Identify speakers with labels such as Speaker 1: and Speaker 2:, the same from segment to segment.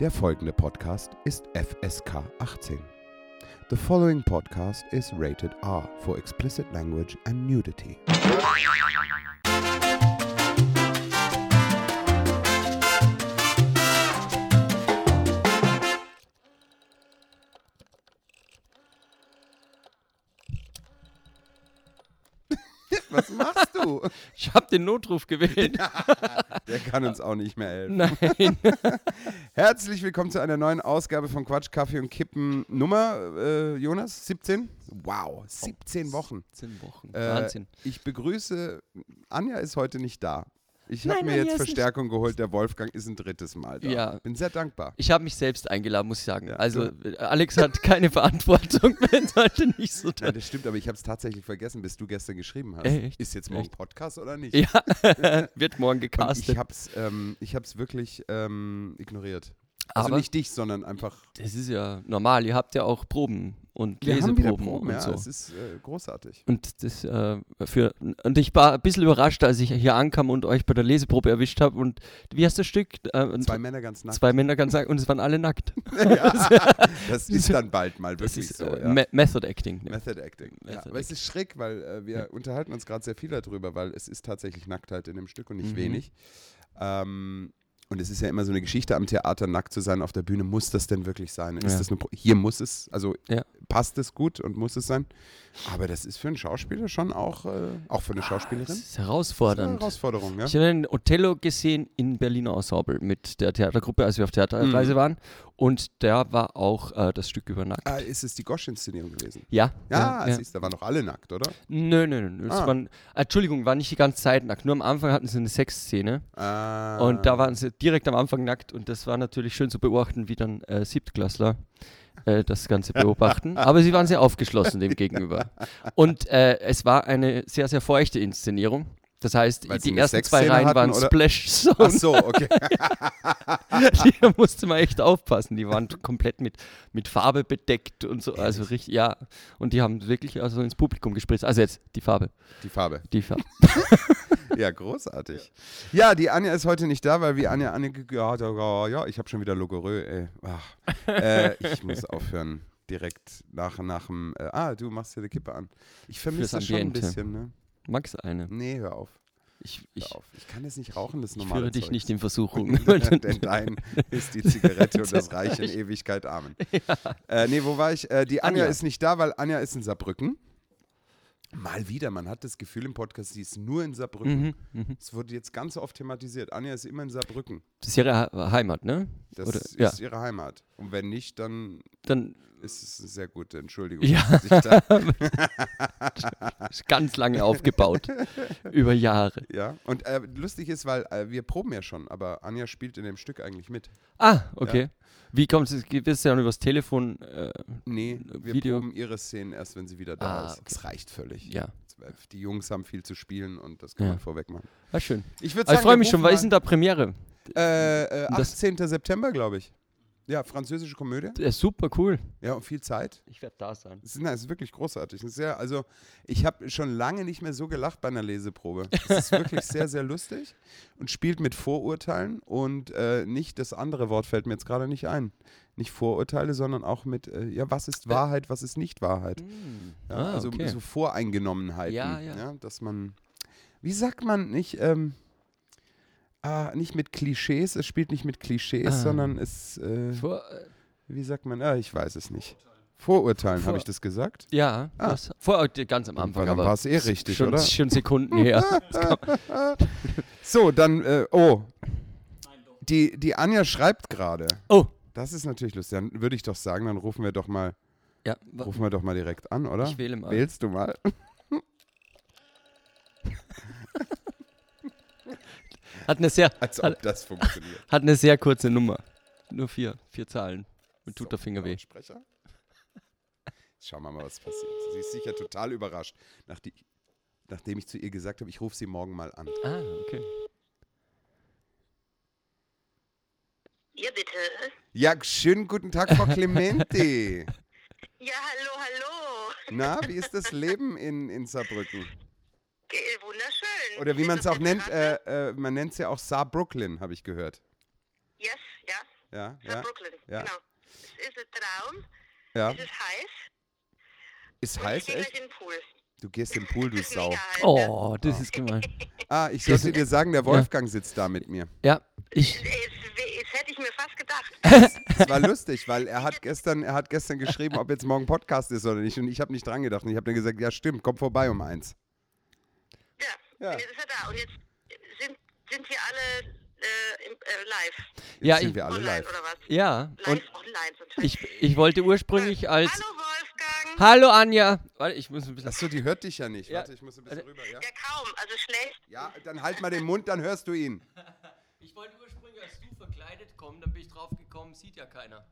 Speaker 1: Der folgende Podcast ist FSK 18. The following podcast is rated R for explicit language and nudity. Was machst du?
Speaker 2: Ich habe den Notruf gewählt.
Speaker 1: Der kann uns auch nicht mehr helfen.
Speaker 2: Nein.
Speaker 1: Herzlich willkommen zu einer neuen Ausgabe von Quatsch, Kaffee und Kippen. Nummer, äh, Jonas, 17? Wow,
Speaker 2: Oh.
Speaker 1: 17 Wochen.
Speaker 2: 17 Wochen.
Speaker 1: Äh,
Speaker 2: Wahnsinn.
Speaker 1: Ich begrüße, Anja ist heute nicht da. Ich
Speaker 2: Nein,
Speaker 1: habe mir
Speaker 2: Anja
Speaker 1: jetzt
Speaker 2: ist
Speaker 1: Verstärkung geholt, der Wolfgang ist ein drittes Mal da.
Speaker 2: Ja.
Speaker 1: Bin sehr dankbar.
Speaker 2: Ich habe mich selbst eingeladen, muss ich sagen.
Speaker 1: Ja,
Speaker 2: also, äh, Alex hat keine Verantwortung, wenn es heute nicht so
Speaker 1: Nein,
Speaker 2: toll
Speaker 1: das stimmt, aber ich habe es tatsächlich vergessen, bis du gestern geschrieben hast.
Speaker 2: Echt?
Speaker 1: Ist jetzt morgen
Speaker 2: Echt?
Speaker 1: Podcast oder nicht?
Speaker 2: Ja, wird morgen
Speaker 1: Und ich
Speaker 2: gecastet.
Speaker 1: habe es ähm, ich hab's wirklich ähm, ignoriert. also
Speaker 2: Aber
Speaker 1: nicht dich, sondern einfach.
Speaker 2: das ist ja normal. Ihr habt ja auch Proben und
Speaker 1: Wir haben
Speaker 2: Leseproben
Speaker 1: wieder Proben,
Speaker 2: und
Speaker 1: ja.
Speaker 2: so.
Speaker 1: Es ist äh, großartig.
Speaker 2: Und das äh, für und ich war ein bisschen überrascht, als ich hier ankam und euch bei der Leseprobe erwischt habe. Und wie heißt das Stück? Äh,
Speaker 1: Zwei Männer ganz nackt.
Speaker 2: zwei Männer ganz nackt und es waren alle nackt.
Speaker 1: Das ist dann bald mal
Speaker 2: Das
Speaker 1: wirklich
Speaker 2: ist
Speaker 1: so.
Speaker 2: äh,
Speaker 1: ja.
Speaker 2: Me Method Acting. ne?
Speaker 1: Method Acting. ja.
Speaker 2: Method
Speaker 1: Aber es ist schräg, weil äh, wir unterhalten uns gerade sehr viel darüber, weil es ist tatsächlich Nacktheit in dem Stück und nicht
Speaker 2: Mhm.
Speaker 1: wenig. Ähm, und es ist ja immer so eine Geschichte am Theater, nackt zu sein auf der Bühne. Muss das denn wirklich sein? Ist
Speaker 2: Ja.
Speaker 1: das nur, Pro- hier muss es, also
Speaker 2: Ja.
Speaker 1: passt es gut und muss es sein. Aber das ist für einen Schauspieler schon auch, äh, auch für eine
Speaker 2: Das
Speaker 1: Schauspielerin,
Speaker 2: Ah, ist
Speaker 1: ist eine
Speaker 2: herausfordernd.
Speaker 1: Herausforderung. Ja?
Speaker 2: Ich habe einen Othello gesehen in Berliner Ensemble mit der Theatergruppe, als wir auf Theaterreise
Speaker 1: Mhm.
Speaker 2: waren. Und da war auch äh, das Stück über Nackt.
Speaker 1: Ah, ist es die Gosch-Inszenierung gewesen?
Speaker 2: Ja.
Speaker 1: Ja,
Speaker 2: ja.
Speaker 1: Siehst, da waren noch alle nackt, oder?
Speaker 2: Nö, nö, nö. nö. Es
Speaker 1: Ah.
Speaker 2: waren, Entschuldigung, war nicht die ganze Zeit nackt. Nur am Anfang hatten sie eine Sexszene.
Speaker 1: Ah.
Speaker 2: Und da waren sie direkt am Anfang nackt. Und das war natürlich schön zu beobachten, wie dann äh, Siebtklässler äh, das Ganze beobachten. Aber sie waren sehr aufgeschlossen dem gegenüber. Und äh, es war eine sehr, sehr feuchte Inszenierung. Das heißt,
Speaker 1: Weil sie
Speaker 2: die
Speaker 1: eine
Speaker 2: ersten zwei
Speaker 1: Sexszene
Speaker 2: Reihen
Speaker 1: hatten,
Speaker 2: waren
Speaker 1: oder?
Speaker 2: Splash-Zone.
Speaker 1: Ach so, okay. Ah,
Speaker 2: Die- da musste man echt aufpassen. Die waren komplett mit, mit Farbe bedeckt und so. Also richtig, ja. Und die haben wirklich also ins Publikum gespritzt. Also jetzt die Farbe.
Speaker 1: Die Farbe.
Speaker 2: Die Farbe.
Speaker 1: Ja, großartig. Ja, die Anja ist heute nicht da, weil wie Anja angekündigt ja, da- ja, ja, ich habe schon wieder Logorö, ey. Ach, äh, ich muss aufhören. Direkt nach, nach dem, äh, ah, du machst dir eine Kippe an. Ich vermisse
Speaker 2: Fürs
Speaker 1: das schon ein
Speaker 2: Ambiente.
Speaker 1: bisschen, ne?
Speaker 2: Max eine.
Speaker 1: Nee, hör auf,
Speaker 2: Ich,
Speaker 1: hör
Speaker 2: ich,
Speaker 1: auf. Ich kann das nicht rauchen, das
Speaker 2: ich
Speaker 1: normale
Speaker 2: führe dich
Speaker 1: Zeug.
Speaker 2: nicht in Versuchung.
Speaker 1: Denn dein ist die Zigarette und das Reich in Ewigkeit. Amen. Äh, nee, wo war ich? Äh, die Anja,
Speaker 2: Anja.
Speaker 1: ist nicht da, weil Anja ist in Saarbrücken. Mal wieder, man hat das Gefühl im Podcast, sie ist nur in Saarbrücken.
Speaker 2: Mhm, mhm.
Speaker 1: Es wurde jetzt ganz oft thematisiert. Anja ist immer in Saarbrücken.
Speaker 2: Das ist ihre Ha- Heimat, ne?
Speaker 1: Das
Speaker 2: Oder-
Speaker 1: ist
Speaker 2: ja.
Speaker 1: ihre Heimat. Und wenn nicht, dann
Speaker 2: Dann
Speaker 1: ist es eine sehr gute Entschuldigung.
Speaker 2: Ja.
Speaker 1: dass ich da, Ah.
Speaker 2: ist ganz lange aufgebaut. über Jahre.
Speaker 1: ja. Und äh, lustig ist, weil äh, wir proben ja schon, aber Anja spielt in dem Stück eigentlich mit.
Speaker 2: Ah, okay. Wie kommt es? Gibt es ja dann übers Telefon? Äh,
Speaker 1: Nee, wir
Speaker 2: Video.
Speaker 1: proben ihre Szenen erst, wenn sie wieder da
Speaker 2: Ah,
Speaker 1: ist.
Speaker 2: okay.
Speaker 1: Das reicht völlig.
Speaker 2: ja.
Speaker 1: Die Jungs haben viel zu spielen und das kann
Speaker 2: Ja.
Speaker 1: man vorweg machen.
Speaker 2: War Ah, schön.
Speaker 1: Ich würde
Speaker 2: Aber
Speaker 1: sagen,
Speaker 2: ich freue
Speaker 1: wir
Speaker 2: mich schon.
Speaker 1: rufen
Speaker 2: Wann ist denn da Premiere?
Speaker 1: mal- äh, äh,
Speaker 2: Das-
Speaker 1: 18. September, glaube ich. Ja, französische Komödie.
Speaker 2: Äh, super cool.
Speaker 1: Ja, und viel Zeit.
Speaker 2: Ich werde da sein.
Speaker 1: Es ist, nein, es ist wirklich großartig. Es ist sehr, also, ich habe schon lange nicht mehr so gelacht bei einer Leseprobe. Es ist wirklich sehr, sehr lustig und spielt mit Vorurteilen und äh, nicht das andere Wort fällt mir jetzt gerade nicht ein. Nicht Vorurteile, sondern auch mit, äh, ja, was ist Wahrheit, was ist nicht Wahrheit. Ja,
Speaker 2: ah,
Speaker 1: also
Speaker 2: okay.
Speaker 1: so Voreingenommenheiten.
Speaker 2: Ja, ja.
Speaker 1: dass man, wie sagt man nicht, ähm, ah, nicht mit Klischees, es spielt nicht mit Klischees,
Speaker 2: Ah.
Speaker 1: sondern es, äh,
Speaker 2: Vor,
Speaker 1: wie sagt man, ah, ich weiß es nicht. Vorurteilen,
Speaker 2: Vor-
Speaker 1: habe ich das gesagt?
Speaker 2: ja,
Speaker 1: Ah.
Speaker 2: das, vor, äh, ganz am Anfang.
Speaker 1: Dann
Speaker 2: aber
Speaker 1: war es eh richtig,
Speaker 2: schon,
Speaker 1: oder?
Speaker 2: Schon Sekunden her.
Speaker 1: So, dann, äh, oh. Die, die Anja schreibt gerade.
Speaker 2: Oh,
Speaker 1: Das ist natürlich lustig. Dann würde ich doch sagen, dann rufen wir doch mal,
Speaker 2: ja. wa-
Speaker 1: rufen wir doch mal direkt an, oder?
Speaker 2: Ich wähle mal.
Speaker 1: Wählst du mal?
Speaker 2: Hat eine sehr,
Speaker 1: Als
Speaker 2: Hallo.
Speaker 1: ob das funktioniert.
Speaker 2: hat eine sehr kurze Nummer. Nur vier, vier Zahlen. Und tut der Finger weh.
Speaker 1: Sprecher. Schauen wir mal, was passiert. Sie ist sicher total überrascht, nachdem, nachdem ich zu ihr gesagt habe, ich rufe sie morgen mal an.
Speaker 2: Ah, okay.
Speaker 3: Ja, bitte.
Speaker 1: Ja, schönen guten Tag, Frau Clementi.
Speaker 3: Ja, hallo, hallo.
Speaker 1: Na, wie ist das Leben in, in Saarbrücken?
Speaker 3: Ge- Wunderschön.
Speaker 1: Oder wie
Speaker 3: Ist
Speaker 1: man es
Speaker 3: das
Speaker 1: auch
Speaker 3: eine
Speaker 1: nennt,
Speaker 3: Straße?
Speaker 1: äh, äh, man nennt es ja auch Saar Brooklyn, habe ich gehört.
Speaker 3: Yes, ja.
Speaker 1: Ja,
Speaker 3: Saar
Speaker 1: ja,
Speaker 3: Brooklyn,
Speaker 1: ja.
Speaker 3: genau. Es ist ein Traum,
Speaker 1: ja.
Speaker 3: es ist heiß.
Speaker 1: Ist
Speaker 3: und ich
Speaker 1: heiß,
Speaker 3: gehe gleich
Speaker 1: echt?
Speaker 3: in den Pool.
Speaker 1: Du gehst im Pool, du
Speaker 3: Es ist mega
Speaker 1: Sau.
Speaker 3: heiß. ja.
Speaker 2: Oh, das ist gemein.
Speaker 1: Ah, ich
Speaker 2: Das-
Speaker 1: sollte dir sagen, der Wolfgang sitzt da mit mir.
Speaker 2: Ja, ich.
Speaker 3: Es, es, es hätte ich mir fast gedacht.
Speaker 1: Es war lustig, weil er hat gestern, er hat gestern geschrieben, ob jetzt morgen Podcast ist oder nicht. Und ich habe nicht dran gedacht. Und ich habe dann gesagt, ja stimmt, komm vorbei um eins.
Speaker 3: Ja,
Speaker 1: Ja.
Speaker 3: und jetzt ist er da. Und jetzt sind, sind wir alle äh, im, äh, live.
Speaker 1: Jetzt
Speaker 2: Ja,
Speaker 1: sind
Speaker 2: ich-
Speaker 1: wir alle
Speaker 3: online,
Speaker 1: live.
Speaker 3: oder was?
Speaker 2: Ja,
Speaker 3: Live online natürlich.
Speaker 2: ich, ich wollte ursprünglich als.
Speaker 3: Hallo Wolfgang!
Speaker 2: Hallo Anja! Warte, ich muss ein bisschen.
Speaker 1: Achso, die hört dich ja nicht.
Speaker 2: Ja.
Speaker 1: Warte, ich muss ein bisschen rüber. Ja?
Speaker 3: Ja, kaum, also schlecht.
Speaker 1: ja, dann halt mal den Mund, dann hörst du ihn.
Speaker 2: Ich wollte ursprünglich als du verkleidet kommen, dann bin ich drauf gekommen, sieht ja keiner.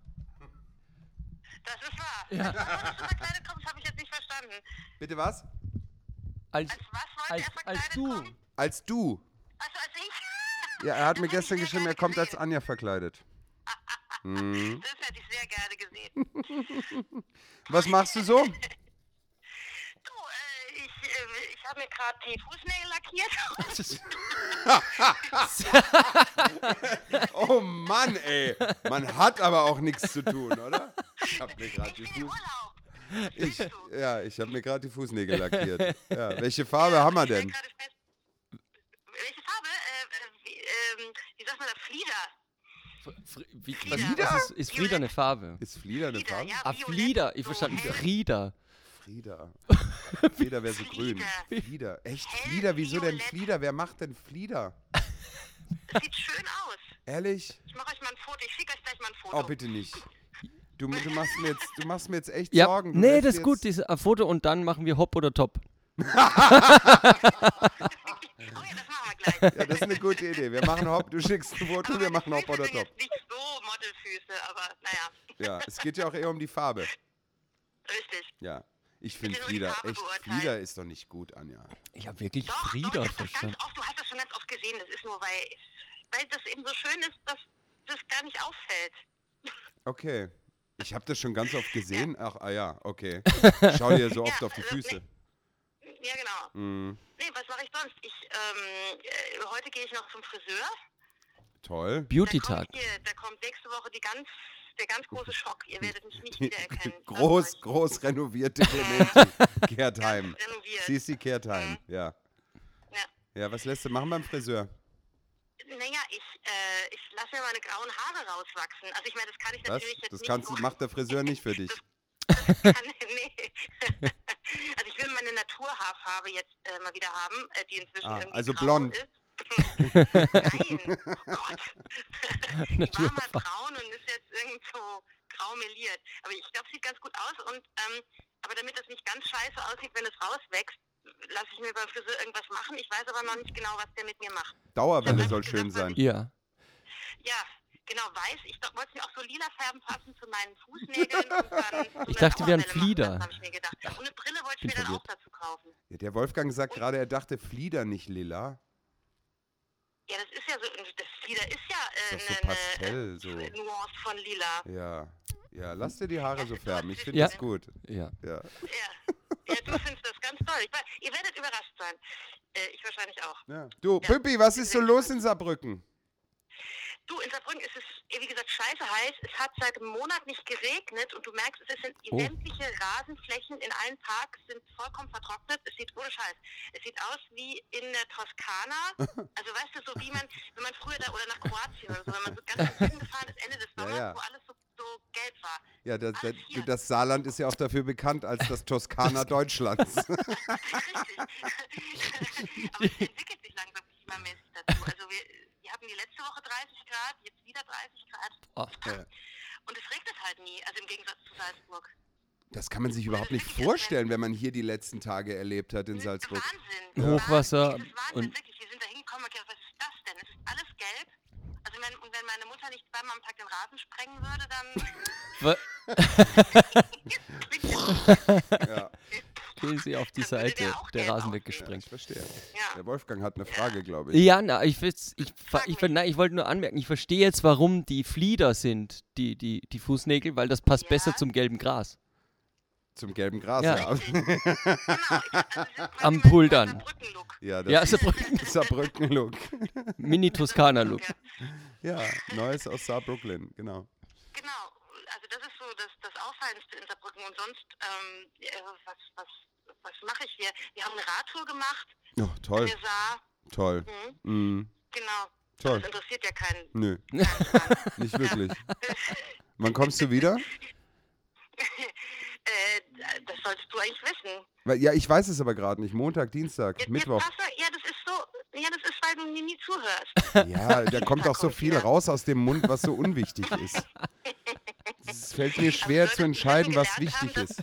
Speaker 3: Das ist wahr. Ja. Als du verkleidet kommst, habe ich jetzt nicht verstanden.
Speaker 1: Bitte was?
Speaker 2: Als,
Speaker 3: Als was
Speaker 2: als,
Speaker 3: wollte er
Speaker 2: als
Speaker 3: verkleidet
Speaker 2: du.
Speaker 3: kommen?
Speaker 1: Als du.
Speaker 3: Achso, als ich?
Speaker 1: Ja, er hat
Speaker 3: Das
Speaker 1: mir
Speaker 3: hab ich
Speaker 1: gestern
Speaker 3: sehr
Speaker 1: geschrieben, er
Speaker 3: gerne
Speaker 1: kommt als
Speaker 3: gesehen.
Speaker 1: Anja verkleidet. Mhm.
Speaker 3: Das hätte ich sehr gerne gesehen.
Speaker 1: Was machst du so?
Speaker 3: Du, äh, ich, äh, ich habe mir gerade die Fußnägel lackiert.
Speaker 1: Oh Mann, ey. Man hat aber auch nichts zu tun, oder? Ich hab mir gerade
Speaker 3: Ich
Speaker 1: die
Speaker 3: bin im
Speaker 1: Fuß.
Speaker 3: Urlaub.
Speaker 1: Ich, ja, ich habe mir gerade die Fußnägel lackiert. Ja, welche Farbe haben wir
Speaker 3: Ich stell
Speaker 1: denn?
Speaker 3: gerade fest- Welche Farbe? Äh, wie, ähm, wie sagt man da? Flieder.
Speaker 2: Fr- Fr- Wie,
Speaker 3: Frieda?
Speaker 2: Was, was ist, ist Frieda eine Farbe?
Speaker 1: Ist Flieder eine
Speaker 3: Flieder,
Speaker 1: Farbe?
Speaker 3: ja.
Speaker 2: Ah,
Speaker 3: Violett,
Speaker 2: Flieder, ich
Speaker 3: so
Speaker 2: verstanden.
Speaker 3: hell.
Speaker 2: Frieda.
Speaker 1: Flieder. Flieder wäre so grün. Flieder. Echt? Flieder? Wieso denn
Speaker 3: Hellviolett.
Speaker 1: Flieder? Wer macht denn Flieder?
Speaker 3: Das sieht schön aus.
Speaker 1: Ehrlich?
Speaker 3: Ich mache euch mal ein Foto. Ich schicke euch gleich mal ein Foto.
Speaker 1: Oh, bitte nicht. Du, du, machst, mir jetzt, du machst mir jetzt echt
Speaker 2: Ja,
Speaker 1: Sorgen. Du
Speaker 2: nee,
Speaker 1: lässt
Speaker 2: das ist gut,
Speaker 1: jetzt-
Speaker 2: dieses ein Foto und dann machen wir Hopp oder Top.
Speaker 3: Oh ja, das machen wir gleich.
Speaker 1: Ja, das ist eine gute Idee. Wir machen Hopp, du schickst ein Foto, wir
Speaker 3: meine
Speaker 1: machen Hopp
Speaker 3: Füße
Speaker 1: oder
Speaker 3: sind
Speaker 1: Top.
Speaker 3: jetzt Nicht so Modelfüße, aber naja,
Speaker 1: Ja, es geht ja auch eher um die Farbe.
Speaker 3: richtig.
Speaker 1: Ja. Ich finde
Speaker 3: Bitte nur die
Speaker 1: Flieder,
Speaker 3: Farbe
Speaker 1: echt,
Speaker 3: beurteilen.
Speaker 1: Flieder ist doch nicht gut, Anja.
Speaker 2: Ich habe wirklich
Speaker 3: Doch,
Speaker 2: Frieda
Speaker 3: doch, ich hab das ganz
Speaker 2: verstanden.
Speaker 3: oft, du hast das schon ganz oft gesehen. Das ist nur, weil, weil das eben so schön ist, dass das gar nicht auffällt.
Speaker 1: Okay. Ich habe das schon ganz oft gesehen. Ach, ah ja, okay. Schau dir so oft
Speaker 3: Ja,
Speaker 1: auf die
Speaker 3: also,
Speaker 1: Füße.
Speaker 3: Ja, genau.
Speaker 1: Mm,
Speaker 3: Nee, was mache ich sonst? Ich, ähm, äh, heute gehe ich noch zum Friseur.
Speaker 1: toll.
Speaker 3: Da
Speaker 2: Beauty-Tag.
Speaker 3: kommt, hier, da kommt nächste Woche die ganz, der ganz große Schock. Ihr werdet mich nicht wiedererkennen. Ich
Speaker 1: Groß,
Speaker 3: sag's euch.
Speaker 1: groß renovierte Clementi. Kehrtheim.
Speaker 3: Ganz renoviert.
Speaker 1: Sie ist die Kehrtheim, ja. Ja, was lässt du machen beim Friseur?
Speaker 3: Naja, ich, äh, ich lasse mir meine grauen Haare rauswachsen. Also ich meine, das kann ich
Speaker 1: Was?
Speaker 3: natürlich jetzt
Speaker 1: Das
Speaker 3: nicht
Speaker 1: kannst,
Speaker 3: so-
Speaker 1: macht der Friseur nicht für dich.
Speaker 3: kann, nee. Also ich will meine Naturhaarfarbe jetzt äh, mal wieder haben, äh, die inzwischen
Speaker 1: Ah,
Speaker 3: irgendwie
Speaker 1: also
Speaker 3: grau
Speaker 1: blond.
Speaker 3: Ist. Nein, oh Gott. Die war mal
Speaker 2: Naturhaarfarbe.
Speaker 3: braun und ist jetzt irgendwo grau meliert. Aber ich glaube, sieht ganz gut aus. Und ähm, aber damit das nicht ganz scheiße aussieht, wenn es rauswächst, lasse ich mir beim Friseur irgendwas machen. Ich weiß aber noch nicht genau, was der mit mir macht.
Speaker 1: Dauerwelle soll schön sein.
Speaker 2: Ja.
Speaker 3: Ja, genau, weiß. Ich glaub, wollte mir auch so lila Farben passen zu meinen Fußnägeln. und dann so
Speaker 2: Ich
Speaker 3: eine
Speaker 2: dachte, die wären Flieder.
Speaker 3: Dauerwelle machen, Das habe ich mir gedacht. Und eine Brille wollte ich
Speaker 2: Bin
Speaker 3: mir dann auch
Speaker 2: verwirrt.
Speaker 3: dazu kaufen.
Speaker 1: Ja, der Wolfgang sagt gerade, er dachte Flieder nicht lila.
Speaker 3: Ja, das ist ja so, äh, das Flieder ist ja äh,
Speaker 1: Ist doch so
Speaker 3: eine,
Speaker 1: Pastell,
Speaker 3: eine äh,
Speaker 1: so.
Speaker 3: Nuance von lila.
Speaker 1: Ja. Ja, lass dir die Haare so färben. Ich finde
Speaker 2: Ja.
Speaker 1: das gut.
Speaker 2: Ja.
Speaker 1: Ja.
Speaker 3: Ja. ja, du findest das ganz toll. Ich, weiß, ihr werdet überrascht sein. Äh, ich wahrscheinlich auch.
Speaker 1: ja. Du, Püppi, was ist so los in Saarbrücken?
Speaker 3: Du, in Saarbrücken ist es, eh, wie gesagt, scheiße heiß. Es hat seit einem Monat nicht geregnet und du merkst, es sind
Speaker 2: Oh.
Speaker 3: sämtliche Rasenflächen in allen Parks sind vollkommen vertrocknet. Es sieht ohne Scheiß. Es sieht aus wie in der Toskana. Also weißt du, so wie man, wenn man früher da, oder nach Kroatien oder so, wenn man so ganz nach Süden gefahren ist, Ende des
Speaker 1: Ja,
Speaker 3: Sommers,
Speaker 1: ja.
Speaker 3: wo alles so, so gelb war.
Speaker 1: Ah, Ja, das, das,
Speaker 3: Alles hier.
Speaker 1: das Saarland ist ja auch dafür bekannt als das Toskana Deutschlands.
Speaker 3: Richtig. Aber es entwickelt sich langsam klimamäßig dazu. Also wir, wir hatten die letzte Woche 30 Grad, jetzt wieder 30 Grad.
Speaker 2: Ah,
Speaker 3: Und es regnet halt nie, also im Gegensatz zu Salzburg.
Speaker 1: Das kann man sich überhaupt nicht vorstellen, wenn man hier die letzten Tage erlebt hat in Salzburg.
Speaker 3: Wahnsinn.
Speaker 2: Hochwasser
Speaker 3: Wahnsinn, das ist Wahnsinn,
Speaker 2: und-
Speaker 3: wirklich. Wir sind da hingekommen und gedacht, was ist das denn? Es ist alles gelb. Also wenn, und wenn meine Mutter nicht zweimal am Tag den Rasen sprengen würde, dann...
Speaker 2: wa-
Speaker 1: Ja,
Speaker 2: Geh sie auf die
Speaker 3: Dann würde
Speaker 2: Seite,
Speaker 3: der auch
Speaker 2: der Rasen
Speaker 3: gelb aussehen.
Speaker 1: ich
Speaker 2: weggesprengt.
Speaker 1: verstehe.
Speaker 3: Ja.
Speaker 1: Der Wolfgang hat eine Frage, glaube ich.
Speaker 2: Ja, na, ich, will's- ich, ver-
Speaker 3: Frag
Speaker 2: ich,
Speaker 3: mich.
Speaker 2: ver- nein, ich wollte nur anmerken, ich verstehe jetzt, warum die Flieder sind, die, die, die Fußnägel, weil das passt
Speaker 3: Ja.
Speaker 2: besser zum gelben Gras.
Speaker 1: Zum gelben Gras.
Speaker 2: Ja.
Speaker 1: Ja,
Speaker 3: Genau, ich, also es ist quasi
Speaker 2: Am
Speaker 3: mein
Speaker 2: Poldern.
Speaker 3: Saarbrücken-Look.
Speaker 1: ja, das
Speaker 2: Ja, also
Speaker 1: ist
Speaker 2: ist ein
Speaker 1: Saarbrücken-Look.
Speaker 2: Mini-Toskana-Look.
Speaker 3: Ja,
Speaker 1: Ja, Neues aus Saarbrücken, genau.
Speaker 3: Genau, also das ist so das, das Auffallendste in Saarbrücken. Und sonst, ähm, ja, was, was, was mache ich hier? Wir haben eine Radtour gemacht,
Speaker 1: Ja, Oh, toll,
Speaker 3: der Saar,
Speaker 1: toll.
Speaker 3: hm,
Speaker 1: Mhm,
Speaker 3: genau.
Speaker 1: toll.
Speaker 3: Das interessiert ja keinen.
Speaker 1: Nö,
Speaker 3: keinen Mann.
Speaker 1: nicht wirklich. Wann kommst du wieder?
Speaker 3: äh, das solltest du eigentlich wissen.
Speaker 1: Weil- Ja, ich weiß es aber gerade nicht. Montag, Dienstag,
Speaker 3: Jetzt,
Speaker 1: Mittwoch.
Speaker 3: Jetzt pass, auf, ja, das ist so, ja, das ist, weil du mir nie zuhörst.
Speaker 1: Ja, da kommt auch so
Speaker 3: kommt
Speaker 1: viel
Speaker 3: wieder.
Speaker 1: raus aus dem Mund, was so unwichtig ist. Es fällt mir schwer
Speaker 3: solltest
Speaker 1: zu
Speaker 3: du
Speaker 1: entscheiden,
Speaker 3: wissen,
Speaker 1: was
Speaker 3: gelernt haben,
Speaker 1: wichtig
Speaker 3: dass-
Speaker 1: ist.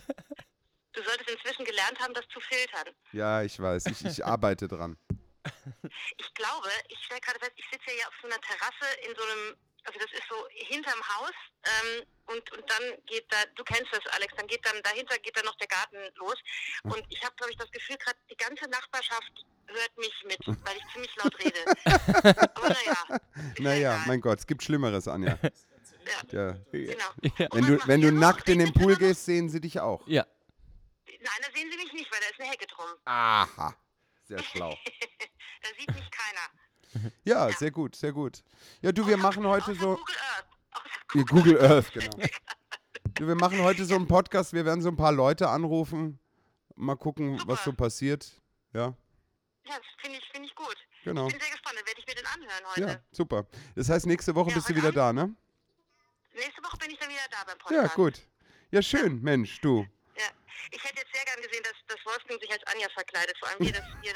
Speaker 3: Du solltest inzwischen gelernt haben, das zu filtern.
Speaker 1: Ja, ich weiß. Ich, ich arbeite dran.
Speaker 3: Ich glaube, ich stelle gerade fest, ich sitze ja auf so einer Terrasse in so einem, also das ist so hinterm Haus ähm, und, und dann geht da, du kennst das, Alex, dann geht dann, dahinter geht dann noch der Garten los.
Speaker 1: Hm.
Speaker 3: Und ich habe, glaube ich, das Gefühl, gerade die ganze Nachbarschaft hört mich mit,
Speaker 1: Hm.
Speaker 3: weil ich ziemlich laut rede. Aber naja. ist ja
Speaker 1: Naja,
Speaker 3: egal.
Speaker 1: mein Gott, es gibt Schlimmeres, Anja.
Speaker 3: ja,
Speaker 1: Ja.
Speaker 3: genau.
Speaker 2: Ja.
Speaker 3: Und
Speaker 1: Wenn
Speaker 3: was
Speaker 1: du,
Speaker 3: macht
Speaker 1: wenn
Speaker 3: ihr
Speaker 1: du
Speaker 3: noch?
Speaker 1: nackt in den
Speaker 3: Regnet ihr
Speaker 1: Pool
Speaker 3: noch?
Speaker 1: gehst, sehen sie dich auch.
Speaker 2: Ja.
Speaker 3: Nein, da sehen sie mich nicht, weil da ist eine Hecke drum.
Speaker 1: Aha. Sehr schlau.
Speaker 3: Da sieht mich keiner.
Speaker 1: Ja, sehr gut, sehr gut. Ja, du, wir machen heute
Speaker 3: Außer
Speaker 1: so.
Speaker 3: Google Earth. Außer
Speaker 1: Ja, Google Earth, genau. Du, wir machen heute so einen Podcast. Wir werden so ein paar Leute anrufen. Mal gucken, was so passiert. Ja,
Speaker 3: Ja, das finde ich, find ich gut.
Speaker 1: genau.
Speaker 3: Ich bin sehr gespannt, dann werde ich mir den anhören heute.
Speaker 1: Ja, super. Das heißt, nächste Woche
Speaker 3: Ja,
Speaker 1: bist du
Speaker 3: heute
Speaker 1: wieder da, ne?
Speaker 3: Nächste Woche bin ich dann wieder da beim
Speaker 1: Ja,
Speaker 3: Podcast.
Speaker 1: gut. Ja, schön, Mensch, du.
Speaker 3: Ja. Ich hätte jetzt sehr gern gesehen, dass, dass Wolfgang sich als Anja verkleidet. Vor allem wir, dass ihr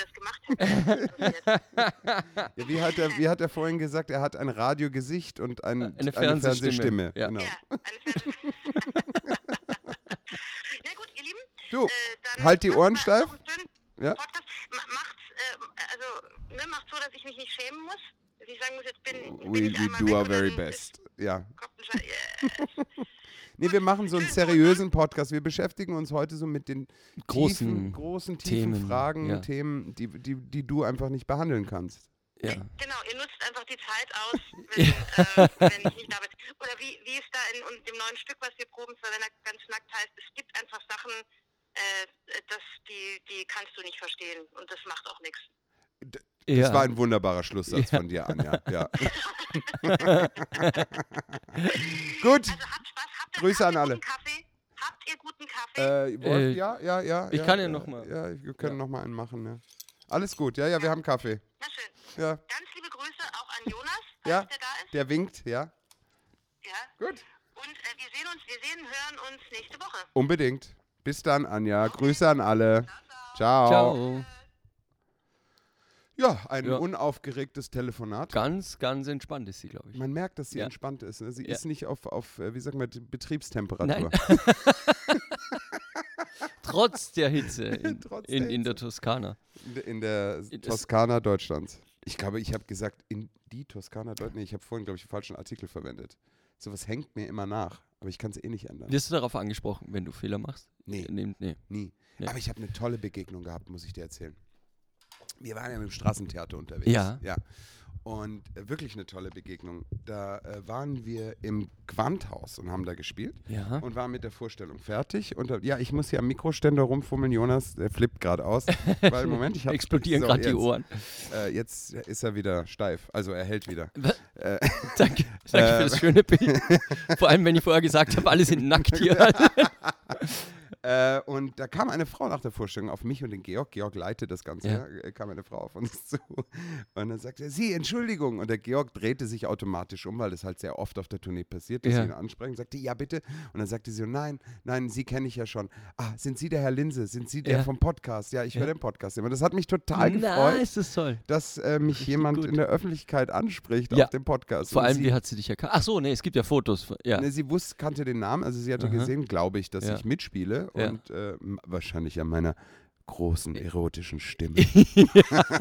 Speaker 3: das gemacht habt.
Speaker 1: Ja, wie, hat er, wie hat er vorhin gesagt? Er hat ein Radiogesicht und ein,
Speaker 2: Eine Fernsehstimme. Ja.
Speaker 1: Genau.
Speaker 3: ja, alles klar. Na gut, ihr Lieben.
Speaker 1: Du,
Speaker 3: äh, dann
Speaker 1: halt die
Speaker 3: macht's
Speaker 1: Ohren
Speaker 3: mal
Speaker 1: steif.
Speaker 3: noch einen schönen
Speaker 1: Ja.
Speaker 3: Podcast. Ma- Macht's, äh, also, ne, macht so, dass ich mich nicht schämen muss. Dass ich sagen muss, jetzt bin, bin
Speaker 1: We,
Speaker 3: ich
Speaker 1: we
Speaker 3: einmal
Speaker 1: do
Speaker 3: weg
Speaker 1: our
Speaker 3: und
Speaker 1: very
Speaker 3: dann ist
Speaker 1: best. Ja.
Speaker 3: Kopfenschei- äh,
Speaker 1: Nee, wir machen so einen seriösen Podcast. Wir beschäftigen uns heute so mit den
Speaker 2: Großen
Speaker 1: tiefen, großen, tiefen
Speaker 2: Themen,
Speaker 1: Fragen,
Speaker 2: ja.
Speaker 1: Themen, die, die, die du einfach nicht behandeln kannst.
Speaker 2: ja.
Speaker 3: Genau, ihr nutzt einfach die Zeit aus, wenn, ähm, wenn ich nicht da bin. Oder wie, wie ist da in und dem neuen Stück, was wir proben, zwar wenn er ganz nackt heißt, es gibt einfach Sachen, äh, das, die, die kannst du nicht verstehen und das macht auch nichts.
Speaker 1: Das war ein wunderbarer Schlusssatz von dir, Anja. Ja. Gut.
Speaker 3: Also habt Spaß, habt ihr,
Speaker 1: Grüße
Speaker 3: habt
Speaker 1: an
Speaker 3: ihr
Speaker 1: alle.
Speaker 3: guten Kaffee? Habt ihr guten Kaffee?
Speaker 1: Äh, Wolf,
Speaker 2: Äh,
Speaker 1: ja, ja, ja.
Speaker 2: ich
Speaker 1: ja,
Speaker 2: kann ja
Speaker 1: ja
Speaker 2: noch mal.
Speaker 1: Ja, wir können noch mal einen machen. Ja. Alles gut. Ja, ja, wir haben Kaffee.
Speaker 3: Na schön.
Speaker 1: Ja,
Speaker 3: Ganz liebe Grüße auch an Jonas,
Speaker 1: Ja.
Speaker 3: falls der da ist.
Speaker 1: der winkt, ja.
Speaker 3: Ja.
Speaker 1: Gut.
Speaker 3: Und äh, wir sehen uns, wir sehen, hören uns nächste Woche.
Speaker 1: Unbedingt. Bis dann, Anja. Grüße an alle. Ciao.
Speaker 2: Ciao.
Speaker 1: Ja, ein
Speaker 2: Ja.
Speaker 1: unaufgeregtes Telefonat.
Speaker 2: Ganz, ganz entspannt ist sie, glaube ich.
Speaker 1: Man merkt, dass sie
Speaker 2: Ja.
Speaker 1: entspannt ist. Ne? Sie
Speaker 2: Ja.
Speaker 1: ist nicht auf, auf, äh, wie sagt man, Betriebstemperatur.
Speaker 2: Trotz der Hitze in,
Speaker 1: Trotz der
Speaker 2: in, in der Toskana.
Speaker 1: In der- In der
Speaker 2: It is-
Speaker 1: Toskana Deutschlands. Ich glaube, ich habe gesagt, in die Toskana Deutschlands. Nee, ich habe vorhin, glaube ich, einen falschen Artikel verwendet. Sowas hängt mir immer nach. Aber ich kann es eh nicht ändern.
Speaker 2: Wirst du darauf angesprochen, wenn du Fehler machst?
Speaker 1: Nee.
Speaker 2: Nee. nee.
Speaker 1: Nie.
Speaker 2: Nee.
Speaker 1: Aber ich habe eine tolle Begegnung gehabt, muss ich dir erzählen. Wir waren ja mit dem Straßentheater unterwegs.
Speaker 2: Ja.
Speaker 1: ja. Und äh, wirklich eine tolle Begegnung. Da äh, waren wir im Quanthaus und haben da gespielt
Speaker 2: Ja.
Speaker 1: und waren mit der Vorstellung fertig. Und da- ja, ich muss hier am Mikroständer rumfummeln, Jonas, der flippt gerade aus. Weil Moment, ich habe
Speaker 2: Explodieren gerade die Ohren.
Speaker 1: Äh, jetzt ist er wieder steif, also er hält wieder.
Speaker 2: Danke, danke für
Speaker 1: Äh.
Speaker 2: das schöne Bild. Vor allem, wenn ich vorher gesagt habe, alle sind nackt hier.
Speaker 1: Äh, und da kam eine Frau nach der Vorstellung auf mich und den Georg. Georg leitet das Ganze.
Speaker 2: Ja.
Speaker 1: Ja. äh, Kam eine Frau auf uns zu. Und dann sagte er, Sie, Entschuldigung. Und der Georg drehte sich automatisch um, weil das halt sehr oft auf der Tournee passiert, dass
Speaker 2: Ja.
Speaker 1: sie ihn ansprechen. Sagte, ja, bitte. Und dann sagte sie, nein, nein, Sie kenne ich ja schon. Ah, sind Sie der Herr Linse? Sind Sie der
Speaker 2: Ja.
Speaker 1: vom Podcast? Ja, ich höre den Podcast immer. Das hat mich total
Speaker 2: Na,
Speaker 1: gefreut,
Speaker 2: ist das toll.
Speaker 1: dass äh, mich jemand
Speaker 2: gut.
Speaker 1: in der Öffentlichkeit anspricht
Speaker 2: Ja.
Speaker 1: auf dem Podcast.
Speaker 2: Vor
Speaker 1: Und
Speaker 2: allem,
Speaker 1: sie
Speaker 2: wie hat sie dich erkannt? Ach so, nee, es gibt ja Fotos. von- Ja.
Speaker 1: Ne, sie wusste, kannte den Namen, also sie hatte
Speaker 2: Aha.
Speaker 1: gesehen, glaube ich, dass
Speaker 2: Ja.
Speaker 1: ich mitspiele
Speaker 2: Ja.
Speaker 1: und äh, m- wahrscheinlich an meiner großen erotischen Stimme.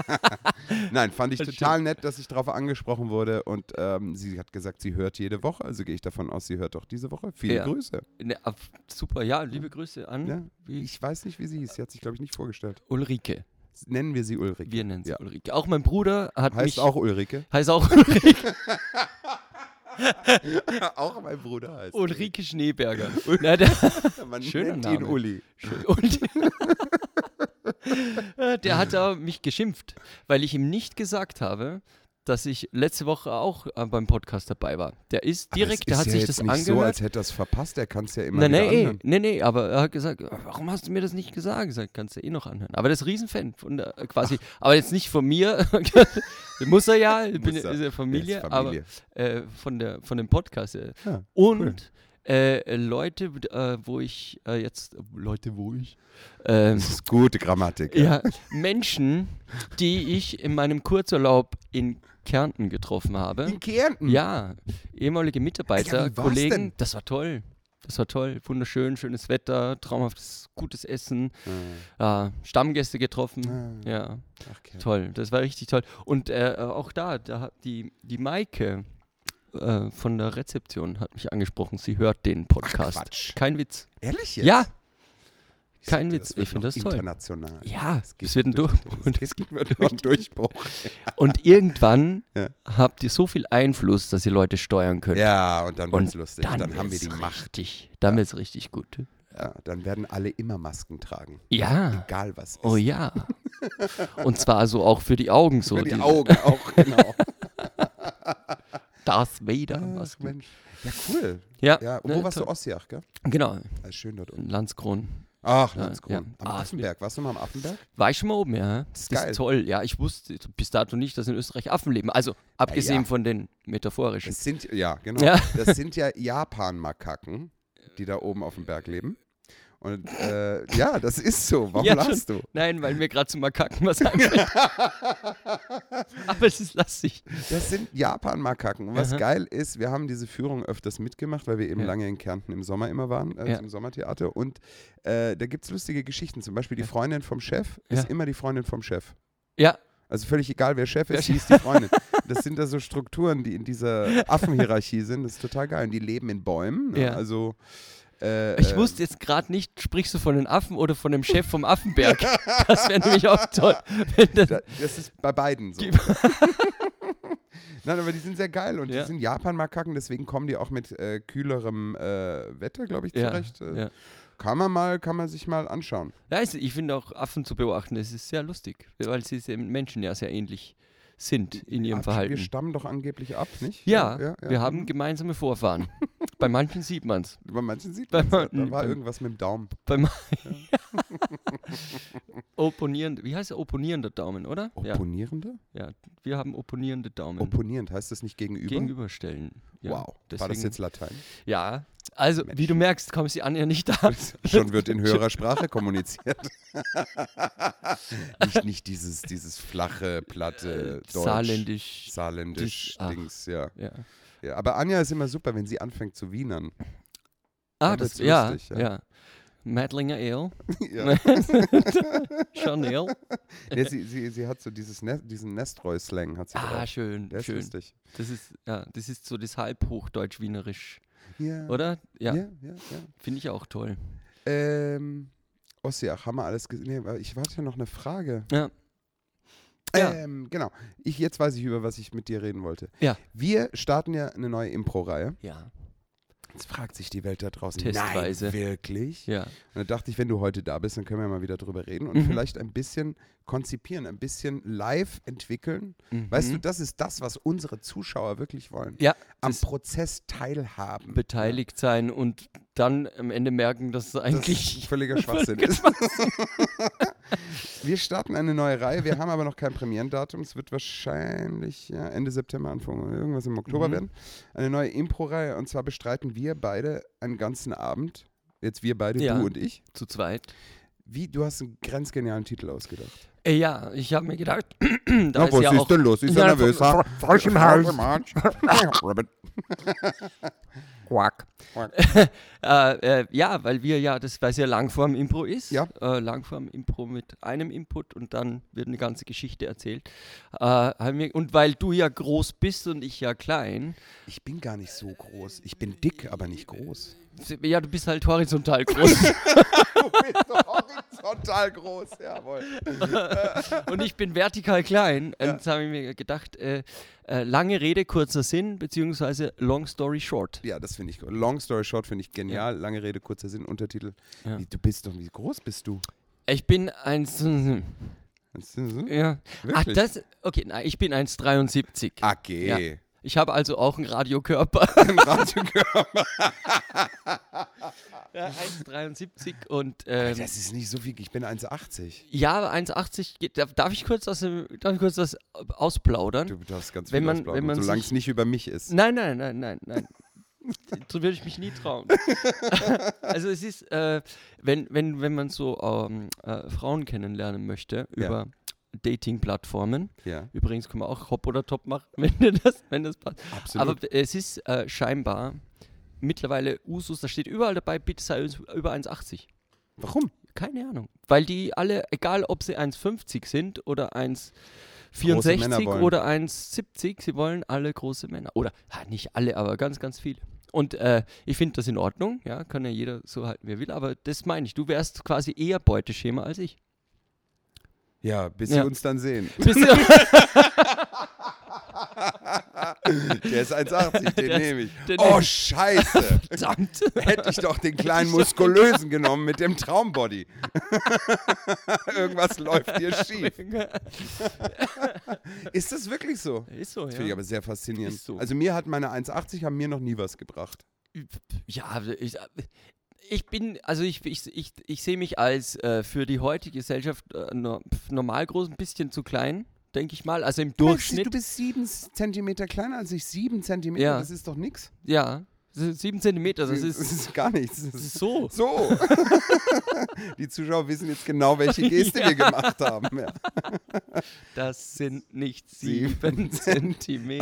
Speaker 1: Nein, fand ich
Speaker 2: Das
Speaker 1: total nett, dass ich darauf angesprochen wurde und ähm, sie hat gesagt, sie hört jede Woche, also gehe ich davon aus, sie hört auch diese Woche. Viele
Speaker 2: Ja.
Speaker 1: Grüße.
Speaker 2: Ne, ab- super, ja, liebe Grüße an
Speaker 1: Ja.
Speaker 2: wie,
Speaker 1: Ich weiß nicht, wie sie hieß, sie hat sich, glaube ich, nicht vorgestellt.
Speaker 2: Ulrike.
Speaker 1: Nennen wir sie Ulrike.
Speaker 2: Wir nennen sie
Speaker 1: Ja.
Speaker 2: Ulrike. Auch mein Bruder hat
Speaker 1: Heißt
Speaker 2: mich.
Speaker 1: auch Ulrike.
Speaker 2: heißt auch Ulrike.
Speaker 1: Auch mein Bruder heißt.
Speaker 2: Ulrike Schneeberger. Na, der,
Speaker 1: Ulrich. Man
Speaker 2: schöner
Speaker 1: nennt ihn
Speaker 2: Name.
Speaker 1: Uli.
Speaker 2: und äh, der hat da mich geschimpft, weil ich ihm nicht gesagt habe, dass ich letzte Woche auch äh, beim Podcast dabei war. Der ist direkt,
Speaker 1: Aber
Speaker 2: der
Speaker 1: es ist
Speaker 2: hat
Speaker 1: ja
Speaker 2: sich
Speaker 1: jetzt
Speaker 2: das
Speaker 1: nicht so,
Speaker 2: angehört.
Speaker 1: als hätte er es verpasst. Er kann es ja immer
Speaker 2: Nein,
Speaker 1: wieder
Speaker 2: nein, eh,
Speaker 1: anhören.
Speaker 2: nee, nee, aber er hat gesagt, warum hast du mir das nicht gesagt? Ich sag, kannst du eh noch anhören. Aber das ist ein Riesenfan von der, quasi, aber jetzt nicht von mir, muss er ja, ich bin,
Speaker 1: Muss er.
Speaker 2: ist ja Familie,
Speaker 1: Der ist
Speaker 2: aber
Speaker 1: Familie.
Speaker 2: äh, von, der, von dem Podcast. Äh.
Speaker 1: Ja,
Speaker 2: Und äh, Leute, äh, wo ich äh, jetzt, Leute, wo ich, ähm,
Speaker 1: Das ist gute Grammatik.
Speaker 2: ja, Menschen, die ich in meinem Kurzurlaub in Kärnten getroffen habe.
Speaker 1: In Kärnten.
Speaker 2: Ja, ehemalige Mitarbeiter,
Speaker 1: Alter, Hm. wie war's
Speaker 2: Kollegen,
Speaker 1: denn?
Speaker 2: das war toll. Das war toll. Wunderschön, schönes Wetter, traumhaftes, gutes Essen, äh, Stammgäste getroffen.
Speaker 1: Ah.
Speaker 2: Ja,
Speaker 1: Ach, Kärnten.
Speaker 2: toll. Das war richtig toll. Und äh, auch da, da hat die, die Maike äh, von der Rezeption hat mich angesprochen. Sie hört den Podcast.
Speaker 1: Quatsch.
Speaker 2: Kein Witz.
Speaker 1: Ehrlich jetzt?
Speaker 2: Ja,
Speaker 1: Ich sag
Speaker 2: kein
Speaker 1: dir,
Speaker 2: Witz.
Speaker 1: wird
Speaker 2: Ich find
Speaker 1: noch
Speaker 2: das toll.
Speaker 1: International.
Speaker 2: ja,
Speaker 1: Es geht
Speaker 2: es wird ein
Speaker 1: durch-
Speaker 2: Durchbruch.
Speaker 1: Es geht- wird noch ein Durchbruch.
Speaker 2: Und irgendwann
Speaker 1: Ja.
Speaker 2: habt ihr so viel Einfluss, dass ihr Leute steuern könnt.
Speaker 1: Ja, und dann wird's
Speaker 2: Und
Speaker 1: lustig. Dann, haben wir
Speaker 2: wird's
Speaker 1: die Macht.
Speaker 2: Richtig, dann wird's richtig gut.
Speaker 1: Ja, dann werden alle immer Masken tragen.
Speaker 2: Ja.
Speaker 1: Egal was ist.
Speaker 2: Oh ja. Und zwar so auch für die Augen so.
Speaker 1: Für die
Speaker 2: diese
Speaker 1: Augen auch, genau.
Speaker 2: Darth Vader.
Speaker 1: Ach,
Speaker 2: was-
Speaker 1: Mensch. Ja, cool.
Speaker 2: Ja.
Speaker 1: Ja, und
Speaker 2: ne,
Speaker 1: wo warst du?
Speaker 2: toll.
Speaker 1: Ossiach, gell?
Speaker 2: Genau,
Speaker 1: Ah, schön dort oben.
Speaker 2: in Landskron.
Speaker 1: Ach, Landskron.
Speaker 2: ja.
Speaker 1: Am
Speaker 2: Ah,
Speaker 1: Affenberg. Warst du mal am Affenberg?
Speaker 2: War ich schon mal oben, ja? Das
Speaker 1: geil.
Speaker 2: ist toll. Ja, ich wusste bis dato nicht, dass in Österreich Affen leben. Also, abgesehen von den metaphorischen.
Speaker 1: Das sind, ja, genau.
Speaker 2: Ja.
Speaker 1: Das sind ja Japan-Makaken, die da oben auf dem Berg leben. Und äh, ja, das ist so. Warum
Speaker 2: Ja,
Speaker 1: lachst du?
Speaker 2: Nein, weil mir gerade zum Makaken was einfällt. Aber es ist lastig.
Speaker 1: Das sind Japan-Makaken. Und was
Speaker 2: Aha.
Speaker 1: geil ist, wir haben diese Führung öfters mitgemacht, weil wir eben
Speaker 2: Ja.
Speaker 1: lange in Kärnten im Sommer immer waren, äh,
Speaker 2: Ja.
Speaker 1: im Sommertheater. Und äh, da gibt es lustige Geschichten. Zum Beispiel die Freundin vom Chef
Speaker 2: Ja.
Speaker 1: ist immer die Freundin vom Chef.
Speaker 2: Ja,
Speaker 1: Also völlig egal, wer Chef ist, sie ist die Freundin. Das sind da so Strukturen, die in dieser Affenhierarchie sind. Das ist total geil. Und die leben in Bäumen. ne?
Speaker 2: Ja.
Speaker 1: Also äh,
Speaker 2: ich
Speaker 1: äh,
Speaker 2: wusste jetzt gerade nicht, sprichst du von den Affen oder von dem Chef vom Affenberg? Das wäre nämlich auch toll. Wenn das,
Speaker 1: Da, das ist bei beiden so.
Speaker 2: Die-
Speaker 1: Nein, aber die sind sehr geil und
Speaker 2: Ja.
Speaker 1: die sind Japan-Makaken, deswegen kommen die auch mit äh, kühlerem äh, Wetter, glaube ich,
Speaker 2: ja,
Speaker 1: zurecht. Äh,
Speaker 2: ja.
Speaker 1: Kann man mal, kann man sich mal anschauen.
Speaker 2: Ja, also ich finde auch Affen zu beobachten, das ist sehr lustig, weil sie den Menschen ja sehr ähnlich sind in ihrem
Speaker 1: Ab- Ah, Wir
Speaker 2: Verhalten.
Speaker 1: stammen doch angeblich ab, nicht?
Speaker 2: Ja, wir
Speaker 1: Mhm.
Speaker 2: haben gemeinsame Vorfahren. Bei manchen sieht man es.
Speaker 1: Bei manchen sieht
Speaker 2: Bei
Speaker 1: man, da
Speaker 2: manchen-
Speaker 1: war
Speaker 2: bei-
Speaker 1: irgendwas mit dem Daumen.
Speaker 2: Bei ma- Opponierend, wie heißt der? Opponierender Daumen, oder? Ja,
Speaker 1: Opponierende?
Speaker 2: ja, wir haben opponierende Daumen.
Speaker 1: Opponierend heißt das nicht gegenüber?
Speaker 2: Gegenüberstellen. Ja,
Speaker 1: wow, war das
Speaker 2: deswegen-
Speaker 1: jetzt Latein?
Speaker 2: Ja, also wie du merkst, kommst du an ja nicht an.
Speaker 1: Schon wird in höherer Sprache kommuniziert. nicht, nicht dieses, dieses flache, platte Deutsch.
Speaker 2: Saarländisch.
Speaker 1: Saarländisch,
Speaker 2: Dies- ach.
Speaker 1: Dings, ja.
Speaker 2: Ja.
Speaker 1: ja. Aber Anja ist immer super, wenn sie anfängt zu wienern.
Speaker 2: Ah,
Speaker 1: Dann
Speaker 2: das
Speaker 1: wird's
Speaker 2: ja,
Speaker 1: lustig, ja.
Speaker 2: ja. Madlinger Ale,
Speaker 1: ja.
Speaker 2: Chanel.
Speaker 1: nee, sie, sie, sie hat so dieses ne diesen Nestroy-Slang. Hat sie
Speaker 2: Ah,
Speaker 1: drauf.
Speaker 2: schön,
Speaker 1: Der ist
Speaker 2: schön.
Speaker 1: lustig.
Speaker 2: Das ist, ja, das ist so das halbhochdeutsch-wienerisch,
Speaker 1: Ja.
Speaker 2: oder? Ja,
Speaker 1: Ja, ja, ja.
Speaker 2: finde ich auch toll.
Speaker 1: Ähm, Ossiach, haben wir alles gesehen? Nee, aber ich warte noch eine Frage.
Speaker 2: Ja. Ja.
Speaker 1: Ähm, genau. Ich, jetzt weiß ich, über was ich mit dir reden wollte.
Speaker 2: Ja.
Speaker 1: Wir starten ja eine neue Impro-Reihe.
Speaker 2: Ja,
Speaker 1: Jetzt fragt sich die Welt da draußen.
Speaker 2: Testweise.
Speaker 1: Nein, wirklich?
Speaker 2: ja.
Speaker 1: Und da dachte ich, wenn du heute da bist, dann können wir mal wieder drüber reden und
Speaker 2: Mhm.
Speaker 1: vielleicht ein bisschen konzipieren, ein bisschen live entwickeln. Weißt du,
Speaker 2: Mhm.
Speaker 1: das ist das, was unsere Zuschauer wirklich wollen.
Speaker 2: Ja,
Speaker 1: Am
Speaker 2: das-
Speaker 1: Prozess teilhaben.
Speaker 2: beteiligt sein und dann am Ende merken, dass es
Speaker 1: Das ist
Speaker 2: eigentlich
Speaker 1: völliger Schwachsinn ist. wir starten eine neue Reihe, wir haben aber noch kein Premierendatum. Es wird wahrscheinlich ja, Ende September, Anfang irgendwas im Oktober
Speaker 2: Mhm.
Speaker 1: werden. Eine neue Impro-Reihe und zwar bestreiten wir beide einen ganzen Abend. Jetzt wir beide,
Speaker 2: Ja.
Speaker 1: du und ich.
Speaker 2: zu zweit.
Speaker 1: Wie, du hast einen grenzgenialen Titel ausgedacht.
Speaker 2: Äh, ja, ich habe mir gedacht, da
Speaker 1: Na,
Speaker 2: ist
Speaker 1: was
Speaker 2: ja auch
Speaker 1: ist denn los? Ist ja
Speaker 2: Ja,
Speaker 1: nervös.
Speaker 2: fr-
Speaker 1: ha?
Speaker 2: fr- frisch im Hals.
Speaker 1: Robert.
Speaker 2: Quark. Äh, äh, ja, weil wir ja, das weil es ja Langform-Impro ist.
Speaker 1: Ja.
Speaker 2: Äh, Langform-Impro mit einem Input und dann wird eine ganze Geschichte erzählt. Äh, haben wir, und weil du ja groß bist und ich ja klein,
Speaker 1: Ich bin gar nicht so groß. Ich bin dick, aber nicht groß.
Speaker 2: ja, du bist halt horizontal groß
Speaker 1: Du bist doch horizontal groß, jawohl.
Speaker 2: und ich bin vertikal klein. Und jetzt habe ich mir gedacht, äh, äh, lange Rede, kurzer Sinn, beziehungsweise long story short.
Speaker 1: Ja, das finde ich gut. Long story short finde ich genial. Lange Rede, kurzer Sinn, Untertitel. Wie, du bist doch, wie groß bist du?
Speaker 2: Ich bin ein... Ja. Ach,
Speaker 1: Wirklich? Ah.
Speaker 2: das, okay, nein, ich bin 1,73.
Speaker 1: Okay.
Speaker 2: Ja. Ich habe also auch einen Radiokörper.
Speaker 1: Im Radio gehört.
Speaker 2: Ja, 1,73 und ähm,
Speaker 1: Das ist nicht so viel. Ich bin 1,80.
Speaker 2: ja, aber 1,80 geht. Darf, darf ich kurz aus dem, darf ich kurz das ausplaudern?
Speaker 1: Du darfst ganz
Speaker 2: Wenn
Speaker 1: viel
Speaker 2: man-
Speaker 1: ausplaudern,
Speaker 2: wenn man
Speaker 1: solange
Speaker 2: sich-
Speaker 1: es nicht über mich ist.
Speaker 2: Nein, nein, nein, nein, nein. So würde ich mich nie trauen. also es ist, äh, wenn, wenn, wenn man so ähm, äh, Frauen kennenlernen möchte
Speaker 1: Ja.
Speaker 2: über Dating-Plattformen.
Speaker 1: Ja,
Speaker 2: Übrigens kann man auch Hop oder Top machen, wenn dir das, wenn das passt.
Speaker 1: absolut.
Speaker 2: Aber es ist äh, scheinbar mittlerweile Usus, da steht überall dabei, bitte sei uns über 1,80.
Speaker 1: Warum?
Speaker 2: Keine Ahnung. Weil die alle, egal ob sie 1,50 sind oder
Speaker 1: Männer
Speaker 2: 1,64
Speaker 1: wollen.
Speaker 2: oder 1,70, sie wollen alle große Männer. Oder ah, nicht alle, aber ganz, ganz viele. Und äh, ich finde das in Ordnung, ja, kann ja jeder so halten, wie er will, aber das meine ich. Du wärst quasi eher Beuteschema als ich.
Speaker 1: Ja, bis
Speaker 2: Ja.
Speaker 1: wir uns dann sehen.
Speaker 2: Bist du?
Speaker 1: Der ist 1,80, den
Speaker 2: Der ist-
Speaker 1: nehme ich.
Speaker 2: den nehm
Speaker 1: Oh,
Speaker 2: ich.
Speaker 1: scheiße.
Speaker 2: Verdammt.
Speaker 1: Hätte ich doch den kleinen muskulösen genommen mit dem Traumbody. Irgendwas läuft hier schief. Ist das wirklich so?
Speaker 2: Ist so,
Speaker 1: Das finde ich
Speaker 2: ja.
Speaker 1: aber sehr faszinierend.
Speaker 2: Ist so.
Speaker 1: Also mir hat meine 1,80 haben mir noch nie was gebracht.
Speaker 2: Ja, ich, ich bin, also ich, ich, ich, ich sehe mich als äh, für die heutige Gesellschaft äh, no, pf, normal groß, ein bisschen zu klein, denke ich mal. Also im Durchschnitt,
Speaker 1: Du bist sieben Zentimeter kleiner als ich. Sieben Zentimeter,
Speaker 2: Ja.
Speaker 1: das ist doch nix.
Speaker 2: ja, s- sieben Zentimeter, das
Speaker 1: das
Speaker 2: ist,
Speaker 1: ist gar nichts. Das
Speaker 2: das
Speaker 1: ist
Speaker 2: ist so.
Speaker 1: so. Die Zuschauer wissen jetzt genau, welche Geste wir gemacht haben. Ja.
Speaker 2: Das sind nicht
Speaker 1: Sieben
Speaker 2: sieben Zentimeter.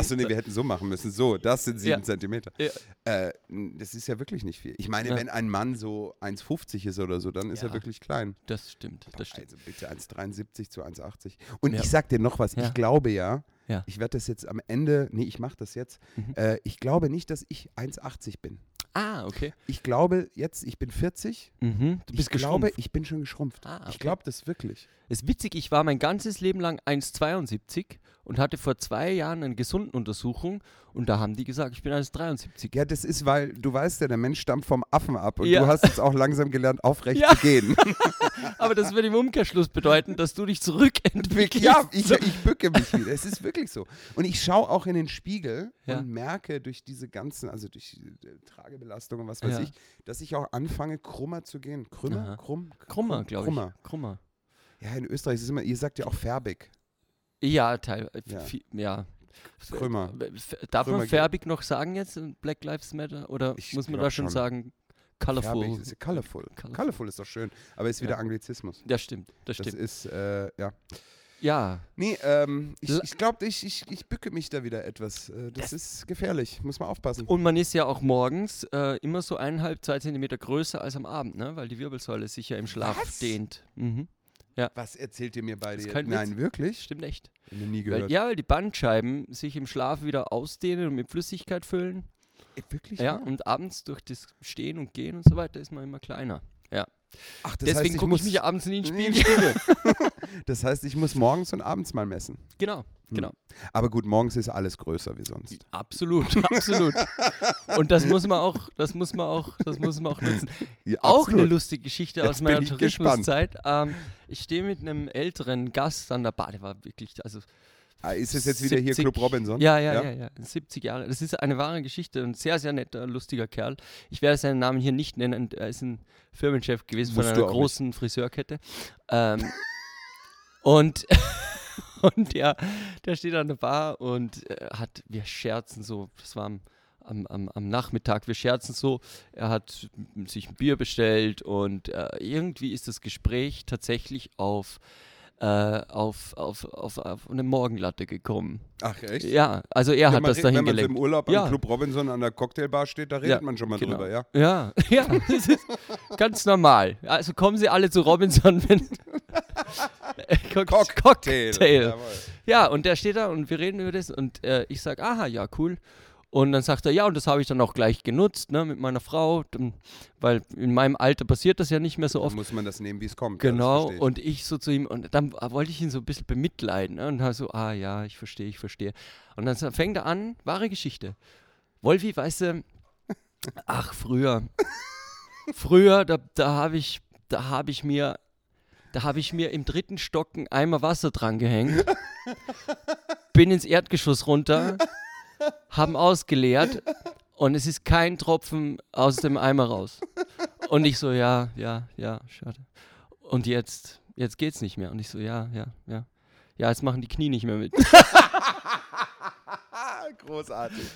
Speaker 1: Achso, nee, wir hätten so machen müssen. So, das sind sieben
Speaker 2: Ja.
Speaker 1: Zentimeter.
Speaker 2: Ja.
Speaker 1: Äh, n- das ist ja wirklich nicht viel. Ich meine,
Speaker 2: Ja.
Speaker 1: wenn ein Mann so 1,50 ist oder so, dann ist er
Speaker 2: Ja.
Speaker 1: wirklich klein.
Speaker 2: das stimmt, das stimmt.
Speaker 1: Also bitte 1,73 zu 1,80. Und
Speaker 2: Ja.
Speaker 1: ich sag dir noch was,
Speaker 2: Ja.
Speaker 1: ich glaube ja,
Speaker 2: Ja. Mhm.
Speaker 1: ich werde das jetzt am Ende, nee, ich mache das jetzt, äh, ich glaube nicht, dass ich 1,80 bin.
Speaker 2: Ah, okay.
Speaker 1: Ich glaube jetzt, ich bin 40.
Speaker 2: Mhm. Du bist
Speaker 1: ich glaube,
Speaker 2: geschrumpft.
Speaker 1: ich bin schon geschrumpft.
Speaker 2: Ah, okay.
Speaker 1: Ich glaube das wirklich.
Speaker 2: Es ist witzig, ich war mein ganzes Leben lang 1,72 und hatte vor zwei Jahren eine gesunden Untersuchung und da haben die gesagt, ich bin 1,73.
Speaker 1: Ja, das ist, weil du weißt ja, der Mensch stammt vom Affen ab und
Speaker 2: Ja.
Speaker 1: du hast jetzt auch langsam gelernt, aufrecht
Speaker 2: Ja.
Speaker 1: zu gehen.
Speaker 2: Aber das würde im Umkehrschluss bedeuten, dass du dich zurückentwickelst.
Speaker 1: Ja, ich, ich bücke mich wieder. Es ist wirklich so. Und ich schaue auch in den Spiegel
Speaker 2: Ja.
Speaker 1: und merke durch diese ganzen, also durch äh, Tragebelastung und was weiß
Speaker 2: Ja.
Speaker 1: ich, dass ich auch anfange, krummer zu gehen. Krümmer?
Speaker 2: Aha.
Speaker 1: Krumm? k-
Speaker 2: Krummer,
Speaker 1: krumm-
Speaker 2: glaube
Speaker 1: Krummer.
Speaker 2: ich. Krummer.
Speaker 1: Ja, in Österreich ist es immer, ihr sagt ja auch färbig.
Speaker 2: Ja, teil. äh,
Speaker 1: Ja.
Speaker 2: vi- Ja.
Speaker 1: Krümmer.
Speaker 2: Äh, f- Darf
Speaker 1: Krümmer
Speaker 2: man
Speaker 1: geht.
Speaker 2: färbig noch sagen jetzt in Black Lives Matter? Oder
Speaker 1: Ich
Speaker 2: muss man
Speaker 1: glaub
Speaker 2: da schon
Speaker 1: schon.
Speaker 2: sagen, colorful?
Speaker 1: Färbig ist ja colorful.
Speaker 2: Colorful.
Speaker 1: colorful. ist doch schön, aber ist wieder
Speaker 2: Ja.
Speaker 1: Anglizismus.
Speaker 2: Das stimmt, das
Speaker 1: Das
Speaker 2: stimmt.
Speaker 1: ist, äh, ja.
Speaker 2: Ja,
Speaker 1: Nee, ähm, ich,
Speaker 2: La-
Speaker 1: ich glaube, ich, ich, ich bücke mich da wieder etwas. Äh, das ist gefährlich, muss man aufpassen.
Speaker 2: und man ist ja auch morgens äh, immer so eineinhalb, zwei Zentimeter größer als am Abend, ne? weil die Wirbelsäule sich ja im Schlaf
Speaker 1: Was?
Speaker 2: dehnt. Mhm.
Speaker 1: Was erzählt ihr mir beide
Speaker 2: Ist
Speaker 1: jetzt?
Speaker 2: kein Witz.
Speaker 1: Nein, wirklich?
Speaker 2: Stimmt echt.
Speaker 1: Noch nie
Speaker 2: Weil,
Speaker 1: gehört.
Speaker 2: ja, weil die Bandscheiben sich im Schlaf wieder ausdehnen und mit Flüssigkeit füllen.
Speaker 1: Äh, Wirklich?
Speaker 2: Ja, und abends durch das Stehen und Gehen und so weiter ist man immer kleiner. Ja.
Speaker 1: Ach, das heißt,
Speaker 2: Deswegen
Speaker 1: ich
Speaker 2: gucke ich
Speaker 1: muss
Speaker 2: mich abends nie in den
Speaker 1: Nee,
Speaker 2: Spiegel.
Speaker 1: Spiegel. das heißt, ich muss morgens und abends mal messen.
Speaker 2: Genau,
Speaker 1: Hm.
Speaker 2: genau.
Speaker 1: Aber gut, morgens ist alles größer wie sonst.
Speaker 2: Absolut, absolut. Und das muss man auch, das muss man auch, das muss man auch nutzen.
Speaker 1: Ja,
Speaker 2: Auch eine
Speaker 1: absolut.
Speaker 2: lustige Geschichte
Speaker 1: Jetzt
Speaker 2: aus meiner
Speaker 1: bin ich gespannt.
Speaker 2: Tourismuszeit. Ähm, ich stehe mit einem älteren Gast an der Bar, der war wirklich, also
Speaker 1: Ah, Ist es jetzt wieder hier
Speaker 2: 70
Speaker 1: Club Robinson?
Speaker 2: Ja, ja, ja, ja, 70 Jahre. Das ist eine wahre Geschichte und sehr, sehr netter, lustiger Kerl. Ich werde seinen Namen hier nicht nennen. Er ist ein Firmenchef gewesen
Speaker 1: Musst
Speaker 2: von
Speaker 1: du
Speaker 2: einer
Speaker 1: auch
Speaker 2: großen Friseurkette. Ähm, und und ja, der steht an der Bar und äh, hat, wir scherzen so, das war am, am, am, am Nachmittag, wir scherzen so, er hat m- sich ein Bier bestellt und äh, irgendwie ist das Gespräch tatsächlich auf äh, auf, auf, auf, auf eine Morgenlatte gekommen.
Speaker 1: Ach, echt?
Speaker 2: Ja, also er
Speaker 1: Ja,
Speaker 2: hat
Speaker 1: man
Speaker 2: das
Speaker 1: redet,
Speaker 2: dahin
Speaker 1: Wenn man so
Speaker 2: gelenkt.
Speaker 1: im Urlaub
Speaker 2: ja.
Speaker 1: am Club Robinson an der Cocktailbar steht, da redet man schon mal
Speaker 2: genau.
Speaker 1: drüber, ja.
Speaker 2: Ja, ja, das ist ganz normal. Also kommen Sie alle zu Robinson, wenn. Cock- Cocktail.
Speaker 1: Jawohl.
Speaker 2: Ja, und der steht da und wir reden über das und äh, ich sage, aha, ja, cool. Und dann sagt er, ja, und das habe ich dann auch gleich genutzt, ne, mit meiner Frau, dann- weil in meinem Alter passiert das ja nicht mehr so
Speaker 1: Da
Speaker 2: oft.
Speaker 1: muss man das nehmen, wie es kommt. ja, das
Speaker 2: Genau,
Speaker 1: verstehe ich.
Speaker 2: und ich so zu ihm, und dann wollte ich ihn so ein bisschen bemitleiden. Ne? Und dann so, ah ja, ich verstehe, ich verstehe. Und dann fängt er an, wahre Geschichte. Wolfi, weißt du, ach, früher, früher, da, da habe ich, da habe ich mir, da habe ich mir im dritten Stock einen Eimer Wasser dran gehängt, bin ins Erdgeschoss runter, haben ausgeleert und es ist kein Tropfen aus dem Eimer raus. Und ich so, ja, ja, ja, schade. Und jetzt, jetzt geht's nicht mehr. Und ich so, ja, ja, ja. Ja, jetzt machen die Knie nicht mehr mit.
Speaker 1: Ah, großartig.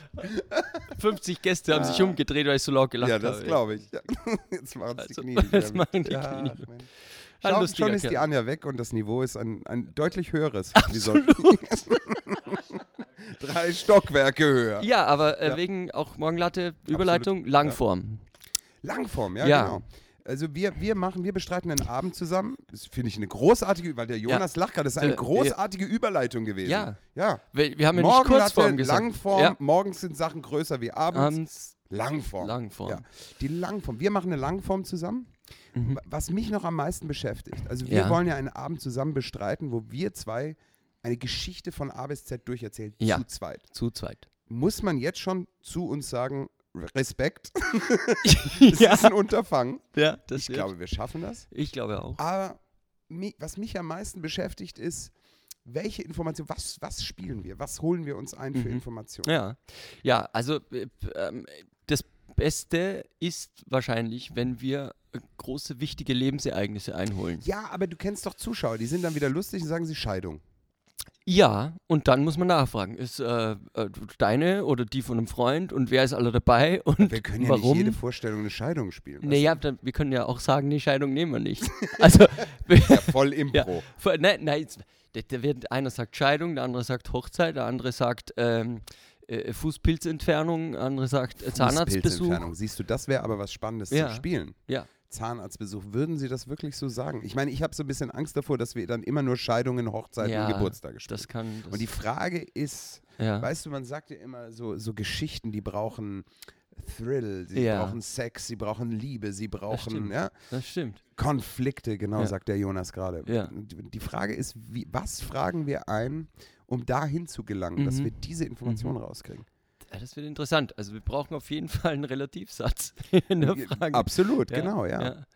Speaker 2: 50 Gäste haben sich umgedreht, weil ich so laut gelacht
Speaker 1: Ja,
Speaker 2: habe.
Speaker 1: das glaube ich. Ja. Jetzt machen es
Speaker 2: Also,
Speaker 1: die Knie. nicht mehr mit.
Speaker 2: jetzt machen die
Speaker 1: Ja,
Speaker 2: Knie.
Speaker 1: ach, Mensch.
Speaker 2: Ein
Speaker 1: Schon,
Speaker 2: lustiger
Speaker 1: schon ist die
Speaker 2: Kerl.
Speaker 1: Anja weg und das Niveau ist ein, ein deutlich höheres. Absolut. Drei Stockwerke höher.
Speaker 2: Ja, aber äh, wegen auch Morgenlatte, Überleitung, Langform.
Speaker 1: Langform, ja,
Speaker 2: Ja.
Speaker 1: genau. Also wir, wir machen, wir bestreiten einen Abend zusammen. Das finde ich eine großartige, weil der Jonas lacht gerade. Das ist eine
Speaker 2: Äh,
Speaker 1: großartige Überleitung gewesen.
Speaker 2: Ja.
Speaker 1: ja.
Speaker 2: Wir, wir haben ja nicht
Speaker 1: Morgenlatte,
Speaker 2: Kurzform gesagt.
Speaker 1: Langform,
Speaker 2: Ja.
Speaker 1: morgens sind Sachen größer wie abends.
Speaker 2: Abends,
Speaker 1: Langform.
Speaker 2: Langform.
Speaker 1: Ja. Die Langform. Wir machen eine Langform zusammen. Wa- Was mich noch am meisten beschäftigt. Also wir
Speaker 2: Mhm. Ja.
Speaker 1: wollen ja einen Abend zusammen bestreiten, wo wir zwei eine Geschichte von A bis Z durcherzählen.
Speaker 2: Ja.
Speaker 1: Zu zweit.
Speaker 2: zu zweit.
Speaker 1: Muss man jetzt schon zu uns sagen, Respekt, es
Speaker 2: ja,
Speaker 1: ist ein Unterfangen.
Speaker 2: ja, das
Speaker 1: Ich
Speaker 2: wird-
Speaker 1: glaube, wir schaffen das.
Speaker 2: ich glaube auch.
Speaker 1: Aber mi- was mich am meisten beschäftigt ist, welche Information, was, was spielen wir, was holen wir uns ein für
Speaker 2: Mhm.
Speaker 1: Informationen?
Speaker 2: Ja, ja also äh, p- ähm, das Beste ist wahrscheinlich, wenn wir äh, große, wichtige Lebensereignisse einholen.
Speaker 1: Ja, aber du kennst doch Zuschauer, die sind dann wieder lustig und sagen sie Scheidung.
Speaker 2: Ja, und dann muss man nachfragen, ist äh, äh, deine oder die von einem Freund und wer ist alle dabei und
Speaker 1: Wir können ja
Speaker 2: warum?
Speaker 1: nicht jede Vorstellung eine Scheidung spielen. weißt
Speaker 2: naja, dann, wir können ja auch sagen, die Scheidung nehmen wir nicht. Also, wir-
Speaker 1: du? Voll Impro.
Speaker 2: Vor- Nein, nein, jetzt- da, da wird, einer sagt Scheidung, der andere sagt Hochzeit, der andere sagt ähm, äh, Fußpilzentfernung, der andere sagt äh, Zahnarztbesuch.
Speaker 1: Fußpilzentfernung. Siehst du, das wäre aber was Spannendes
Speaker 2: Ja.
Speaker 1: zu spielen.
Speaker 2: Ja.
Speaker 1: Zahnarztbesuch, würden Sie das wirklich so sagen? Ich meine, ich habe so ein bisschen Angst davor, dass wir dann immer nur Scheidungen, Hochzeiten
Speaker 2: ja,
Speaker 1: und Geburtstage spielen.
Speaker 2: Das kann. Das,
Speaker 1: Und die Frage ist,
Speaker 2: ja.
Speaker 1: weißt du, man sagt ja immer so, so Geschichten, die brauchen Thrill, sie
Speaker 2: Ja.
Speaker 1: brauchen Sex, sie brauchen Liebe, sie brauchen
Speaker 2: stimmt.
Speaker 1: ja,
Speaker 2: das stimmt.
Speaker 1: Konflikte, genau,
Speaker 2: Ja.
Speaker 1: sagt der Jonas gerade.
Speaker 2: Ja.
Speaker 1: Und Die die Frage ist, wie, was fragen wir ein, um dahin zu gelangen, dass
Speaker 2: Mhm.
Speaker 1: wir diese Information rauskriegen?
Speaker 2: Ja, das wird interessant. Also wir brauchen auf jeden Fall einen Relativsatz in der Frage.
Speaker 1: Absolut,
Speaker 2: Ja,
Speaker 1: genau, ja.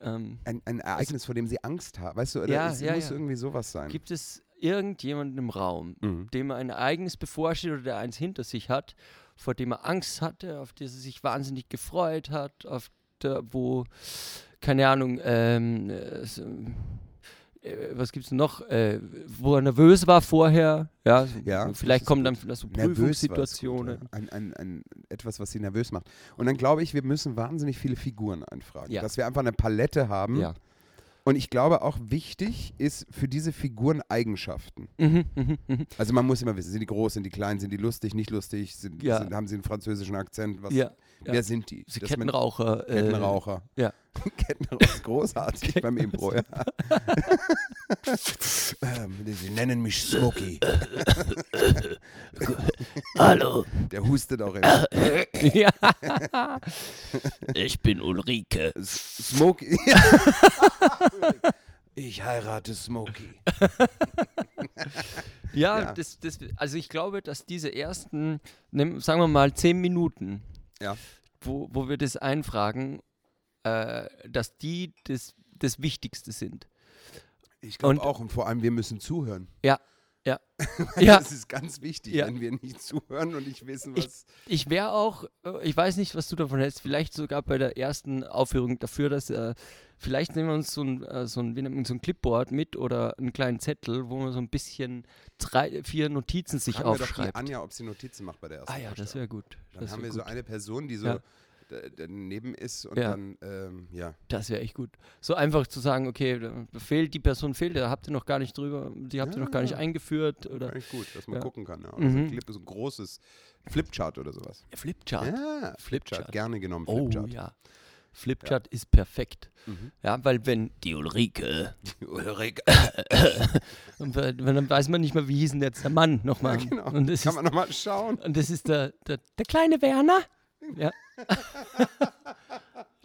Speaker 2: Ähm,
Speaker 1: Ein, ein Ereignis, vor dem sie Angst haben. Weißt du, oder
Speaker 2: Ja,
Speaker 1: es
Speaker 2: ja,
Speaker 1: muss
Speaker 2: ja.
Speaker 1: irgendwie sowas sein.
Speaker 2: gibt es irgendjemanden im Raum,
Speaker 1: Mhm.
Speaker 2: dem er ein Ereignis bevorsteht oder der eins hinter sich hat, vor dem er Angst hatte, auf das er sich wahnsinnig gefreut hat, auf der, wo, keine Ahnung, ähm, äh, so, äh, was gibt's denn noch, äh, wo er nervös war vorher, ja,
Speaker 1: Ja, das
Speaker 2: vielleicht
Speaker 1: ist
Speaker 2: kommen dann
Speaker 1: gut.
Speaker 2: so
Speaker 1: Prüfungssituationen.
Speaker 2: Prüfungssituationen.
Speaker 1: Ein, ein, ein, etwas, was sie nervös macht. Und dann glaube ich, wir müssen wahnsinnig viele Figuren einfragen.
Speaker 2: Ja.
Speaker 1: Dass wir einfach eine Palette haben.
Speaker 2: Ja.
Speaker 1: Und ich glaube auch wichtig ist für diese Figuren Eigenschaften.
Speaker 2: Mhm, mhm, mhm.
Speaker 1: Also man muss immer wissen, sind die groß, sind die klein, sind die lustig, nicht lustig, sind,
Speaker 2: Ja.
Speaker 1: sind, haben sie einen französischen Akzent, was,
Speaker 2: ja.
Speaker 1: wer
Speaker 2: ja.
Speaker 1: sind die?
Speaker 2: Sie
Speaker 1: Dass man-
Speaker 2: Kettenraucher. äh,
Speaker 1: Kettenraucher.
Speaker 2: ja.
Speaker 1: Kettenraucher ist großartig beim Impro. Ja. ähm, sie nennen mich Smokey.
Speaker 4: Hallo,
Speaker 1: Der hustet auch immer.
Speaker 2: ja.
Speaker 4: ich bin Ulrike.
Speaker 1: Smokey. ich heirate Smokey.
Speaker 2: Ja,
Speaker 1: Ja.
Speaker 2: Das, das, also ich glaube, dass diese ersten, nimm, sagen wir mal, zehn Minuten,
Speaker 1: Ja.
Speaker 2: wo, wo wir das einfragen, äh, dass die das, das Wichtigste sind.
Speaker 1: Ich glaube
Speaker 2: Und-
Speaker 1: auch und vor allem, wir müssen zuhören.
Speaker 2: Ja, ja. ja,
Speaker 1: Das ist ganz wichtig,
Speaker 2: Ja.
Speaker 1: wenn wir nicht zuhören und nicht wissen,
Speaker 2: Ich-
Speaker 1: was.
Speaker 2: ich wäre auch, äh, ich weiß nicht, was du davon hältst, vielleicht sogar bei der ersten Aufführung dafür, dass äh, vielleicht nehmen wir uns so ein, äh, so, ein, wie nennt man, so ein Clipboard mit oder einen kleinen Zettel, wo man so ein bisschen drei, vier Notizen sich
Speaker 1: Fragen wir doch die
Speaker 2: aufschreibt.
Speaker 1: Anja, ob sie Notizen macht bei der ersten
Speaker 2: Ah ja, das
Speaker 1: Vorstellung.
Speaker 2: wäre gut.
Speaker 1: Dann
Speaker 2: das
Speaker 1: haben
Speaker 2: wär
Speaker 1: wir so
Speaker 2: gut.
Speaker 1: eine Person, die so
Speaker 2: Ja.
Speaker 1: da- daneben ist und
Speaker 2: Ja.
Speaker 1: dann, ähm, ja.
Speaker 2: Das wäre echt gut. So einfach zu sagen, okay, da fehlt die Person fehlt, da habt ihr noch gar nicht drüber, die habt ihr noch gar nicht
Speaker 1: Ja.
Speaker 2: eingeführt oder
Speaker 1: Eigentlich gut, dass man
Speaker 2: Ja.
Speaker 1: gucken kann. Ja. Oder so,
Speaker 2: Mhm.
Speaker 1: ein Clip, so ein großes Flipchart oder sowas.
Speaker 2: Flipchart.
Speaker 1: Äh, Ja, Flipchart,
Speaker 2: Flipchart.
Speaker 1: gerne genommen.
Speaker 2: Oh
Speaker 1: Flipchart. Mhm.
Speaker 2: ja. Flipchart ist perfekt. Ja, weil wenn,
Speaker 4: Die Ulrike.
Speaker 1: Ulrike.
Speaker 2: und weil- wenn dann weiß man nicht mehr, wie hieß denn jetzt der Mann nochmal.
Speaker 1: Genau.
Speaker 2: Und das
Speaker 1: Kann
Speaker 2: ist,
Speaker 1: man nochmal schauen.
Speaker 2: und das ist der, der, der kleine Werner. Ja.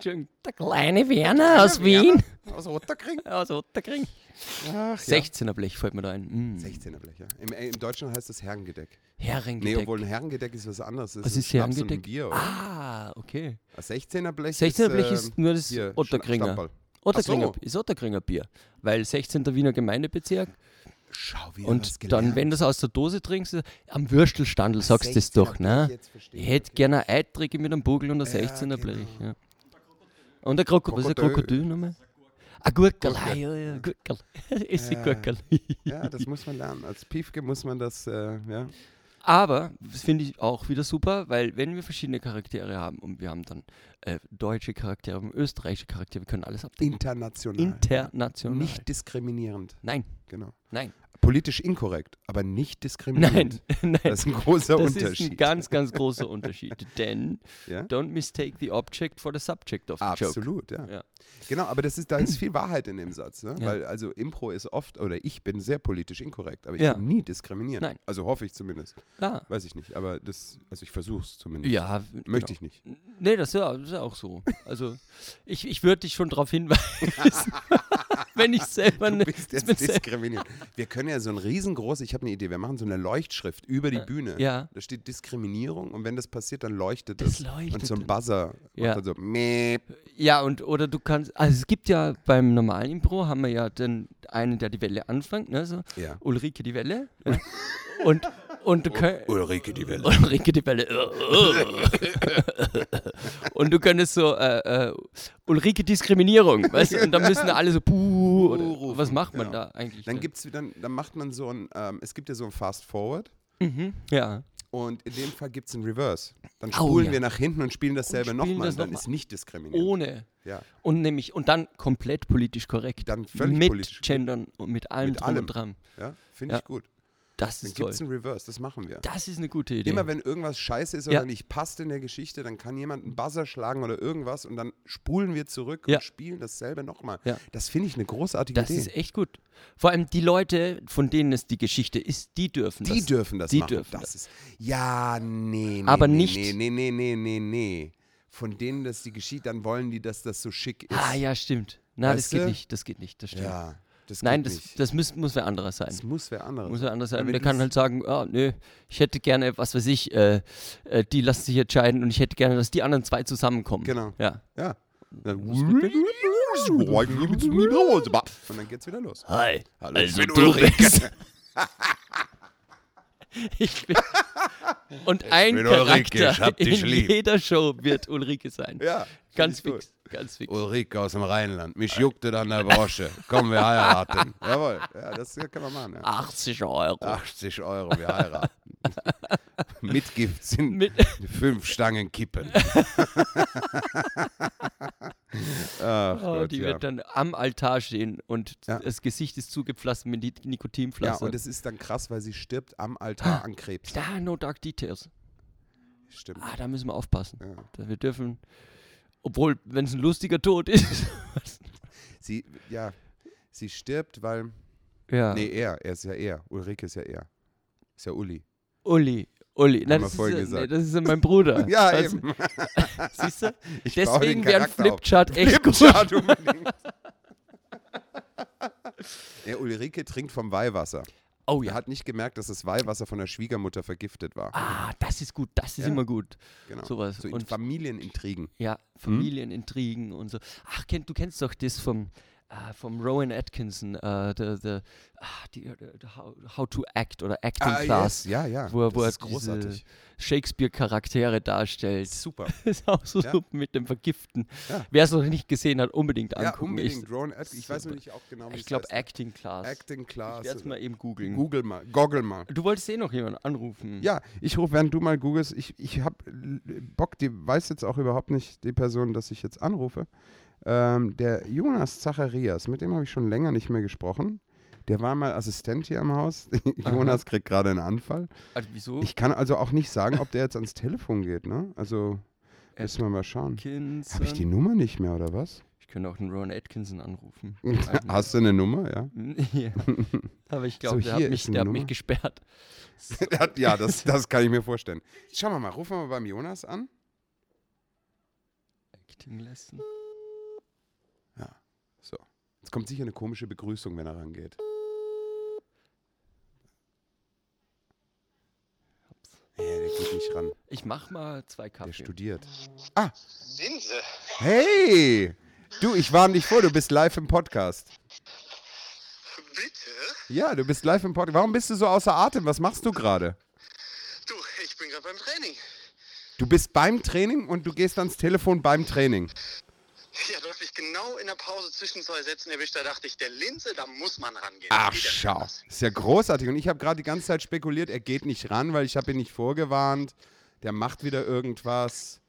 Speaker 2: Schön, der kleine Werner aus Wien.
Speaker 1: Aus Rotterkring.
Speaker 2: Aus Otterkring.
Speaker 1: Ach,
Speaker 2: 16er Blech fällt mir da ein. Mm.
Speaker 1: Ja. 16er Blech, ja. Im, äh, Im Deutschen heißt das Herrengedeck. Nee,
Speaker 2: Herrengedeck.
Speaker 1: obwohl ein Herrengedeck ist was anderes. Das
Speaker 2: Was
Speaker 1: ein
Speaker 2: ist
Speaker 1: Schnaps und ein
Speaker 2: Herrengedeck?
Speaker 1: Bier. Oder?
Speaker 2: ah, okay.
Speaker 1: 16er Blech
Speaker 2: 16er
Speaker 1: ist,
Speaker 2: Blech
Speaker 1: ähm,
Speaker 2: ist nur das
Speaker 1: hier,
Speaker 2: Otterkringer.
Speaker 1: Schna- Stamperl.
Speaker 2: Otterkringer,
Speaker 1: Ach so.
Speaker 2: ist Otterkringer Bier, weil 16. Wiener Gemeindebezirk
Speaker 1: Schau, wieder was
Speaker 2: und dann,
Speaker 1: gelernt.
Speaker 2: wenn du es aus der Dose trinkst, am Würstelstandl sagst du es
Speaker 1: 16er
Speaker 2: doch, ne?
Speaker 1: Blech, jetzt verstehe
Speaker 2: Ich
Speaker 1: ich,
Speaker 2: hätte
Speaker 1: okay.
Speaker 2: gerne eine Eitrige mit einem Bugel und ein 16er
Speaker 1: genau.
Speaker 2: Blech. Ja. Und ein Krokodil, was ist ein
Speaker 1: Krokodil.
Speaker 2: Krokodil nochmal? Ein Gurkel, ah, ja, ja, Gurkel. Ist ein Gurkel.
Speaker 1: Ja, das muss man lernen. Als Piefke muss man das, äh, ja.
Speaker 2: Aber das finde ich auch wieder super, weil wenn wir verschiedene Charaktere haben und wir haben dann äh, deutsche Charaktere, wir haben österreichische Charaktere, wir können alles abdecken.
Speaker 1: International.
Speaker 2: International.
Speaker 1: Nicht diskriminierend.
Speaker 2: Nein,
Speaker 1: Genau.
Speaker 2: nein,
Speaker 1: Politisch inkorrekt, aber nicht diskriminierend.
Speaker 2: nein, nein.
Speaker 1: Das ist ein großer
Speaker 2: Das ist ein
Speaker 1: Unterschied.
Speaker 2: ganz, ganz großer Unterschied. Denn
Speaker 1: Ja?
Speaker 2: don't mistake the object for the subject of the joke.
Speaker 1: Absolut, ja.
Speaker 2: Ja.
Speaker 1: Genau, aber das ist, da ist viel Wahrheit in dem Satz. Ne?
Speaker 2: Ja.
Speaker 1: Weil also Impro ist oft, oder ich bin sehr politisch inkorrekt, aber ich
Speaker 2: Ja.
Speaker 1: bin nie diskriminierend.
Speaker 2: Nein.
Speaker 1: Also hoffe ich zumindest.
Speaker 2: Ah.
Speaker 1: Weiß ich nicht, aber das, also ich versuche es zumindest.
Speaker 2: Ja, genau.
Speaker 1: Möchte ich nicht.
Speaker 2: ich. Nee, das ist ja, das ist ja auch so. Also, ich, ich würde dich schon darauf hinweisen, wenn ich selber
Speaker 1: Du
Speaker 2: ne-
Speaker 1: bist
Speaker 2: wenn
Speaker 1: jetzt
Speaker 2: sel-
Speaker 1: diskriminierend. Wir können ja so ein riesengroß, ich habe eine Idee, wir machen so eine Leuchtschrift über die Bühne.
Speaker 2: Äh, ja.
Speaker 1: Da steht Diskriminierung und wenn das passiert, dann leuchtet es.
Speaker 2: Das
Speaker 1: und
Speaker 2: leuchtet
Speaker 1: so ein
Speaker 2: dann.
Speaker 1: Buzzer.
Speaker 2: Ja.
Speaker 1: Und dann so, meep.
Speaker 2: Ja, und oder du kannst, also es gibt ja beim normalen Impro haben wir ja den einen, der die Welle anfängt, ne? So
Speaker 1: Ja.
Speaker 2: Ulrike die Welle. Ja. und und du könntest.
Speaker 1: Ulrike, die Welle.
Speaker 2: Ulrike die Welle. und du könntest so äh, äh, Ulrike Diskriminierung, weißt du? Und dann müssen alle so Buh oder
Speaker 1: Buh
Speaker 2: was macht man
Speaker 1: genau.
Speaker 2: da eigentlich?
Speaker 1: Dann gibt's wieder, dann macht man so ein, ähm, es gibt ja so ein Fast Forward.
Speaker 2: mhm. ja
Speaker 1: Und in dem Fall gibt es einen Reverse. Dann
Speaker 2: Au,
Speaker 1: spulen
Speaker 2: Oh ja.
Speaker 1: wir nach hinten und spielen dasselbe
Speaker 2: spielen
Speaker 1: nochmal.
Speaker 2: das Oh.
Speaker 1: Und dann
Speaker 2: nochmal.
Speaker 1: ist nicht diskriminierend.
Speaker 2: ohne
Speaker 1: ja.
Speaker 2: und nämlich und dann komplett politisch korrekt.
Speaker 1: Dann völlig
Speaker 2: mit
Speaker 1: politisch korrekt.
Speaker 2: Gendern und mit allem
Speaker 1: Mit
Speaker 2: drum
Speaker 1: allem.
Speaker 2: und dran.
Speaker 1: ja Finde
Speaker 2: Ja.
Speaker 1: ich gut.
Speaker 2: Das
Speaker 1: Dann
Speaker 2: ist
Speaker 1: gibt
Speaker 2: toll.
Speaker 1: es einen Reverse. Das machen wir.
Speaker 2: Das ist eine gute Idee.
Speaker 1: Immer wenn irgendwas scheiße ist oder
Speaker 2: Ja.
Speaker 1: nicht passt in der Geschichte, dann kann jemand einen Buzzer schlagen oder irgendwas und dann spulen wir zurück
Speaker 2: Ja.
Speaker 1: und spielen dasselbe nochmal.
Speaker 2: Ja.
Speaker 1: Das finde ich eine großartige
Speaker 2: Das
Speaker 1: Idee.
Speaker 2: ist echt gut. Vor allem die Leute, von denen es die Geschichte ist, die dürfen
Speaker 1: die
Speaker 2: das.
Speaker 1: dürfen das
Speaker 2: die
Speaker 1: machen.
Speaker 2: dürfen
Speaker 1: das ist, ja, nee, nee.
Speaker 2: Aber
Speaker 1: nee,
Speaker 2: nicht-
Speaker 1: Nee, nee, nee, nee, nee, nee. Von denen, dass die geschieht, dann wollen die, dass das so schick ist.
Speaker 2: Ah ja, stimmt. Na, das
Speaker 1: Weißt
Speaker 2: geht
Speaker 1: du?
Speaker 2: nicht, das geht nicht, das stimmt.
Speaker 1: ja das
Speaker 2: Nein,
Speaker 1: geht
Speaker 2: das,
Speaker 1: nicht.
Speaker 2: das muss, muss wer anderer sein.
Speaker 1: Das muss wer anderes.
Speaker 2: Muss ja anders sein.
Speaker 1: Damit
Speaker 2: Der kann
Speaker 1: ist-
Speaker 2: halt sagen, ah, nö, ich hätte gerne, was weiß ich, äh, äh, die lassen sich entscheiden und ich hätte gerne, dass die anderen zwei zusammenkommen.
Speaker 1: Genau.
Speaker 2: Ja.
Speaker 1: Ja. Und dann geht's wieder los.
Speaker 4: Hi.
Speaker 1: Hallo,
Speaker 4: also
Speaker 1: ich bin
Speaker 4: du
Speaker 1: Ulrike.
Speaker 4: bist.
Speaker 2: Ich bin und ein
Speaker 1: bin
Speaker 2: Charakter
Speaker 1: Ulrike, ich hab dich
Speaker 2: in
Speaker 1: lieb.
Speaker 2: jeder Show wird Ulrike sein.
Speaker 1: Ja,
Speaker 2: Ganz
Speaker 1: find ich
Speaker 2: fix, ganz fix.
Speaker 1: Ulrike aus dem Rheinland. Mich juckte dann der Brosche. Komm, wir heiraten. Jawohl. Ja, das kann man machen. Ja.
Speaker 4: 80 Euro.
Speaker 1: 80 Euro, wir heiraten. Mit Gift sind
Speaker 2: Mit-
Speaker 1: fünf Stangen Kippen. Ach,
Speaker 2: Oh,
Speaker 1: Gott,
Speaker 2: die
Speaker 1: ja.
Speaker 2: wird dann am Altar stehen und
Speaker 1: Ja.
Speaker 2: das Gesicht ist zugepflastert mit Ni-
Speaker 1: ja,
Speaker 2: Nikotinpflaster.
Speaker 1: und es ist dann krass, weil sie stirbt am Altar an Krebs.
Speaker 2: da, no dark details.
Speaker 1: Stimmt.
Speaker 2: Ah, da müssen wir aufpassen.
Speaker 1: Ja.
Speaker 2: Da Wir dürfen, obwohl, wenn es ein lustiger Tod ist.
Speaker 1: Sie, ja, sie stirbt, weil
Speaker 2: ja.
Speaker 1: Nee, er. Er ist ja er. Ulrike ist ja er. Ist ja Uli.
Speaker 2: Uli, Uli.
Speaker 1: Haben wir
Speaker 2: Nein, das, ist,
Speaker 1: vorhin
Speaker 2: ja-
Speaker 1: gesagt.
Speaker 2: nee, das ist ja mein Bruder.
Speaker 1: Ja,
Speaker 2: Also,
Speaker 1: eben.
Speaker 2: Siehst du?
Speaker 1: baue den
Speaker 2: Deswegen wäre ein
Speaker 1: Charakter auf.
Speaker 2: Flipchart echt
Speaker 1: Ja,
Speaker 2: gut.
Speaker 1: du unbedingt. ja, Ulrike trinkt vom Weihwasser.
Speaker 2: Oh
Speaker 1: Er
Speaker 2: ja.
Speaker 1: hat nicht gemerkt, dass das Weihwasser von der Schwiegermutter vergiftet war.
Speaker 2: Ah, das ist gut, das ist
Speaker 1: Ja.
Speaker 2: immer gut.
Speaker 1: genau.
Speaker 2: sowas.
Speaker 1: So
Speaker 2: Und-
Speaker 1: und Familienintrigen.
Speaker 2: Ja, Familienintrigen und so. Ach, kennt, du kennst doch das vom, äh, vom Rowan Atkinson, äh, the, the, ah, die, äh, the how, how to Act oder Acting Class.
Speaker 1: yes. Ja, ja.
Speaker 2: Wo, er- wo
Speaker 1: das
Speaker 2: er
Speaker 1: ist großartig.
Speaker 2: Diese Shakespeare-Charaktere darstellt.
Speaker 1: Super.
Speaker 2: ist auch so
Speaker 1: Ja.
Speaker 2: super mit dem Vergiften.
Speaker 1: Ja.
Speaker 2: Wer es noch nicht gesehen hat, unbedingt
Speaker 1: Ja,
Speaker 2: angucken.
Speaker 1: unbedingt. Drone Act. Ich weiß noch
Speaker 2: super.
Speaker 1: nicht auch genau, wie
Speaker 2: Ich, ich
Speaker 1: es
Speaker 2: glaube,
Speaker 1: heißt.
Speaker 2: Acting Class.
Speaker 1: Acting Class.
Speaker 2: Ich werde es mal
Speaker 1: oder-
Speaker 2: eben googeln.
Speaker 1: Google mal. Goggle mal.
Speaker 2: Du wolltest eh noch jemanden anrufen.
Speaker 1: Ja, ich rufe, während du mal googelst, ich, ich habe Bock, die weiß jetzt auch überhaupt nicht die Person, dass ich jetzt anrufe. Ähm, der Jonas Zacharias, mit dem habe ich schon länger nicht mehr gesprochen. Der war mal Assistent hier im Haus. Jonas kriegt gerade einen Anfall.
Speaker 2: Also, wieso?
Speaker 1: Ich kann also auch nicht sagen, ob der jetzt ans Telefon geht, ne? Also müssen wir mal schauen.
Speaker 2: Atkinson.
Speaker 1: Habe ich die Nummer nicht mehr, oder was?
Speaker 2: Ich könnte auch einen Ron Atkinson anrufen.
Speaker 1: Hast du eine Nummer, ja?
Speaker 2: ja. Aber ich
Speaker 1: So,
Speaker 2: glaube, der,
Speaker 1: hier
Speaker 2: hat
Speaker 1: ist
Speaker 2: mich,
Speaker 1: eine
Speaker 2: der hat
Speaker 1: Nummer.
Speaker 2: mich gesperrt.
Speaker 1: Der hat- ja, das, das kann ich mir vorstellen. Schauen wir mal, rufen wir mal beim Jonas an.
Speaker 2: Acting Lesson.
Speaker 1: So. Jetzt kommt sicher eine komische Begrüßung, wenn er rangeht. Ja, der geht nicht ran.
Speaker 2: Ich mach mal zwei
Speaker 1: Der
Speaker 2: Kaffee.
Speaker 1: studiert.
Speaker 5: Sind sie?
Speaker 1: Hey! Du, ich warne dich vor, du bist live im Podcast.
Speaker 5: Bitte?
Speaker 1: Ja, du bist live im Podcast. Warum bist du so außer Atem? Was machst du gerade?
Speaker 5: Du, ich bin gerade beim Training.
Speaker 1: Du bist beim Training und du gehst ans Telefon beim Training.
Speaker 5: Ja, da hab ich genau in der Pause zwischen zwei Sätzen erwischt. Da dachte ich, der Linse, da muss man rangehen.
Speaker 1: Ach,
Speaker 5: Geht ja nicht
Speaker 1: schau.
Speaker 5: anders.
Speaker 1: Ist ja großartig. Und ich habe gerade die ganze Zeit spekuliert, er geht nicht ran, weil ich habe ihn nicht vorgewarnt. Der macht wieder irgendwas.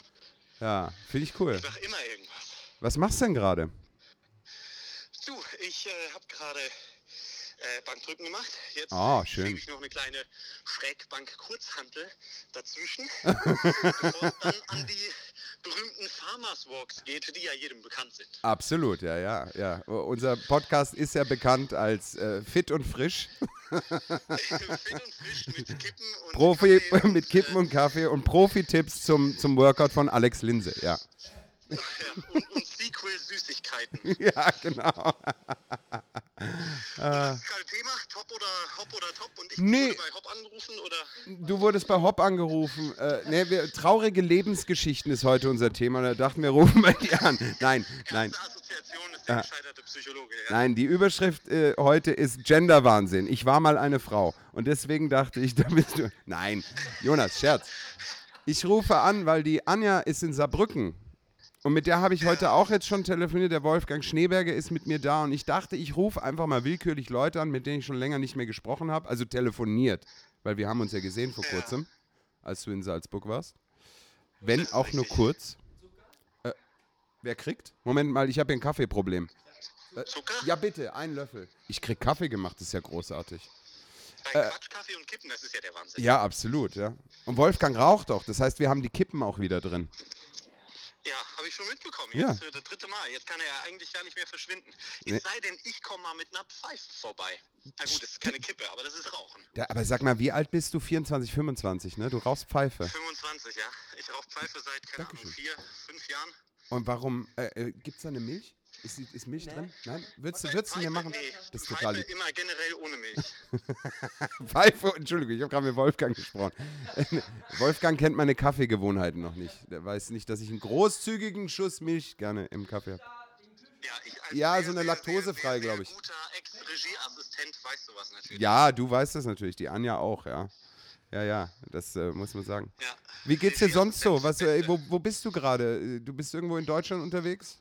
Speaker 1: Ja, finde ich cool.
Speaker 5: Ich mach immer irgendwas.
Speaker 1: Was machst du denn gerade?
Speaker 5: Du, ich äh, habe gerade äh, Bankdrücken gemacht. Jetzt
Speaker 1: Ah,
Speaker 5: äh,
Speaker 1: schön.
Speaker 5: schiebe ich noch eine kleine Schrägbank-Kurzhantel dazwischen, bevor es dann an die berühmten Farmers Walks geht, die ja jedem bekannt sind.
Speaker 1: Absolut, ja, ja, ja. Unser Podcast ist ja bekannt als äh, fit und frisch.
Speaker 5: Fit und frisch mit Kippen und
Speaker 1: Profi
Speaker 5: Kaffee und, äh,
Speaker 1: mit Kippen und Kaffee und Profi-Tipps zum, zum Workout von Alex Linse, ja.
Speaker 5: äh, ja, und, und Sequel-Süßigkeiten.
Speaker 1: Ja, genau.
Speaker 5: Kein Thema, top oder hopp oder top und ich
Speaker 1: Nee.
Speaker 5: würde bei Hopp anrufen oder
Speaker 1: Du wurdest bei Hopp angerufen. Äh, nee, wir, traurige Lebensgeschichten ist heute unser Thema. Da dachten wir, rufen bei dir an. Nein, nein. Ah.
Speaker 5: erste Assoziation ist der gescheiterte Psychologe. Ja.
Speaker 1: Nein, die Überschrift äh, heute ist Genderwahnsinn. Ich war mal eine Frau. Und deswegen dachte ich, da bist du. Nein, Jonas, Scherz. Ich rufe an, weil die Anja ist in Saarbrücken. Und mit der habe ich heute auch jetzt schon telefoniert. Der Wolfgang Schneeberger ist mit mir da. Und ich dachte, ich rufe einfach mal willkürlich Leute an, mit denen ich schon länger nicht mehr gesprochen habe. Also telefoniert. Weil wir haben uns ja gesehen vor kurzem, als du in Salzburg warst. Wenn auch nur kurz. Äh, wer kriegt? Moment mal, ich habe hier ein Kaffeeproblem.
Speaker 5: Zucker?
Speaker 1: Ja, bitte, ein Löffel. Ich krieg Kaffee gemacht, das ist ja großartig.
Speaker 5: Bei Quatsch, Kaffee und Kippen, das ist ja der Wahnsinn.
Speaker 1: äh. Ja, absolut, ja. Und Wolfgang raucht auch, das heißt, wir haben die Kippen auch wieder drin.
Speaker 5: Ja, habe ich schon mitbekommen.
Speaker 1: Ja.
Speaker 5: Jetzt äh, das dritte Mal. Jetzt kann er ja eigentlich gar nicht mehr verschwinden. Es
Speaker 1: Nee.
Speaker 5: sei denn, ich komme mal mit einer Pfeife vorbei. Na gut, das ist keine Kippe, aber das ist Rauchen.
Speaker 1: Ja, aber sag mal, wie alt bist du? 24, 25, ne? Du rauchst Pfeife.
Speaker 5: 25, ja. Ich rauche Pfeife seit, keine Ahnung, vier, fünf Jahren.
Speaker 1: Und warum? Äh, äh, gibt's da eine Milch? Ist, die- ist Milch drin? Nein? Würdest du, würdest du mir machen?
Speaker 5: Nee,
Speaker 1: Das ist total
Speaker 5: Pfeife
Speaker 1: lieb.
Speaker 5: immer generell ohne Milch.
Speaker 1: Pfeife, Entschuldigung, ich habe gerade mit Wolfgang gesprochen. Wolfgang kennt meine Kaffeegewohnheiten noch nicht. Der weiß nicht, dass ich einen großzügigen Schuss Milch gerne im Kaffee habe.
Speaker 5: Ja, ich als
Speaker 1: Ja,
Speaker 5: sehr,
Speaker 1: so eine
Speaker 5: sehr,
Speaker 1: laktosefrei,
Speaker 5: sehr, sehr
Speaker 1: glaub ich.
Speaker 5: Guter Ex-Regieassistent, weißt du was natürlich.
Speaker 1: Ja, du weißt das natürlich, die Anja auch, ja. Ja, ja, das äh, muss man sagen.
Speaker 5: Ja.
Speaker 1: Wie geht's dir
Speaker 5: Ja,
Speaker 1: sonst so?
Speaker 5: das
Speaker 1: Was, äh,
Speaker 5: Beste.
Speaker 1: wo, wo bist du gerade? Äh, Du bist irgendwo in Deutschland unterwegs?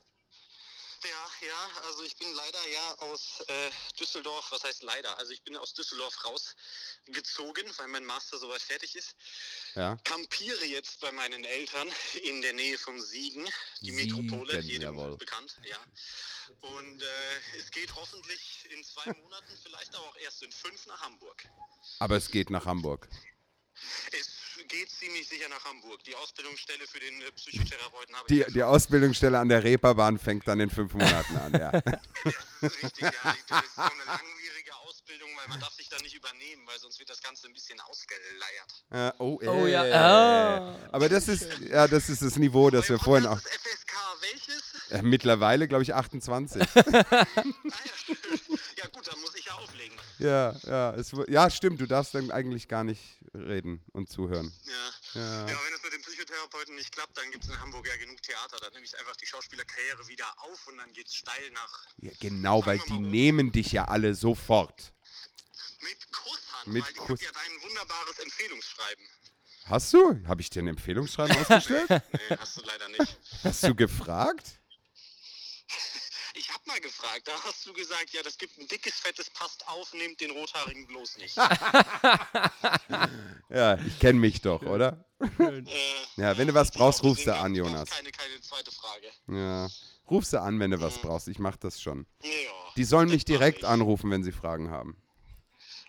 Speaker 5: Ja, ja, also ich bin leider ja aus äh, Düsseldorf, was heißt leider? Also ich bin aus Düsseldorf rausgezogen, weil mein Master soweit fertig ist.
Speaker 1: Ja.
Speaker 5: Kampiere jetzt bei meinen Eltern in der Nähe von Siegen, die
Speaker 2: Siegen,
Speaker 5: Metropole, jedem
Speaker 2: jawohl.
Speaker 5: bekannt, ja. Und äh, es geht hoffentlich in zwei Monaten, vielleicht aber auch erst in fünf nach Hamburg.
Speaker 1: Aber es geht nach Hamburg.
Speaker 5: Es geht ziemlich sicher nach Hamburg. Die Ausbildungsstelle für den äh, Psychotherapeuten habe ich
Speaker 1: Die, die Ausbildungsstelle an der Reeperbahn fängt dann in fünf Monaten an, ja.
Speaker 5: Das ist richtig, ja. Das ist so eine langwierige Ausbildung, weil man darf sich da nicht übernehmen, weil sonst wird das Ganze ein bisschen ausgeleiert.
Speaker 1: Äh, oh,
Speaker 2: Oh ja,
Speaker 1: äh.
Speaker 2: ah.
Speaker 1: Aber das ist, ja, das ist das Niveau, das wir
Speaker 5: Euer
Speaker 1: vorhin auch.
Speaker 5: Podcast ist FSK welches?
Speaker 1: Äh, mittlerweile, glaube ich, 28.
Speaker 5: Ah, ja. ja gut, dann muss ich ja auflegen.
Speaker 1: ja, ja, es, wu- ja, stimmt, du darfst dann eigentlich gar nicht reden und zuhören.
Speaker 5: Ja.
Speaker 1: Ja.
Speaker 5: Ja. wenn das mit dem Psychotherapeuten nicht klappt, dann gibt es in Hamburg ja genug Theater. Dann nehme ich einfach die Schauspielerkarriere wieder auf und dann geht's steil nach
Speaker 1: Ja, genau, weil die nehmen dich ja alle sofort.
Speaker 5: mit Kusshand,
Speaker 1: Mit
Speaker 5: weil ich
Speaker 1: Kuss-
Speaker 5: habe ja dein wunderbares Empfehlungsschreiben.
Speaker 1: Hast du? Habe ich dir ein Empfehlungsschreiben ausgestellt?
Speaker 5: Nee, hast du leider nicht.
Speaker 1: Hast du gefragt?
Speaker 5: Ich hab mal gefragt, da hast du gesagt, ja, das gibt ein dickes, fettes, passt auf, nehmt den Rothaarigen bloß nicht.
Speaker 1: Ja, ich kenne mich doch, oder?
Speaker 5: Äh,
Speaker 1: Ja, wenn du was brauchst, rufst du
Speaker 5: deswegen
Speaker 1: an,
Speaker 5: gab's
Speaker 1: Jonas.
Speaker 5: Keine, keine zweite Frage.
Speaker 1: Ja. Rufst du an, wenn du was brauchst. Ich mach das schon.
Speaker 5: Ja,
Speaker 1: Die sollen
Speaker 5: das
Speaker 1: mich
Speaker 5: mach
Speaker 1: direkt
Speaker 5: ich.
Speaker 1: anrufen, wenn sie Fragen haben.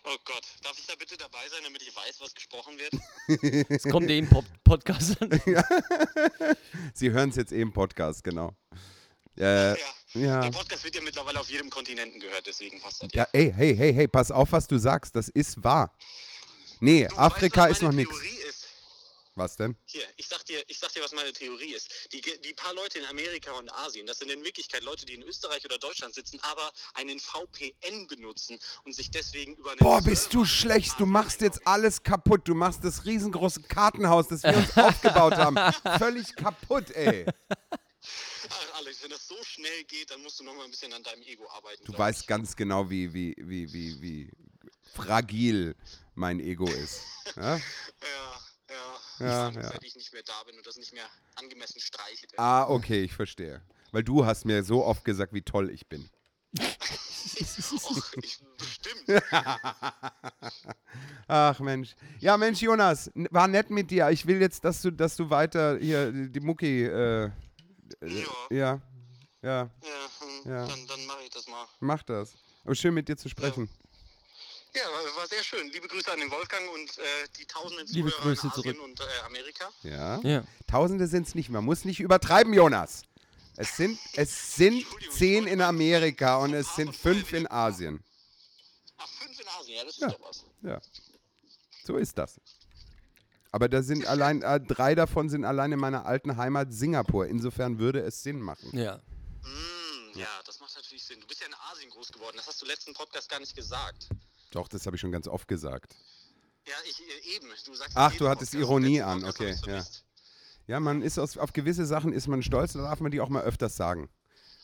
Speaker 5: Oh Gott, darf ich da bitte dabei sein, damit ich weiß, was gesprochen wird?
Speaker 2: Es kommt eh im Pod Podcast an.
Speaker 1: Sie hören es jetzt eh im Podcast, genau. Äh,
Speaker 5: ja.
Speaker 1: ja.
Speaker 5: Der Podcast wird ja mittlerweile auf jedem Kontinenten gehört, deswegen passt das
Speaker 1: ja. Ey, hey, hey, hey, pass auf, was du sagst. Das ist wahr. Nee,
Speaker 5: Du
Speaker 1: Afrika
Speaker 5: weißt, was
Speaker 1: ist noch
Speaker 5: meine
Speaker 1: nichts.
Speaker 5: Theorie ist.
Speaker 1: Was denn?
Speaker 5: Hier, ich sag, dir, ich sag dir, was meine Theorie ist. Die, ge- die paar Leute in Amerika und Asien, das sind in Wirklichkeit Leute, die in Österreich oder Deutschland sitzen, aber einen VPN benutzen und sich deswegen über einen
Speaker 1: Boah, bist
Speaker 5: Server-
Speaker 1: du schlecht. Du machst jetzt alles kaputt. Du machst das riesengroße Kartenhaus, das wir uns aufgebaut haben, völlig kaputt, ey.
Speaker 5: Ach, Alex, wenn das so schnell geht, dann musst du noch mal ein bisschen an deinem Ego arbeiten.
Speaker 1: Du
Speaker 5: glaub
Speaker 1: weißt ganz genau, wie, wie, wie, wie, wie fragil mein Ego ist. Ja?
Speaker 5: ich. Ja, ja.
Speaker 1: Ja,
Speaker 5: ja, ich
Speaker 1: ja.
Speaker 5: ja. Seit ich nicht mehr da bin und das nicht mehr angemessen streiche.
Speaker 1: Ah, okay, ich verstehe. Weil du hast mir so oft gesagt, wie toll ich bin.
Speaker 5: Och, Oh, ich, bestimmt.
Speaker 1: Ach Mensch. Ja, Mensch, Jonas, n- war nett mit dir. Ich will jetzt, dass du, dass du weiter hier die Mucki. Äh,
Speaker 5: ja,
Speaker 1: ja, ja,
Speaker 5: ja, hm,
Speaker 1: Ja.
Speaker 5: dann, dann mache ich das mal.
Speaker 1: mach das. Aber schön mit dir zu sprechen.
Speaker 5: Ja, war, war sehr schön. Liebe Grüße an den Wolfgang und äh, die tausenden
Speaker 2: Liebe
Speaker 5: Zuhörer
Speaker 2: Grüße
Speaker 5: in Asien
Speaker 2: zurück.
Speaker 5: und äh, Amerika.
Speaker 1: Ja.
Speaker 2: Ja.
Speaker 1: Tausende sind es nicht. Man muss nicht übertreiben, Jonas. Es sind, es sind
Speaker 5: Entschuldigung, ich
Speaker 1: zehn
Speaker 5: wollte
Speaker 1: in
Speaker 5: mal-
Speaker 1: Amerika und es sind
Speaker 5: Ah,
Speaker 1: fünf in Asien.
Speaker 5: Ach, fünf in Asien, ja, das ist
Speaker 1: Ja.
Speaker 5: doch was.
Speaker 1: Ja. So ist das. Aber da sind allein, äh, drei davon sind allein in meiner alten Heimat Singapur. Insofern würde es Sinn machen.
Speaker 2: Ja.
Speaker 5: Mm, ja, das macht natürlich Sinn. Du bist ja in Asien groß geworden. Das hast du letzten Podcast gar nicht gesagt.
Speaker 1: Doch, das habe ich schon ganz oft gesagt.
Speaker 5: Ja, ich äh, eben. Du sagst
Speaker 1: Ach,
Speaker 5: in jedem
Speaker 1: du hattest
Speaker 5: Podcast.
Speaker 1: Ironie
Speaker 5: Letzten
Speaker 1: an,
Speaker 5: Podcast
Speaker 1: okay,
Speaker 5: hab ich's
Speaker 1: ja.
Speaker 5: vermisst.
Speaker 1: Ja, man ist aus, auf gewisse Sachen ist man stolz, da darf man die auch mal öfters sagen.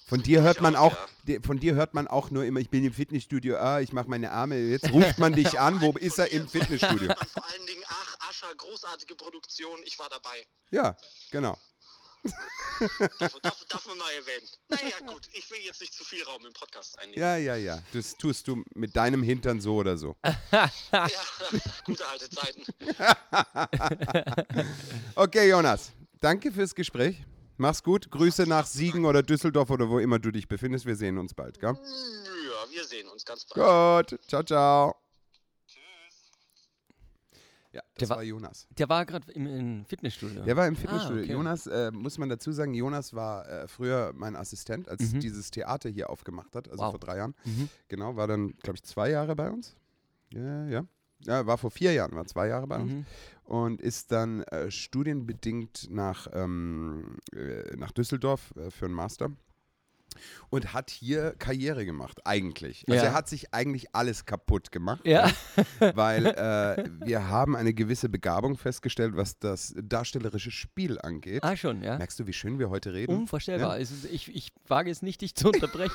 Speaker 1: Von dir hört man auch,
Speaker 5: auch,
Speaker 1: di- von dir hört man auch nur immer, ich bin im Fitnessstudio, ah, ich mache meine Arme, jetzt ruft man dich an, wo ist er im Fitnessstudio?
Speaker 5: Und vor allen Dingen, ach, Ascha, großartige Produktion, ich war dabei.
Speaker 1: Ja, genau.
Speaker 5: Darf, darf, darf man mal erwähnen. Naja, gut, ich will jetzt nicht zu viel Raum im Podcast einnehmen.
Speaker 1: Ja, ja, ja. Das tust du mit deinem Hintern so oder so.
Speaker 5: Ja, gute alte Zeiten.
Speaker 1: Okay, Jonas, danke fürs Gespräch. Mach's gut. Grüße nach Siegen oder Düsseldorf oder wo immer du dich befindest. Wir sehen uns bald, gell?
Speaker 5: Ja, wir sehen uns ganz bald.
Speaker 1: Gut. Ciao, ciao. Ja, das
Speaker 2: Der war-
Speaker 1: war Jonas.
Speaker 2: Der war gerade im, im Fitnessstudio.
Speaker 1: Der war im Fitnessstudio.
Speaker 2: Ah, okay.
Speaker 1: Jonas, äh, muss man dazu sagen, Jonas war äh, früher mein Assistent, als dieses Theater hier aufgemacht hat, also
Speaker 2: Mhm. Wow. Mhm.
Speaker 1: vor drei Jahren. Genau, war dann, glaube ich, zwei Jahre bei uns. Ja, ja. Ja, war vor vier Jahren, war zwei Jahre bei
Speaker 2: Mhm.
Speaker 1: uns. Und ist dann äh, studienbedingt nach, ähm, äh, nach Düsseldorf äh, für einen Master. Und hat hier Karriere gemacht, eigentlich. Also
Speaker 2: Ja.
Speaker 1: er hat sich eigentlich alles kaputt gemacht
Speaker 2: ja.
Speaker 1: weil äh, wir haben eine gewisse Begabung festgestellt, was das darstellerische Spiel angeht.
Speaker 2: Ah, schon, ja.
Speaker 1: Merkst du, wie schön wir heute reden?
Speaker 2: Unvorstellbar. Es ist, ich, ich wage es nicht, dich zu unterbrechen.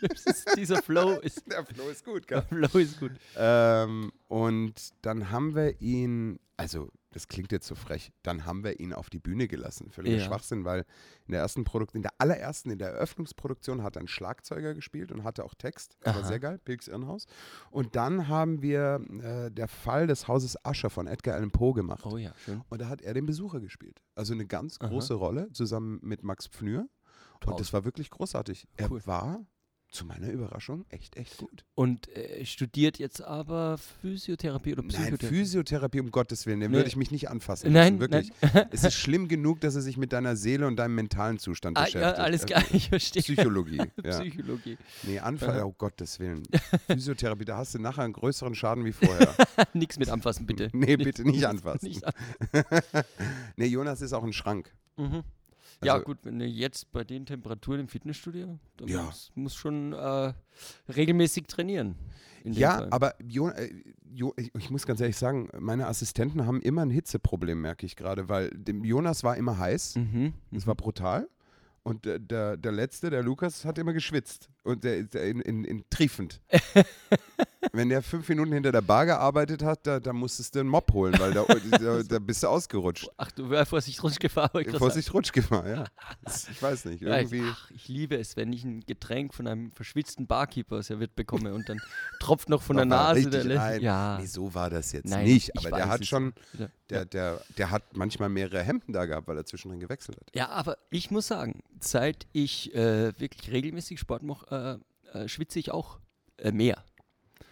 Speaker 2: Das ist, dieser Flow ist,
Speaker 1: Der Flow ist gut,
Speaker 2: der
Speaker 1: gell?
Speaker 2: Flow ist gut.
Speaker 1: ähm, und dann haben wir ihn, also das klingt jetzt so frech, dann haben wir ihn auf die Bühne gelassen. Völliger
Speaker 2: Ja.
Speaker 1: Schwachsinn, weil in der ersten Produkt, in der allerersten, in der Eröffnungsproduktion hat er einen Schlagzeuger gespielt und hatte auch Text. Das war sehr geil, Pilks Irrenhaus. Und dann haben wir äh, der Fall des Hauses Ascher von Edgar Allan Poe gemacht.
Speaker 2: Oh ja, schön.
Speaker 1: Und da hat er den Besucher gespielt. Also eine ganz große Rolle zusammen mit Max Pfnür. Und das war wirklich großartig. Er
Speaker 2: Cool.
Speaker 1: war zu meiner Überraschung echt, echt gut.
Speaker 2: Und äh, studiert jetzt aber Physiotherapie oder
Speaker 1: Nein,
Speaker 2: Psychotherapie?
Speaker 1: Physiotherapie, um Gottes Willen, den
Speaker 2: Nee.
Speaker 1: würde ich mich nicht anfassen.
Speaker 2: Nein,
Speaker 1: lassen, wirklich. es ist schlimm genug, dass er sich mit deiner Seele und deinem mentalen Zustand
Speaker 2: ah, ja,
Speaker 1: beschäftigt. Äh,
Speaker 2: alles klar, ich verstehe.
Speaker 1: Psychologie. ja.
Speaker 2: Psychologie.
Speaker 1: Nee, Anfall, oh Gottes Willen. Physiotherapie, da hast du nachher einen größeren Schaden wie vorher.
Speaker 2: Nichts mit anfassen, bitte.
Speaker 1: Nee, bitte nicht
Speaker 2: nichts-
Speaker 1: anfassen.
Speaker 2: nicht an-
Speaker 1: nee, Jonas ist auch ein Schrank.
Speaker 2: Mhm. ja,
Speaker 1: Also-
Speaker 2: gut, wenn du jetzt bei den Temperaturen im Fitnessstudio, dann
Speaker 1: Ja.
Speaker 2: muss, muss schon äh, regelmäßig trainieren. in dem
Speaker 1: Ja,
Speaker 2: Fall.
Speaker 1: aber jo, äh, jo, ich, ich muss ganz ehrlich sagen, meine Assistenten haben immer ein Hitzeproblem, merke ich gerade, weil dem Jonas war immer heiß,
Speaker 2: Mhm.
Speaker 1: es war brutal. Und der, der, der Letzte, der Lukas, hat immer geschwitzt und der, der in, in, in triefend. Wenn der fünf Minuten hinter der Bar gearbeitet hat, da, da musstest du einen Mob holen, weil da, da, da bist du ausgerutscht.
Speaker 2: Ach, du wärst Vorsicht, Rutschgefahr. wollte ich gerade
Speaker 1: Vorsicht, Rutschgefahr, ja. Ich weiß nicht,
Speaker 2: Ja, ich-
Speaker 1: irgendwie.
Speaker 2: Ach, ich liebe es, wenn ich ein Getränk von einem verschwitzten Barkeeper serviert bekomme und dann tropft noch von der
Speaker 1: Nochmal
Speaker 2: Nase der
Speaker 1: richtig
Speaker 2: Le-
Speaker 1: rein.
Speaker 2: Ja.
Speaker 1: Nee, so war das jetzt
Speaker 2: Nein,
Speaker 1: nicht.
Speaker 2: ich
Speaker 1: Aber der
Speaker 2: weiß
Speaker 1: hat
Speaker 2: es.
Speaker 1: schon,
Speaker 2: Ja.
Speaker 1: der, der, der hat manchmal mehrere Hemden da gehabt, weil er zwischendrin gewechselt hat.
Speaker 2: ja, aber ich muss sagen, seit ich äh, wirklich regelmäßig Sport mache, äh, äh, schwitze ich auch äh, mehr.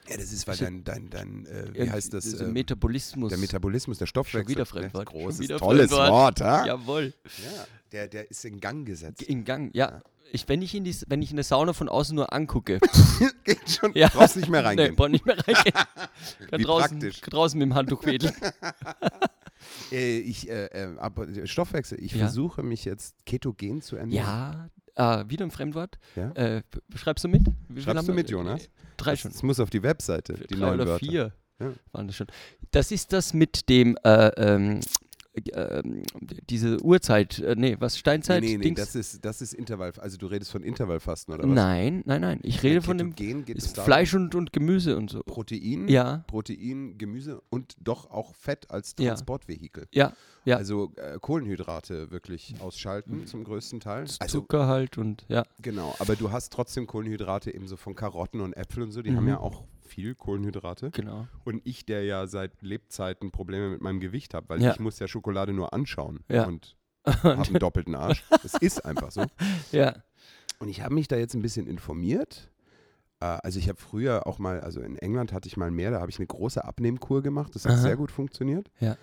Speaker 1: Ja, das ist, weil
Speaker 2: Ich-
Speaker 1: dein, dein, dein äh, wie
Speaker 2: Irgendwie
Speaker 1: heißt das?
Speaker 2: dieser
Speaker 1: äh,
Speaker 2: Metabolismus.
Speaker 1: der Metabolismus, der Stoffwechsel.
Speaker 2: Schon wieder
Speaker 1: ne?
Speaker 2: Fremdwort. Schon
Speaker 1: Großes,
Speaker 2: wieder
Speaker 1: tolles
Speaker 2: Fremdwort.
Speaker 1: Wort, ha? Ja.
Speaker 2: Jawohl.
Speaker 1: Der, der ist in Gang gesetzt.
Speaker 2: In Gang, ja. Ich, wenn, ich in die, wenn ich in der Sauna von außen nur angucke,
Speaker 1: Geht schon,
Speaker 2: ja.
Speaker 1: brauchst nicht mehr reingehen.
Speaker 2: Nee, brauch nicht mehr reingehen. Kann
Speaker 1: Wie
Speaker 2: draußen,
Speaker 1: praktisch.
Speaker 2: kann draußen mit dem Handtuch wedeln.
Speaker 1: Äh, ich, äh, äh, aber äh, Stoffwechsel, ich
Speaker 2: Ja.
Speaker 1: versuche mich jetzt ketogen zu ernähren.
Speaker 2: Ja, äh, wieder ein Fremdwort.
Speaker 1: Ja.
Speaker 2: Äh, b- schreibst du mit? Wie viel
Speaker 1: Schreibst
Speaker 2: haben
Speaker 1: du
Speaker 2: wir?
Speaker 1: mit, Jonas?
Speaker 2: Drei
Speaker 1: Das-
Speaker 2: schon.
Speaker 1: Das muss auf die Webseite, die
Speaker 2: Drei
Speaker 1: neuen
Speaker 2: oder
Speaker 1: Wörter.
Speaker 2: vier
Speaker 1: Ja.
Speaker 2: waren das schon. Das ist das mit dem, äh, ähm, ähm, diese Uhrzeit, äh, nee, was, Steinzeit?
Speaker 1: Nee, nee, nee
Speaker 2: Dings?
Speaker 1: das ist, das ist Intervall. Also du redest von Intervallfasten oder was?
Speaker 2: nein, nein, nein. Ich rede von dem
Speaker 1: Ketogen geht es
Speaker 2: ist
Speaker 1: darum,
Speaker 2: Fleisch und, und Gemüse und so.
Speaker 1: Protein,
Speaker 2: Ja,
Speaker 1: Protein, Gemüse und doch auch Fett als
Speaker 2: Ja.
Speaker 1: Transportvehikel.
Speaker 2: ja, ja. Mhm.
Speaker 1: Also äh, Kohlenhydrate wirklich ausschalten zum größten Teil. Also
Speaker 2: Zucker halt und ja.
Speaker 1: genau, aber du hast trotzdem Kohlenhydrate eben so von Karotten und Äpfeln und so, die
Speaker 2: Mhm.
Speaker 1: haben ja auch viel Kohlenhydrate.
Speaker 2: Genau.
Speaker 1: Und ich, der ja seit Lebzeiten Probleme mit meinem Gewicht habe, weil
Speaker 2: Ja.
Speaker 1: ich muss ja Schokolade nur anschauen
Speaker 2: Ja.
Speaker 1: und habe einen doppelten Arsch. Das ist einfach so.
Speaker 2: Ja.
Speaker 1: Und ich habe mich da jetzt ein bisschen informiert. Äh, Also ich habe früher auch mal, also in England hatte ich mal mehr, da habe ich eine große Abnehmkur gemacht. Das hat
Speaker 2: Aha.
Speaker 1: sehr gut funktioniert.
Speaker 2: Ja.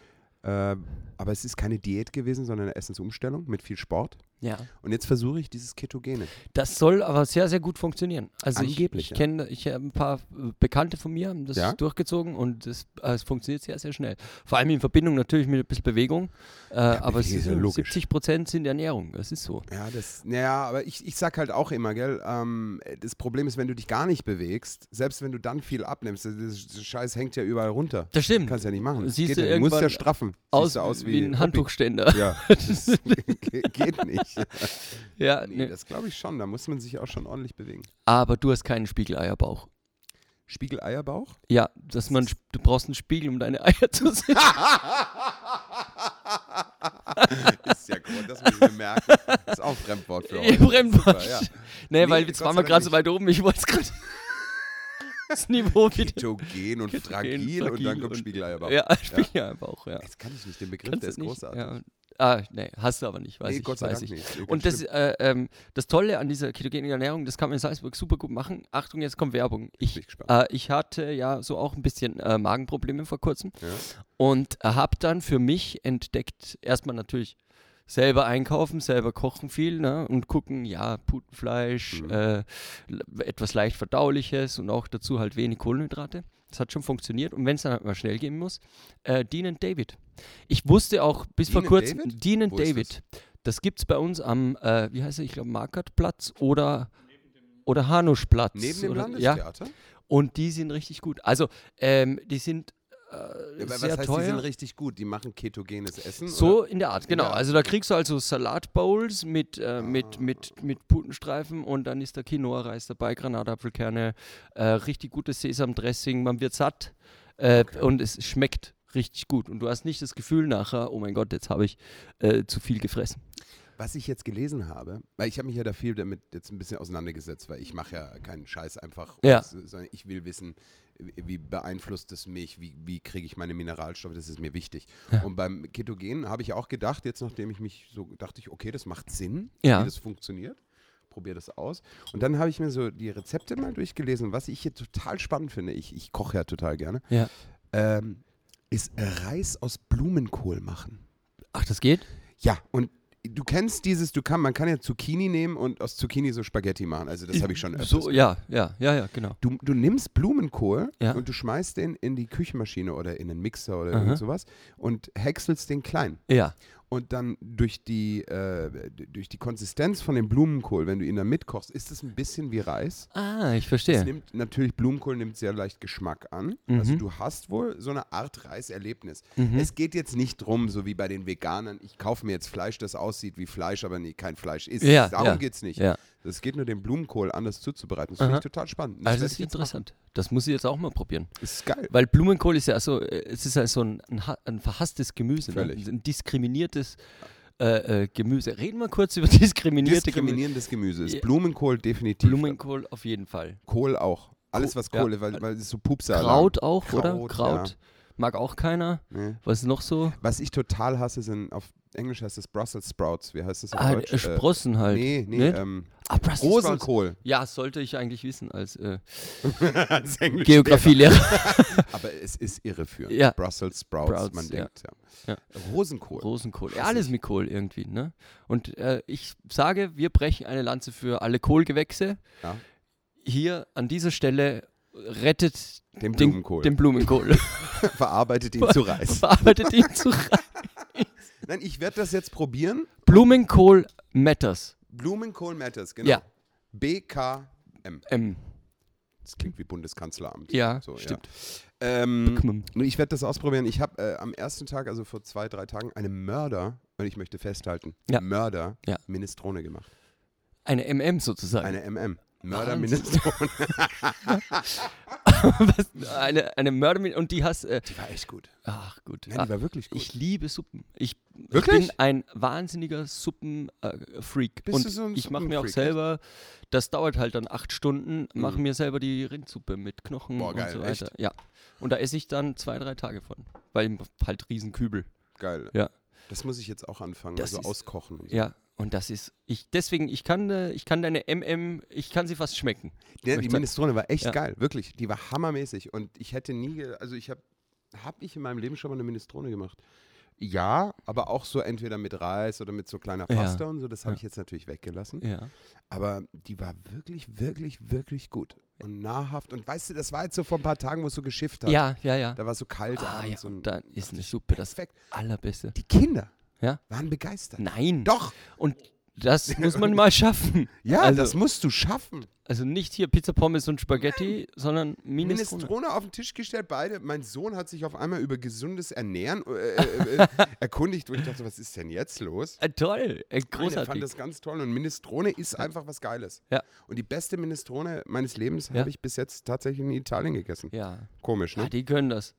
Speaker 1: Äh, aber es ist keine Diät gewesen, sondern eine Essensumstellung mit viel Sport.
Speaker 2: Ja.
Speaker 1: Und jetzt versuche ich dieses Ketogene.
Speaker 2: Das soll aber sehr, sehr gut funktionieren. Also
Speaker 1: Angeblich,
Speaker 2: ich,
Speaker 1: ja.
Speaker 2: ich kenne, ich habe ein paar äh, Bekannte von mir, haben das
Speaker 1: Ja?
Speaker 2: durchgezogen und das, äh, es funktioniert sehr, sehr schnell. Vor allem in Verbindung natürlich mit ein bisschen Bewegung. Äh, aber
Speaker 1: Bewegung
Speaker 2: es
Speaker 1: ist
Speaker 2: ist
Speaker 1: ja logisch.
Speaker 2: 70 Prozent sind Ernährung, das ist so.
Speaker 1: Ja, das, naja, aber ich, ich sag halt auch immer, gell, ähm, das Problem ist, wenn du dich gar nicht bewegst, selbst wenn du dann viel abnimmst, das, das Scheiß hängt ja überall runter.
Speaker 2: Das stimmt.
Speaker 1: Kannst ja nicht machen.
Speaker 2: Siehst
Speaker 1: Geht
Speaker 2: du
Speaker 1: ja nicht. musst ja
Speaker 2: irgendwann
Speaker 1: straffen.
Speaker 2: Aus,
Speaker 1: Siehst du aus wie,
Speaker 2: ein
Speaker 1: Opi.
Speaker 2: Handtuchständer.
Speaker 1: Ja, das ge- geht nicht.
Speaker 2: Ja,
Speaker 1: Nee,
Speaker 2: ne.
Speaker 1: das glaube ich schon. Da muss man sich auch schon ordentlich bewegen.
Speaker 2: Aber du hast keinen Spiegeleierbauch.
Speaker 1: Spiegeleierbauch?
Speaker 2: Ja, dass man, sp- du brauchst einen Spiegel, um deine Eier zu sehen.
Speaker 1: ist ja gut, das muss ich mir merken. ist auch ein Fremdwort für
Speaker 2: Ihr
Speaker 1: euch.
Speaker 2: Brennwort.
Speaker 1: ja.
Speaker 2: Nee,
Speaker 1: Nee,
Speaker 2: weil jetzt
Speaker 1: Gott
Speaker 2: waren
Speaker 1: sei
Speaker 2: wir
Speaker 1: Dank
Speaker 2: gerade so
Speaker 1: nicht.
Speaker 2: weit oben, ich wollte es gerade. das Niveau wieder.
Speaker 1: Ketogen und fragil, und dann
Speaker 2: fragil
Speaker 1: kommt Spiegeleierbauch.
Speaker 2: Ja, Spiegeleierbauch, ja.
Speaker 1: Jetzt kann ich nicht den Begriff,
Speaker 2: Kannst
Speaker 1: der
Speaker 2: du
Speaker 1: ist
Speaker 2: nicht?
Speaker 1: großartig.
Speaker 2: Ja. Ah, nee, hast du aber nicht, weiß
Speaker 1: Nee,
Speaker 2: ich.
Speaker 1: Gott sei
Speaker 2: weiß
Speaker 1: Dank
Speaker 2: ich.
Speaker 1: nicht. Nee,
Speaker 2: Und
Speaker 1: ganz
Speaker 2: das, äh, ähm, das Tolle an dieser ketogenen Ernährung, das kann man in Salzburg super gut machen. Achtung, jetzt kommt Werbung. Ich,
Speaker 1: bin gespannt.
Speaker 2: äh, ich hatte ja so auch ein bisschen äh, Magenprobleme vor kurzem
Speaker 1: Ja.
Speaker 2: und äh, habe dann für mich entdeckt, erstmal natürlich selber einkaufen, selber kochen viel ne? und gucken, ja, Putenfleisch,
Speaker 1: Mhm.
Speaker 2: äh, l- etwas leicht verdauliches und auch dazu halt wenig Kohlenhydrate. Das hat schon funktioniert und wenn es dann halt mal schnell gehen muss, äh, Dean and David. Ich wusste auch bis vor
Speaker 1: Dean and
Speaker 2: kurzem,
Speaker 1: David?
Speaker 2: Dean and
Speaker 1: Wo ist
Speaker 2: David. Das gibt es bei uns am, äh, wie heißt er, ich glaube, Markertplatz oder, oder Hanuschplatz.
Speaker 1: Neben dem
Speaker 2: oder, Ja,
Speaker 1: Landestheater?
Speaker 2: und die sind richtig gut. Also, ähm, die sind äh,
Speaker 1: Ja, aber was
Speaker 2: sehr
Speaker 1: heißt,
Speaker 2: teuer.
Speaker 1: die sind richtig gut? Die machen ketogenes Essen?
Speaker 2: so
Speaker 1: oder?
Speaker 2: in der Art, genau.
Speaker 1: der Art.
Speaker 2: Also da kriegst du also Salatbowls mit,
Speaker 1: Ah.
Speaker 2: äh, mit, mit, mit Putenstreifen und dann ist da Quinoa-Reis dabei, Granatapfelkerne, äh, richtig gutes Sesamdressing, man wird satt äh, und es schmeckt richtig gut. Und du hast nicht das Gefühl nachher, oh mein Gott, jetzt habe ich äh, zu viel gefressen.
Speaker 1: Was ich jetzt gelesen habe, weil ich habe mich ja da viel damit jetzt ein bisschen auseinandergesetzt, weil ich mache ja keinen Scheiß einfach,
Speaker 2: Ja.
Speaker 1: so- sondern ich will wissen, wie beeinflusst es mich, wie, wie kriege ich meine Mineralstoffe, das ist mir wichtig. Und beim Ketogen habe ich auch gedacht, jetzt nachdem ich mich so, dachte ich, okay, das macht Sinn,
Speaker 2: Ja.
Speaker 1: wie das funktioniert, probiere das aus. Und dann habe ich mir so die Rezepte mal durchgelesen, was ich hier total spannend finde, ich, ich koche ja total gerne,
Speaker 2: Ja.
Speaker 1: ähm, ist Reis aus Blumenkohl machen.
Speaker 2: Ach, das geht?
Speaker 1: Ja, und du kennst dieses, du kann, man kann ja Zucchini nehmen und aus Zucchini so Spaghetti machen. Also das habe ich schon öfters.
Speaker 2: So, ja, ja, ja, ja, genau.
Speaker 1: du, du nimmst Blumenkohl
Speaker 2: Ja.
Speaker 1: und du schmeißt den in die Küchenmaschine oder in den Mixer oder
Speaker 2: Aha.
Speaker 1: irgend sowas und häckselst den klein.
Speaker 2: Ja.
Speaker 1: Und dann durch die, äh, d- durch die Konsistenz von dem Blumenkohl, wenn du ihn dann mitkochst, ist es ein bisschen wie Reis.
Speaker 2: Ah, ich
Speaker 1: Es
Speaker 2: verstehe.
Speaker 1: nimmt natürlich Blumenkohl nimmt sehr leicht Geschmack an.
Speaker 2: Mhm.
Speaker 1: Also du hast wohl so eine Art Reiserlebnis. Es geht jetzt nicht drum, so wie bei den Veganern, ich kaufe mir jetzt Fleisch, das aussieht wie Fleisch, aber nie, kein Fleisch ist.
Speaker 2: Ja,
Speaker 1: Darum
Speaker 2: ja,
Speaker 1: geht's nicht.
Speaker 2: ja.
Speaker 1: Es geht nur, den Blumenkohl anders zuzubereiten. Das
Speaker 2: Aha.
Speaker 1: finde ich total spannend.
Speaker 2: Also das
Speaker 1: werd
Speaker 2: ist
Speaker 1: ich jetzt machen.
Speaker 2: interessant. Das muss ich jetzt auch mal probieren.
Speaker 1: Ist geil.
Speaker 2: Weil Blumenkohl ist ja also, äh, es ist ja so ein, ein, ha- ein verhasstes Gemüse, ne?
Speaker 1: Völlig.
Speaker 2: ein diskriminiertes äh, äh, Gemüse. Reden wir kurz über diskriminierte Gemüse.
Speaker 1: Diskriminierendes Gemüse
Speaker 2: Ja.
Speaker 1: ist Blumenkohl definitiv.
Speaker 2: Blumenkohl auf jeden Fall.
Speaker 1: Kohl auch. Alles, was
Speaker 2: ja.
Speaker 1: Kohle, weil, weil es ist so Pupsalat.
Speaker 2: Kraut auch, oder?
Speaker 1: Kraut,
Speaker 2: Kraut
Speaker 1: ja.
Speaker 2: mag auch keiner.
Speaker 1: Nee.
Speaker 2: Was ist noch so?
Speaker 1: Was ich total hasse, sind auf Englisch heißt es Brussels Sprouts. Wie heißt das auf
Speaker 2: Ah,
Speaker 1: Deutsch?
Speaker 2: äh, Sprossen halt.
Speaker 1: Nee, nee,
Speaker 2: Nicht?
Speaker 1: ähm,
Speaker 2: ah, Brussels Sprouts.
Speaker 1: Rosenkohl.
Speaker 2: Ja, sollte ich eigentlich wissen als äh,
Speaker 1: Als Englisch-
Speaker 2: Geografielehrer.
Speaker 1: Aber es ist irreführend.
Speaker 2: Ja.
Speaker 1: Brussels Sprouts,
Speaker 2: Sprouts,
Speaker 1: man
Speaker 2: ja.
Speaker 1: denkt, ja.
Speaker 2: Ja.
Speaker 1: Rosenkohl.
Speaker 2: Rosenkohl. Ja, alles mit Kohl irgendwie, ne? Und äh, ich sage, wir brechen eine Lanze für alle Kohlgewächse.
Speaker 1: Ja.
Speaker 2: Hier an dieser Stelle rettet
Speaker 1: Den
Speaker 2: den
Speaker 1: Blumenkohl.
Speaker 2: Den Blumenkohl.
Speaker 1: Verarbeitet ihn zu Reis.
Speaker 2: Verarbeitet ihn zu Reis.
Speaker 1: Nein, ich werde das jetzt probieren.
Speaker 2: Blumenkohl Matters.
Speaker 1: Blumenkohl Matters, genau. Mm.
Speaker 2: Ja.
Speaker 1: BKM.
Speaker 2: Ähm,
Speaker 1: Das klingt wie Bundeskanzleramt.
Speaker 2: ja,
Speaker 1: So,
Speaker 2: stimmt.
Speaker 1: Ähm,
Speaker 2: Bkmm.
Speaker 1: nur ich werde das ausprobieren. Ich habe äh, am ersten Tag, also vor zwei, drei Tagen, einen Mörder, und ich möchte festhalten,
Speaker 2: Ja.
Speaker 1: Mörder,
Speaker 2: Ja.
Speaker 1: Minestrone gemacht.
Speaker 2: Eine MM sozusagen.
Speaker 1: Eine MM. Mörder,
Speaker 2: Wahnsinn.
Speaker 1: Minestrone.
Speaker 2: Was? eine, eine Mördermin und die hast. Äh,
Speaker 1: Die war echt gut.
Speaker 2: ach gut.
Speaker 1: Nein,
Speaker 2: Ah,
Speaker 1: die war wirklich gut.
Speaker 2: ich liebe Suppen. Ich,
Speaker 1: Wirklich?
Speaker 2: ich bin ein wahnsinniger Suppenfreak. Äh, Freak.
Speaker 1: Bist
Speaker 2: und
Speaker 1: du so ein
Speaker 2: ich mache mir auch
Speaker 1: Suppenfreak, echt? Mhm.
Speaker 2: selber, das dauert halt dann acht Stunden, mache mir selber die Rindsuppe mit Knochen
Speaker 1: Boah,
Speaker 2: und
Speaker 1: geil,
Speaker 2: so weiter. Ja. Und da esse ich dann zwei, drei Tage von. Weil halt Riesenkübel.
Speaker 1: Geil.
Speaker 2: Ja.
Speaker 1: Das muss ich jetzt auch anfangen,
Speaker 2: Das
Speaker 1: also
Speaker 2: ist-
Speaker 1: auskochen. Und so.
Speaker 2: Ja, und das ist ich deswegen ich kann äh, ich kann deine MM, ich kann sie fast schmecken.
Speaker 1: Ja, die
Speaker 2: Möchte-
Speaker 1: Minestrone war echt
Speaker 2: Ja.
Speaker 1: geil, wirklich. Die war hammermäßig und ich hätte nie, ge- also ich habe, habe ich in meinem Leben schon mal eine Minestrone gemacht? Ja, aber auch so entweder mit Reis oder mit so kleiner
Speaker 2: Ja.
Speaker 1: Pasta und so. Das habe
Speaker 2: Ja.
Speaker 1: ich jetzt natürlich weggelassen.
Speaker 2: Ja.
Speaker 1: Aber die war wirklich, wirklich, wirklich gut und nahrhaft. Und weißt du, das war jetzt so vor ein paar Tagen, wo es so geschifft hat.
Speaker 2: Ja, ja, ja.
Speaker 1: Da war so kalt
Speaker 2: Ah, ja,
Speaker 1: abends und
Speaker 2: und dann ist eine Suppe das
Speaker 1: perfekt.
Speaker 2: allerbeste.
Speaker 1: Die Kinder
Speaker 2: Ja?
Speaker 1: waren begeistert.
Speaker 2: Nein.
Speaker 1: Doch,
Speaker 2: Und das muss man mal schaffen.
Speaker 1: ja,
Speaker 2: also,
Speaker 1: das musst du schaffen.
Speaker 2: also nicht hier Pizza Pommes und Spaghetti, sondern Minestrone.
Speaker 1: Minestrone auf den Tisch gestellt, beide. Mein Sohn hat sich auf einmal über gesundes Ernähren äh, äh, äh, erkundigt und ich dachte, was ist denn jetzt los?
Speaker 2: Äh, toll, äh,
Speaker 1: Ich fand
Speaker 2: großartig.
Speaker 1: das ganz toll und Minestrone ist einfach was Geiles.
Speaker 2: Ja.
Speaker 1: Und die beste Minestrone meines Lebens
Speaker 2: Ja.
Speaker 1: habe ich bis jetzt tatsächlich in Italien gegessen.
Speaker 2: Ja.
Speaker 1: Komisch,
Speaker 2: Ah,
Speaker 1: ne?
Speaker 2: die können das.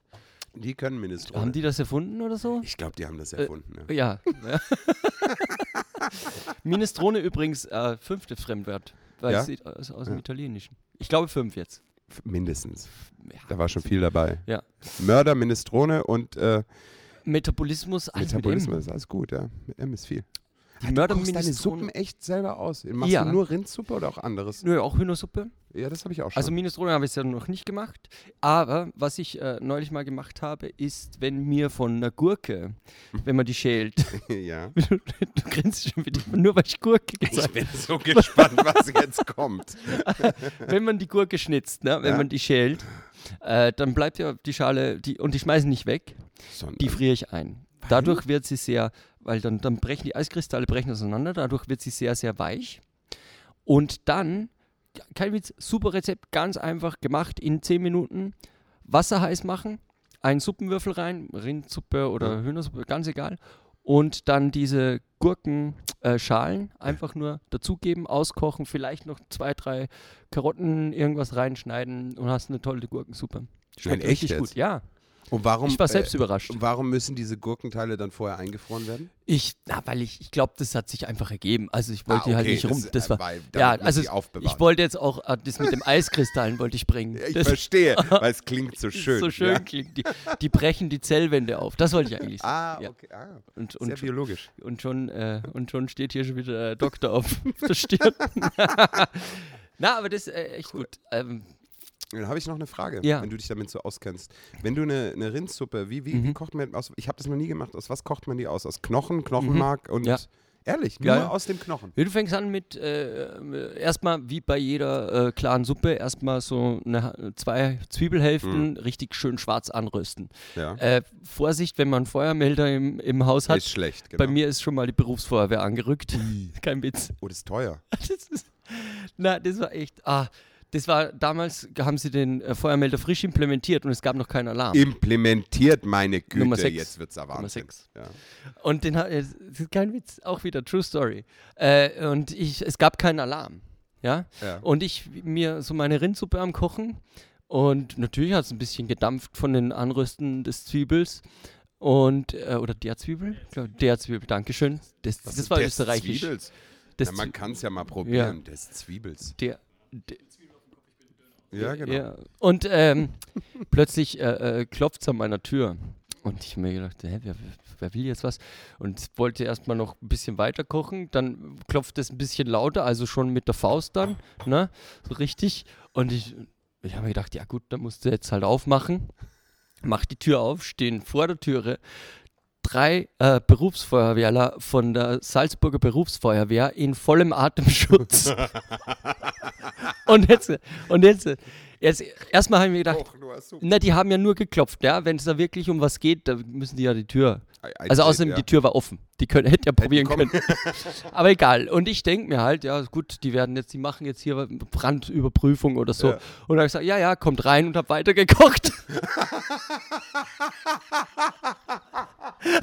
Speaker 1: Die, können Minestrone.
Speaker 2: Haben die Äh, das erfunden oder so?
Speaker 1: ich glaube, die haben das erfunden. ne? ja.
Speaker 2: Ja. Minestrone übrigens äh, fünfte Fremdwort, weil
Speaker 1: Ja?
Speaker 2: es sieht aus, aus dem Italienischen. Ich glaube fünf jetzt.
Speaker 1: F- Mindestens.
Speaker 2: Ja.
Speaker 1: Da war schon viel dabei.
Speaker 2: Ja.
Speaker 1: Mörder, Minestrone und äh,
Speaker 2: Metabolismus, alles
Speaker 1: Metabolismus.
Speaker 2: mit
Speaker 1: Ist alles gut, ja. Mit M ist viel.
Speaker 2: M.
Speaker 1: Ah,
Speaker 2: Die
Speaker 1: du kochst deine
Speaker 2: Mörderminestrone.
Speaker 1: Suppen echt selber aus. Machst
Speaker 2: Ja.
Speaker 1: du nur Rindsuppe oder auch anderes?
Speaker 2: Nö, auch Hühnersuppe.
Speaker 1: Ja, das habe ich auch schon.
Speaker 2: Also Minestrone habe ich ja noch nicht gemacht. Aber was ich äh, neulich mal gemacht habe, ist, wenn mir von einer Gurke,
Speaker 1: Hm.
Speaker 2: wenn man die schält,
Speaker 1: ja.
Speaker 2: du, grinst schon wieder, nur weil ich Gurke
Speaker 1: Ich
Speaker 2: gesagt
Speaker 1: bin so gespannt, was jetzt kommt.
Speaker 2: Wenn man die Gurke schnitzt, ne, wenn
Speaker 1: Ja.
Speaker 2: man die schält, äh, dann bleibt ja die Schale, die, und die schmeißen nicht weg, die friere ich ein. Dadurch wird sie sehr, weil dann, dann brechen die Eiskristalle brechen auseinander, dadurch wird sie sehr, sehr weich. Und dann, ja, kein Witz, super Rezept, ganz einfach gemacht in 10 Minuten. Wasser heiß machen, einen Suppenwürfel rein, Rindsuppe oder Hühnersuppe, ganz egal. Und dann diese Gurkenschalen äh, Schalen einfach nur dazugeben, auskochen, vielleicht noch zwei, drei Karotten irgendwas reinschneiden und hast eine tolle Gurkensuppe. Schmeckt
Speaker 1: echt
Speaker 2: richtig
Speaker 1: jetzt?
Speaker 2: gut, ja.
Speaker 1: Und warum,
Speaker 2: Ich war selbst
Speaker 1: äh,
Speaker 2: überrascht.
Speaker 1: und Warum müssen diese Gurkenteile dann vorher eingefroren werden?
Speaker 2: Ich, na, weil ich, ich glaube, das hat sich einfach ergeben. Also ich
Speaker 1: Ah,
Speaker 2: wollte die halt nicht rum. Das war,
Speaker 1: äh, weil,
Speaker 2: ja,
Speaker 1: damit man
Speaker 2: also
Speaker 1: sie aufbewahrt.
Speaker 2: ich wollte jetzt auch äh, das mit dem Eiskristallen wollte ich bringen.
Speaker 1: Ja, ich
Speaker 2: das
Speaker 1: verstehe, weil es klingt so
Speaker 2: ist
Speaker 1: schön.
Speaker 2: so schön
Speaker 1: Ja.
Speaker 2: klingt. Die, die brechen die Zellwände auf. Das wollte ich eigentlich. sagen.
Speaker 1: Ah,
Speaker 2: Ja.
Speaker 1: okay. Ah,
Speaker 2: Und,
Speaker 1: sehr
Speaker 2: und,
Speaker 1: biologisch.
Speaker 2: und schon äh, und schon steht hier schon wieder äh, Doktor auf der Stirn. na, aber das ist äh, echt gut. Ähm,
Speaker 1: Dann habe ich noch eine Frage,
Speaker 2: Ja.
Speaker 1: wenn du dich damit so auskennst. Wenn du eine, eine Rindsuppe, wie, wie, wie
Speaker 2: Mhm.
Speaker 1: kocht man aus? Ich habe das noch nie gemacht. Aus was kocht man die aus? Aus Knochen, Knochenmark und
Speaker 2: Mhm. Ja.
Speaker 1: ehrlich, nur
Speaker 2: Ja, ja.
Speaker 1: aus dem Knochen.
Speaker 2: ja, du fängst an mit äh, erstmal wie bei jeder äh, klaren Suppe erstmal so eine, zwei Zwiebelhälften richtig schön schwarz anrösten.
Speaker 1: Mhm. Ja.
Speaker 2: Äh, Vorsicht, wenn man einen Feuermelder im, im Haus hat.
Speaker 1: ist schlecht, genau.
Speaker 2: Bei mir ist schon mal die Berufsfeuerwehr angerückt. Kein Witz.
Speaker 1: Oh, das ist teuer.
Speaker 2: Das ist, na, das war echt. Ah, das war damals haben sie den äh, Feuermelder frisch implementiert und es gab noch keinen Alarm.
Speaker 1: Implementiert, meine Güte,
Speaker 2: Nummer sechs.
Speaker 1: jetzt wird's aber
Speaker 2: Nummer
Speaker 1: Wahnsinn.
Speaker 2: sechs.
Speaker 1: Ja.
Speaker 2: Äh, Und den hat, es ist kein Witz, auch wieder True Story. Äh, und ich, es gab keinen Alarm. ja.
Speaker 1: Ja.
Speaker 2: Und ich mir so meine Rindsuppe am Kochen. Und natürlich hat es ein bisschen gedampft von den Anrösten des Zwiebels. Und, äh, oder der Zwiebel? Ich glaub, Der Zwiebel, Dankeschön. Das,
Speaker 1: Was
Speaker 2: das
Speaker 1: ist
Speaker 2: war
Speaker 1: des
Speaker 2: österreichisch.
Speaker 1: Zwiebels.
Speaker 2: Des
Speaker 1: Na, man
Speaker 2: Zwie-
Speaker 1: kann es ja mal probieren, des Zwiebels.
Speaker 2: der, der,
Speaker 1: Ja, genau.
Speaker 2: Ja. Und ähm, plötzlich äh, äh, klopft es an meiner Tür. Und ich hab mir gedacht, hä, wer, wer will jetzt was? Und wollte erstmal noch ein bisschen weiter kochen. Dann klopft es ein bisschen lauter, also schon mit der Faust dann, ne? So richtig. Und ich, ich habe mir gedacht, ja gut, dann musst du jetzt halt aufmachen. Mach die Tür auf, stehen vor der Türe drei äh, Berufsfeuerwehrler von der Salzburger Berufsfeuerwehr in vollem Atemschutz. und jetzt, und jetzt, jetzt erstmal habe ich mir gedacht,
Speaker 1: Och, nur Suppe.
Speaker 2: na, die haben ja nur geklopft, ja. Wenn es da wirklich um was geht, dann müssen die ja die Tür.
Speaker 1: Ei, ei,
Speaker 2: Also
Speaker 1: ei,
Speaker 2: außerdem,
Speaker 1: ja.
Speaker 2: die Tür war offen. Die können, hätte ja probieren
Speaker 1: kommen.
Speaker 2: können. Aber egal. Und ich denke mir halt, ja, gut, die werden jetzt, die machen jetzt hier Brandüberprüfung oder so.
Speaker 1: Ja.
Speaker 2: Und dann habe ich gesagt, ja, ja, kommt rein und habe weitergekocht.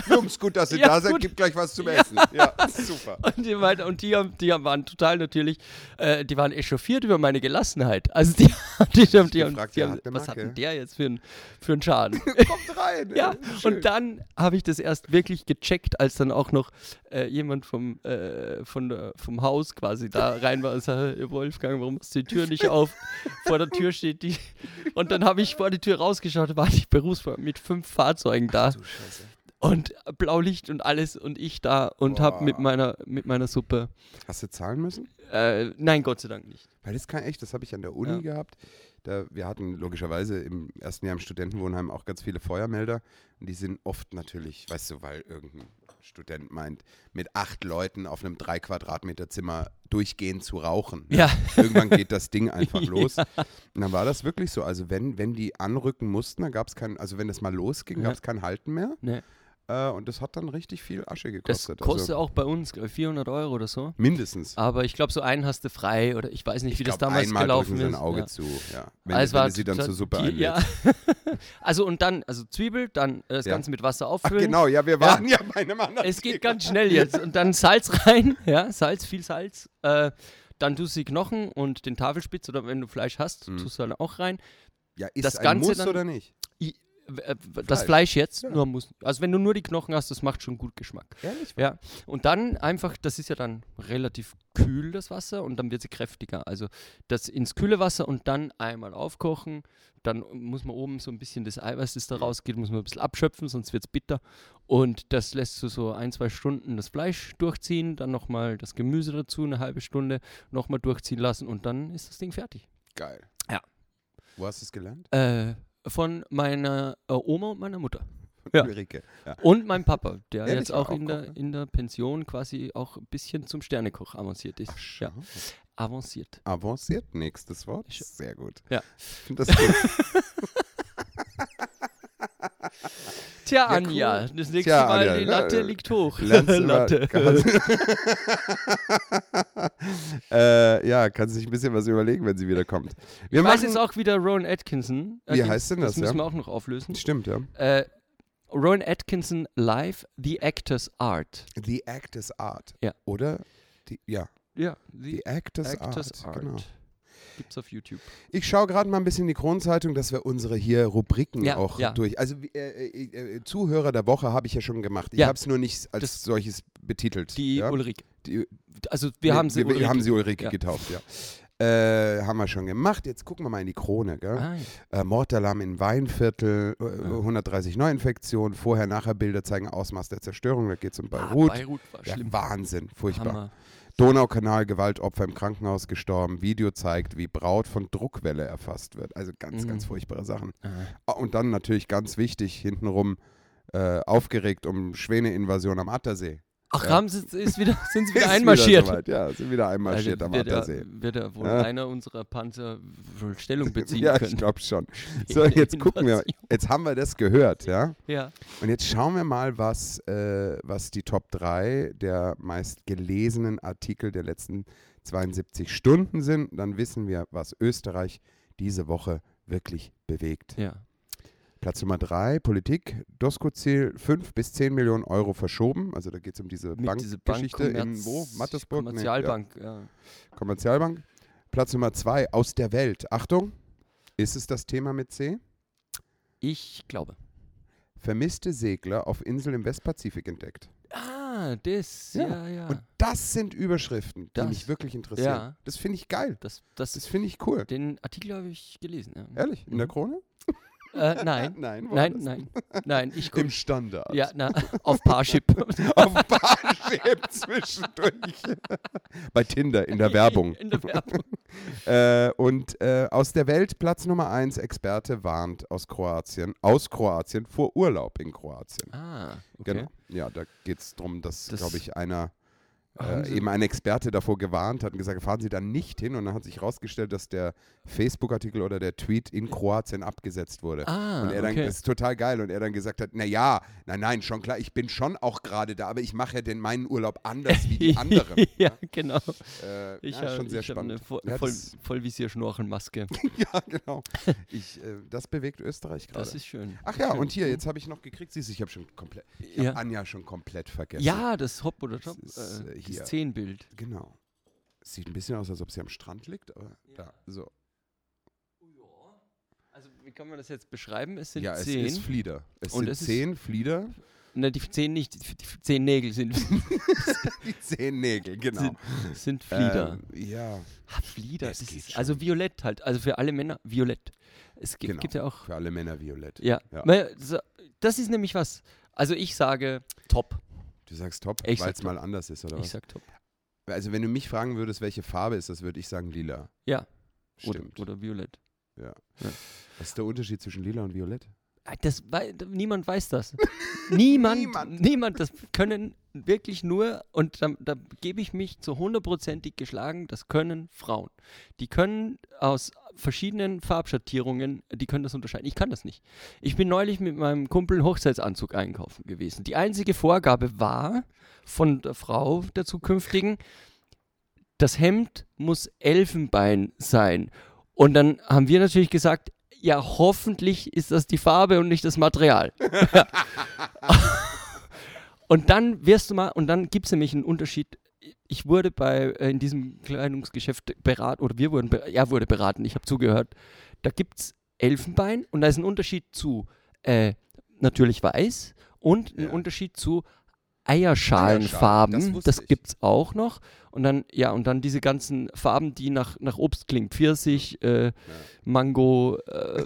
Speaker 1: Jungs, gut, dass ihr
Speaker 2: Ja,
Speaker 1: da seid,
Speaker 2: gut.
Speaker 1: gibt gleich was zum Essen. Ja, super.
Speaker 2: Und die, waren, und die, haben, die haben, waren total natürlich, äh, die waren echauffiert über meine Gelassenheit. Also die, die, haben, die, haben,
Speaker 1: gefragt,
Speaker 2: die
Speaker 1: ja,
Speaker 2: haben,
Speaker 1: hat der
Speaker 2: was hat
Speaker 1: Macke?
Speaker 2: denn der jetzt für einen für einen Schaden?
Speaker 1: Kommt rein.
Speaker 2: ja,
Speaker 1: äh, schön.
Speaker 2: und dann habe ich das erst wirklich gecheckt, als dann auch noch äh, jemand vom, äh, von, der- vom Haus quasi da rein war und sagte, Wolfgang, warum machst du die Tür nicht auf? Vor der Tür steht die. Und dann habe ich vor die Tür rausgeschaut, war die Berufsfeuer mit fünf Fahrzeugen da. Und Blaulicht und alles und ich da und habe mit
Speaker 1: Boah.
Speaker 2: meiner, mit meiner Suppe
Speaker 1: Hast du zahlen müssen?
Speaker 2: äh, nein, Gott sei Dank nicht.
Speaker 1: Weil das kann echt, das habe ich an der Uni
Speaker 2: Ja.
Speaker 1: gehabt. Da, wir hatten logischerweise im ersten Jahr im Studentenwohnheim auch ganz viele Feuermelder. Und die sind oft natürlich, weißt du, weil irgendein Student meint, mit acht Leuten auf einem drei Quadratmeter Zimmer durchgehend zu rauchen. ne?
Speaker 2: Ja.
Speaker 1: Irgendwann geht das Ding einfach los. Und dann war das wirklich so. Also wenn, wenn die anrücken mussten, dann gab es keinen, also wenn das mal losging,
Speaker 2: Ja.
Speaker 1: gab es kein Halten mehr.
Speaker 2: Nee.
Speaker 1: Äh, und das hat dann richtig viel Asche
Speaker 2: Das
Speaker 1: gekostet.
Speaker 2: kostet
Speaker 1: also,
Speaker 2: auch bei uns glaub ich, 400 Euro oder so.
Speaker 1: mindestens.
Speaker 2: Aber ich glaube, so einen hast du frei oder ich weiß nicht, wie
Speaker 1: Ich
Speaker 2: das
Speaker 1: glaub,
Speaker 2: damals
Speaker 1: einmal
Speaker 2: gelaufen
Speaker 1: drücken sie
Speaker 2: ist.
Speaker 1: ein Auge
Speaker 2: ja.
Speaker 1: zu. Ja. Wenn,
Speaker 2: Ah,
Speaker 1: wenn
Speaker 2: es war
Speaker 1: du sie dann
Speaker 2: total-
Speaker 1: zur Suppe
Speaker 2: die-
Speaker 1: einlädst.
Speaker 2: ja. Also und dann, also Zwiebel, dann äh, das
Speaker 1: Ja.
Speaker 2: Ganze mit Wasser
Speaker 1: Ach,
Speaker 2: auffüllen.
Speaker 1: genau, ja, wir waren ja, bei einem anderen.
Speaker 2: Es geht ganz schnell jetzt. Und dann Salz rein, ja, Salz, viel Salz. Äh, dann tust du die Knochen und den Tafelspitz oder wenn du Fleisch hast,
Speaker 1: Mhm.
Speaker 2: tust du dann auch rein.
Speaker 1: ja, ist
Speaker 2: das
Speaker 1: ein
Speaker 2: Ganze
Speaker 1: Muss
Speaker 2: dann-
Speaker 1: oder nicht?
Speaker 2: I, äh, das
Speaker 1: Fleisch.
Speaker 2: Fleisch jetzt nur muss. Also wenn du nur die Knochen hast, das macht schon gut Geschmack.
Speaker 1: Ehrlich?
Speaker 2: Ja, und dann einfach, das ist ja dann relativ kühl, das Wasser, und dann wird sie kräftiger. Also das ins kühle Wasser und dann einmal aufkochen. Dann muss man oben so ein bisschen das Eiweiß, das da rausgeht, muss man ein bisschen abschöpfen, sonst wird es bitter. Und das lässt du so ein, zwei Stunden das Fleisch durchziehen, dann nochmal das Gemüse dazu, eine halbe Stunde nochmal durchziehen lassen und dann ist das Ding fertig.
Speaker 1: Geil.
Speaker 2: Ja.
Speaker 1: Wo hast du es gelernt?
Speaker 2: Äh, von meiner äh, Oma und meiner Mutter. Ja.
Speaker 1: Ulrike. Ja.
Speaker 2: Und mein Papa, der
Speaker 1: Ehrlich,
Speaker 2: jetzt auch,
Speaker 1: auch
Speaker 2: in,
Speaker 1: Koch,
Speaker 2: der,
Speaker 1: ne?
Speaker 2: in der Pension quasi auch ein bisschen zum Sternekoch avanciert ist.
Speaker 1: Schau.
Speaker 2: ja, avanciert.
Speaker 1: Avanciert, nächstes Wort.
Speaker 2: Ich-
Speaker 1: Sehr gut.
Speaker 2: Ja.
Speaker 1: Ich find Das gut.
Speaker 2: Tja,
Speaker 1: cool.
Speaker 2: Anja, das nächste
Speaker 1: Tja,
Speaker 2: Mal,
Speaker 1: Anja,
Speaker 2: die
Speaker 1: ne?
Speaker 2: Latte liegt hoch.
Speaker 1: Lernst du mal-
Speaker 2: Latte.
Speaker 1: kannst- äh, ja, kann sich ein bisschen was überlegen, wenn sie wieder kommt. Wir
Speaker 2: Ich weiß
Speaker 1: machen
Speaker 2: jetzt auch wieder Rowan Atkinson. äh,
Speaker 1: Wie heißt denn das,
Speaker 2: Das müssen
Speaker 1: ja?
Speaker 2: wir auch noch auflösen.
Speaker 1: Stimmt, ja.
Speaker 2: Äh, Rowan Atkinson live, The Actor's Art.
Speaker 1: The act is art.
Speaker 2: Ja.
Speaker 1: Oder? Die, ja.
Speaker 2: Ja,
Speaker 1: The
Speaker 2: The
Speaker 1: act is
Speaker 2: Actor's Art.
Speaker 1: Genau.
Speaker 2: Gibt's auf YouTube.
Speaker 1: Ich schaue gerade mal ein bisschen in die Kronzeitung, dass wir unsere hier Rubriken
Speaker 2: Ja,
Speaker 1: auch
Speaker 2: ja.
Speaker 1: durch. Also äh, äh, äh, Zuhörer der Woche habe ich ja schon gemacht. Ich
Speaker 2: Ja.
Speaker 1: habe es nur nicht als
Speaker 2: Das-
Speaker 1: solches betitelt.
Speaker 2: Die
Speaker 1: ja?
Speaker 2: Ulrike.
Speaker 1: Die-
Speaker 2: Also wir haben sie
Speaker 1: wir,
Speaker 2: Ulrike.
Speaker 1: Wir haben sie Ulrike
Speaker 2: Ja.
Speaker 1: getauft, ja. Äh, haben wir schon gemacht. Jetzt gucken wir mal in die Krone. Gell?
Speaker 2: Ah, ja.
Speaker 1: Äh, Mordalarm in Weinviertel, äh, 130 Neuinfektionen, Vorher-Nachher-Bilder zeigen Ausmaß der Zerstörung. Da geht es um Beirut.
Speaker 2: Ah, Beirut war
Speaker 1: ja,
Speaker 2: schlimm.
Speaker 1: Wahnsinn, furchtbar.
Speaker 2: Hammer.
Speaker 1: Donaukanal Gewaltopfer im Krankenhaus gestorben. Video zeigt, wie Braut von Druckwelle erfasst wird. Also ganz,
Speaker 2: Mhm.
Speaker 1: ganz furchtbare Sachen.
Speaker 2: Ah.
Speaker 1: Ah, Und dann natürlich ganz wichtig, hintenrum äh, aufgeregt um Schwäne-Invasion am Attersee.
Speaker 2: Ach,
Speaker 1: Ja.
Speaker 2: haben sie, ist wieder, sind sie wieder
Speaker 1: Ist
Speaker 2: einmarschiert. Also
Speaker 1: soweit, ja, sind wieder einmarschiert am
Speaker 2: wird, ja,
Speaker 1: Attersee.
Speaker 2: wird ja wohl
Speaker 1: Ja.
Speaker 2: einer unserer Panzer wohl Stellung beziehen
Speaker 1: Ja, ich
Speaker 2: können.
Speaker 1: glaube schon. So, jetzt gucken wir.
Speaker 2: Invasion.
Speaker 1: Jetzt haben wir das gehört, ja.
Speaker 2: Ja.
Speaker 1: Und jetzt schauen wir mal, was, äh, was die Top 3 der meistgelesenen Artikel der letzten 72 Stunden sind. Dann wissen wir, was Österreich diese Woche wirklich bewegt.
Speaker 2: ja.
Speaker 1: Platz Nummer 3, Politik. Dosko-Ziel 5 bis 10 Millionen Euro verschoben. Also da geht es um diese
Speaker 2: Mit dieser Bank
Speaker 1: Bankgeschichte in wo? Mattersburg? Nee,
Speaker 2: Kommerzialbank, ja.
Speaker 1: ja. Kommerzialbank. Platz Nummer zwei aus der Welt. Achtung, ist es das Thema mit C?
Speaker 2: Ich glaube.
Speaker 1: Vermisste Segler auf Insel im Westpazifik entdeckt.
Speaker 2: Ah, das. Ja,
Speaker 1: Ja.
Speaker 2: ja.
Speaker 1: Und das sind Überschriften, die
Speaker 2: Ah. Das-
Speaker 1: mich wirklich interessieren.
Speaker 2: ja.
Speaker 1: Das finde ich geil.
Speaker 2: Das, das,
Speaker 1: Das finde ich cool.
Speaker 2: den Artikel habe ich gelesen. Ja.
Speaker 1: Ehrlich, in der Krone?
Speaker 2: Äh, nein.
Speaker 1: Nein, wo
Speaker 2: Mhm. nein,
Speaker 1: das?
Speaker 2: nein, nein. Ich
Speaker 1: Im
Speaker 2: komme.
Speaker 1: Standard.
Speaker 2: Ja, na, auf Parship.
Speaker 1: Auf Bahnschirm zwischendurch. Bei Tinder, in der Werbung.
Speaker 2: In der Werbung.
Speaker 1: Äh, und äh, aus der Welt Platz Nummer 1, Experte warnt aus Kroatien, aus Kroatien vor Urlaub in Kroatien.
Speaker 2: Ah, okay.
Speaker 1: Genau. Ja, da geht es darum, dass,
Speaker 2: Das-
Speaker 1: glaube ich, einer,
Speaker 2: Haben
Speaker 1: äh,
Speaker 2: Sie-
Speaker 1: eben ein Experte davor gewarnt hat und gesagt, fahren Sie da nicht hin. Und dann hat sich herausgestellt, dass der Facebook-Artikel oder der Tweet in Kroatien abgesetzt wurde.
Speaker 2: Ah,
Speaker 1: und er dann,
Speaker 2: okay.
Speaker 1: das ist total geil. Und er dann gesagt hat, na ja, nein, nein, schon klar, ich bin schon auch gerade da, aber ich mache ja den meinen Urlaub anders wie die anderen. ne?
Speaker 2: ja, genau.
Speaker 1: Äh,
Speaker 2: Ich
Speaker 1: ja,
Speaker 2: habe
Speaker 1: schon sehr
Speaker 2: ich hab
Speaker 1: spannend.
Speaker 2: eine Voll,
Speaker 1: Ja,
Speaker 2: Voll,
Speaker 1: das-
Speaker 2: Vollvisier-Schnorchelmaske.
Speaker 1: Ja, genau. Ich, äh, das bewegt Österreich gerade.
Speaker 2: Das ist schön.
Speaker 1: Ach ja,
Speaker 2: schön.
Speaker 1: und hier, jetzt habe ich noch gekriegt, siehst du, ich habe schon komplett, ich
Speaker 2: Ja.
Speaker 1: hab Anja schon komplett vergessen.
Speaker 2: Ja, das Hop oder Top.
Speaker 1: Das ist,
Speaker 2: äh,
Speaker 1: äh,
Speaker 2: das
Speaker 1: hier.
Speaker 2: Zehnbild.
Speaker 1: Genau. Sieht ein bisschen aus, als ob sie am Strand liegt, aber da, so.
Speaker 2: Also, wie kann man das jetzt beschreiben? Es sind
Speaker 1: ja, es
Speaker 2: zehn.
Speaker 1: ist Flieder. Es
Speaker 2: Und
Speaker 1: sind
Speaker 2: es ist-
Speaker 1: zehn Flieder,
Speaker 2: ne, die zehn nicht, die, die zehn Nägel sind,
Speaker 1: die zehn Nägel, genau.
Speaker 2: sind, sind Flieder.
Speaker 1: Ähm, ja,
Speaker 2: ah, Flieder.
Speaker 1: das
Speaker 2: Das
Speaker 1: geht
Speaker 2: ist, also violett halt. Also für alle Männer violett. Es gibt,
Speaker 1: genau.
Speaker 2: gibt ja auch.
Speaker 1: Für alle Männer violett.
Speaker 2: Ja.
Speaker 1: Ja.
Speaker 2: Naja, so- Das ist nämlich was. Also ich sage top.
Speaker 1: Du sagst top,
Speaker 2: Ich
Speaker 1: weil
Speaker 2: sag
Speaker 1: es mal anders ist, oder
Speaker 2: Ich
Speaker 1: was?
Speaker 2: sag top.
Speaker 1: Also, wenn du mich fragen würdest, welche Farbe ist das, würde ich sagen lila.
Speaker 2: Ja.
Speaker 1: Stimmt.
Speaker 2: Oder, oder violett.
Speaker 1: Was ist der Unterschied zwischen lila und violett?
Speaker 2: Ah, Das wei niemand weiß das. niemand,
Speaker 1: Niemand.
Speaker 2: niemand. Das können wirklich nur, und da, da gebe ich mich zu hundertprozentig geschlagen, das können Frauen. Die können aus verschiedenen Farbschattierungen, die können das unterscheiden. Ich kann das nicht. Ich bin neulich mit meinem Kumpel einen Hochzeitsanzug einkaufen gewesen. Die einzige Vorgabe war von der Frau, der zukünftigen, das Hemd muss Elfenbein sein. Und dann haben wir natürlich gesagt, ja, hoffentlich ist das die Farbe und nicht das Material. und dann wirst du mal, und dann gibt es nämlich einen Unterschied. Ich wurde bei, äh, in diesem Kleidungsgeschäft beraten, oder wir wurden, be- er wurde beraten, ich habe zugehört. Da gibt es Elfenbein und da ist ein Unterschied zu äh, natürlich weiß und ein
Speaker 1: Ja.
Speaker 2: Unterschied zu Eierschalenfarben.
Speaker 1: Eierschalen, das
Speaker 2: das
Speaker 1: wusste ich.
Speaker 2: gibt's auch noch. Und dann, ja, und dann diese ganzen Farben, die nach, nach Obst klingen. Pfirsich, äh, Mango, äh,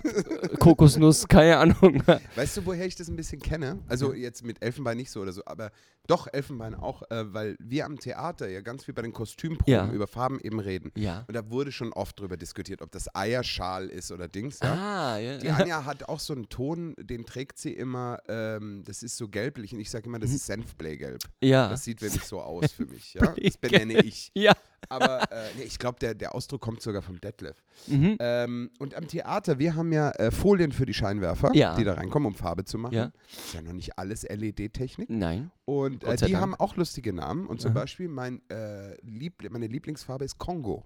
Speaker 2: Kokosnuss, keine Ahnung.
Speaker 1: Weißt du, woher ich das ein bisschen kenne? Also jetzt mit Elfenbein nicht so oder so, aber doch Elfenbein auch, äh, weil wir am Theater ja ganz viel bei den Kostümproben
Speaker 2: Ja.
Speaker 1: über Farben eben reden.
Speaker 2: Ja.
Speaker 1: Und da wurde schon oft drüber diskutiert, ob das Eierschal ist oder Dings. Ja?
Speaker 2: Ah, ja.
Speaker 1: Die Anja hat auch so einen Ton, den trägt sie immer, ähm, das ist so gelblich und ich sage immer, das
Speaker 2: Mhm.
Speaker 1: ist Senfblähgelb.
Speaker 2: Ja.
Speaker 1: Das sieht wirklich so aus für mich. Ja? Das benenne ich.
Speaker 2: ja.
Speaker 1: Aber äh, nee, ich glaube, der, der Ausdruck kommt sogar vom Detlef.
Speaker 2: Mhm. Äh,
Speaker 1: Ähm, und am Theater, wir haben ja äh, Folien für die Scheinwerfer,
Speaker 2: Ja.
Speaker 1: die da reinkommen, um Farbe zu machen.
Speaker 2: Ja.
Speaker 1: Ist ja noch nicht alles LED-Technik.
Speaker 2: Nein.
Speaker 1: Und äh,
Speaker 2: Gott sei
Speaker 1: die
Speaker 2: Dank.
Speaker 1: haben auch lustige Namen. Und zum Beispiel mein, äh, Liebl meine Lieblingsfarbe ist Kongo.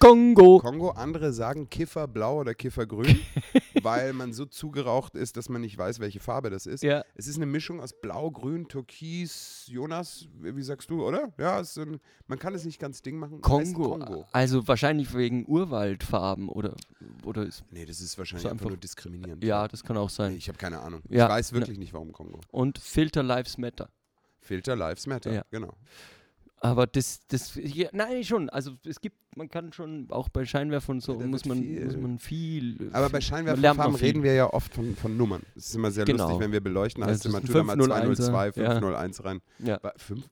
Speaker 2: Kongo.
Speaker 1: Kongo, andere sagen Kifferblau oder Kiffergrün, weil man so zugeraucht ist, dass man nicht weiß, welche Farbe das ist.
Speaker 2: Ja.
Speaker 1: Es ist eine Mischung aus Blau, Grün, Türkis, Jonas, wie wie sagst du, oder? Ja, es ist ein, man kann es nicht ganz Ding machen. Es heißt
Speaker 2: Kongo.
Speaker 1: Kongo.
Speaker 2: Also wahrscheinlich wegen Urwaldfarben oder, oder ist.
Speaker 1: Nee, das ist wahrscheinlich
Speaker 2: So
Speaker 1: einfach,
Speaker 2: einfach-
Speaker 1: nur diskriminierend.
Speaker 2: Ja, das kann auch
Speaker 1: Nee,
Speaker 2: sein.
Speaker 1: Ich habe keine Ahnung.
Speaker 2: Ja,
Speaker 1: Ich weiß
Speaker 2: ne.
Speaker 1: wirklich nicht, warum Kongo.
Speaker 2: Und Filter Lives Matter.
Speaker 1: Filter Lives Matter,
Speaker 2: Ja.
Speaker 1: genau.
Speaker 2: Aber das, das, ja, nein, schon. Also es gibt, man kann schon auch bei Scheinwerfern und so
Speaker 1: Ja, da
Speaker 2: muss
Speaker 1: wird
Speaker 2: man,
Speaker 1: viel-
Speaker 2: muss man viel.
Speaker 1: Aber bei
Speaker 2: viel- man lernt noch
Speaker 1: Scheinwerferfarben
Speaker 2: viel.
Speaker 1: reden wir ja oft von, von Nummern. Das ist immer sehr
Speaker 2: Genau.
Speaker 1: lustig, wenn wir beleuchten,
Speaker 2: Ja,
Speaker 1: heißt
Speaker 2: das ist
Speaker 1: immer,
Speaker 2: ein
Speaker 1: tu da mal
Speaker 2: 501er,
Speaker 1: 202,
Speaker 2: ja.
Speaker 1: 501 rein.
Speaker 2: Ja,
Speaker 1: Wa- Fünf,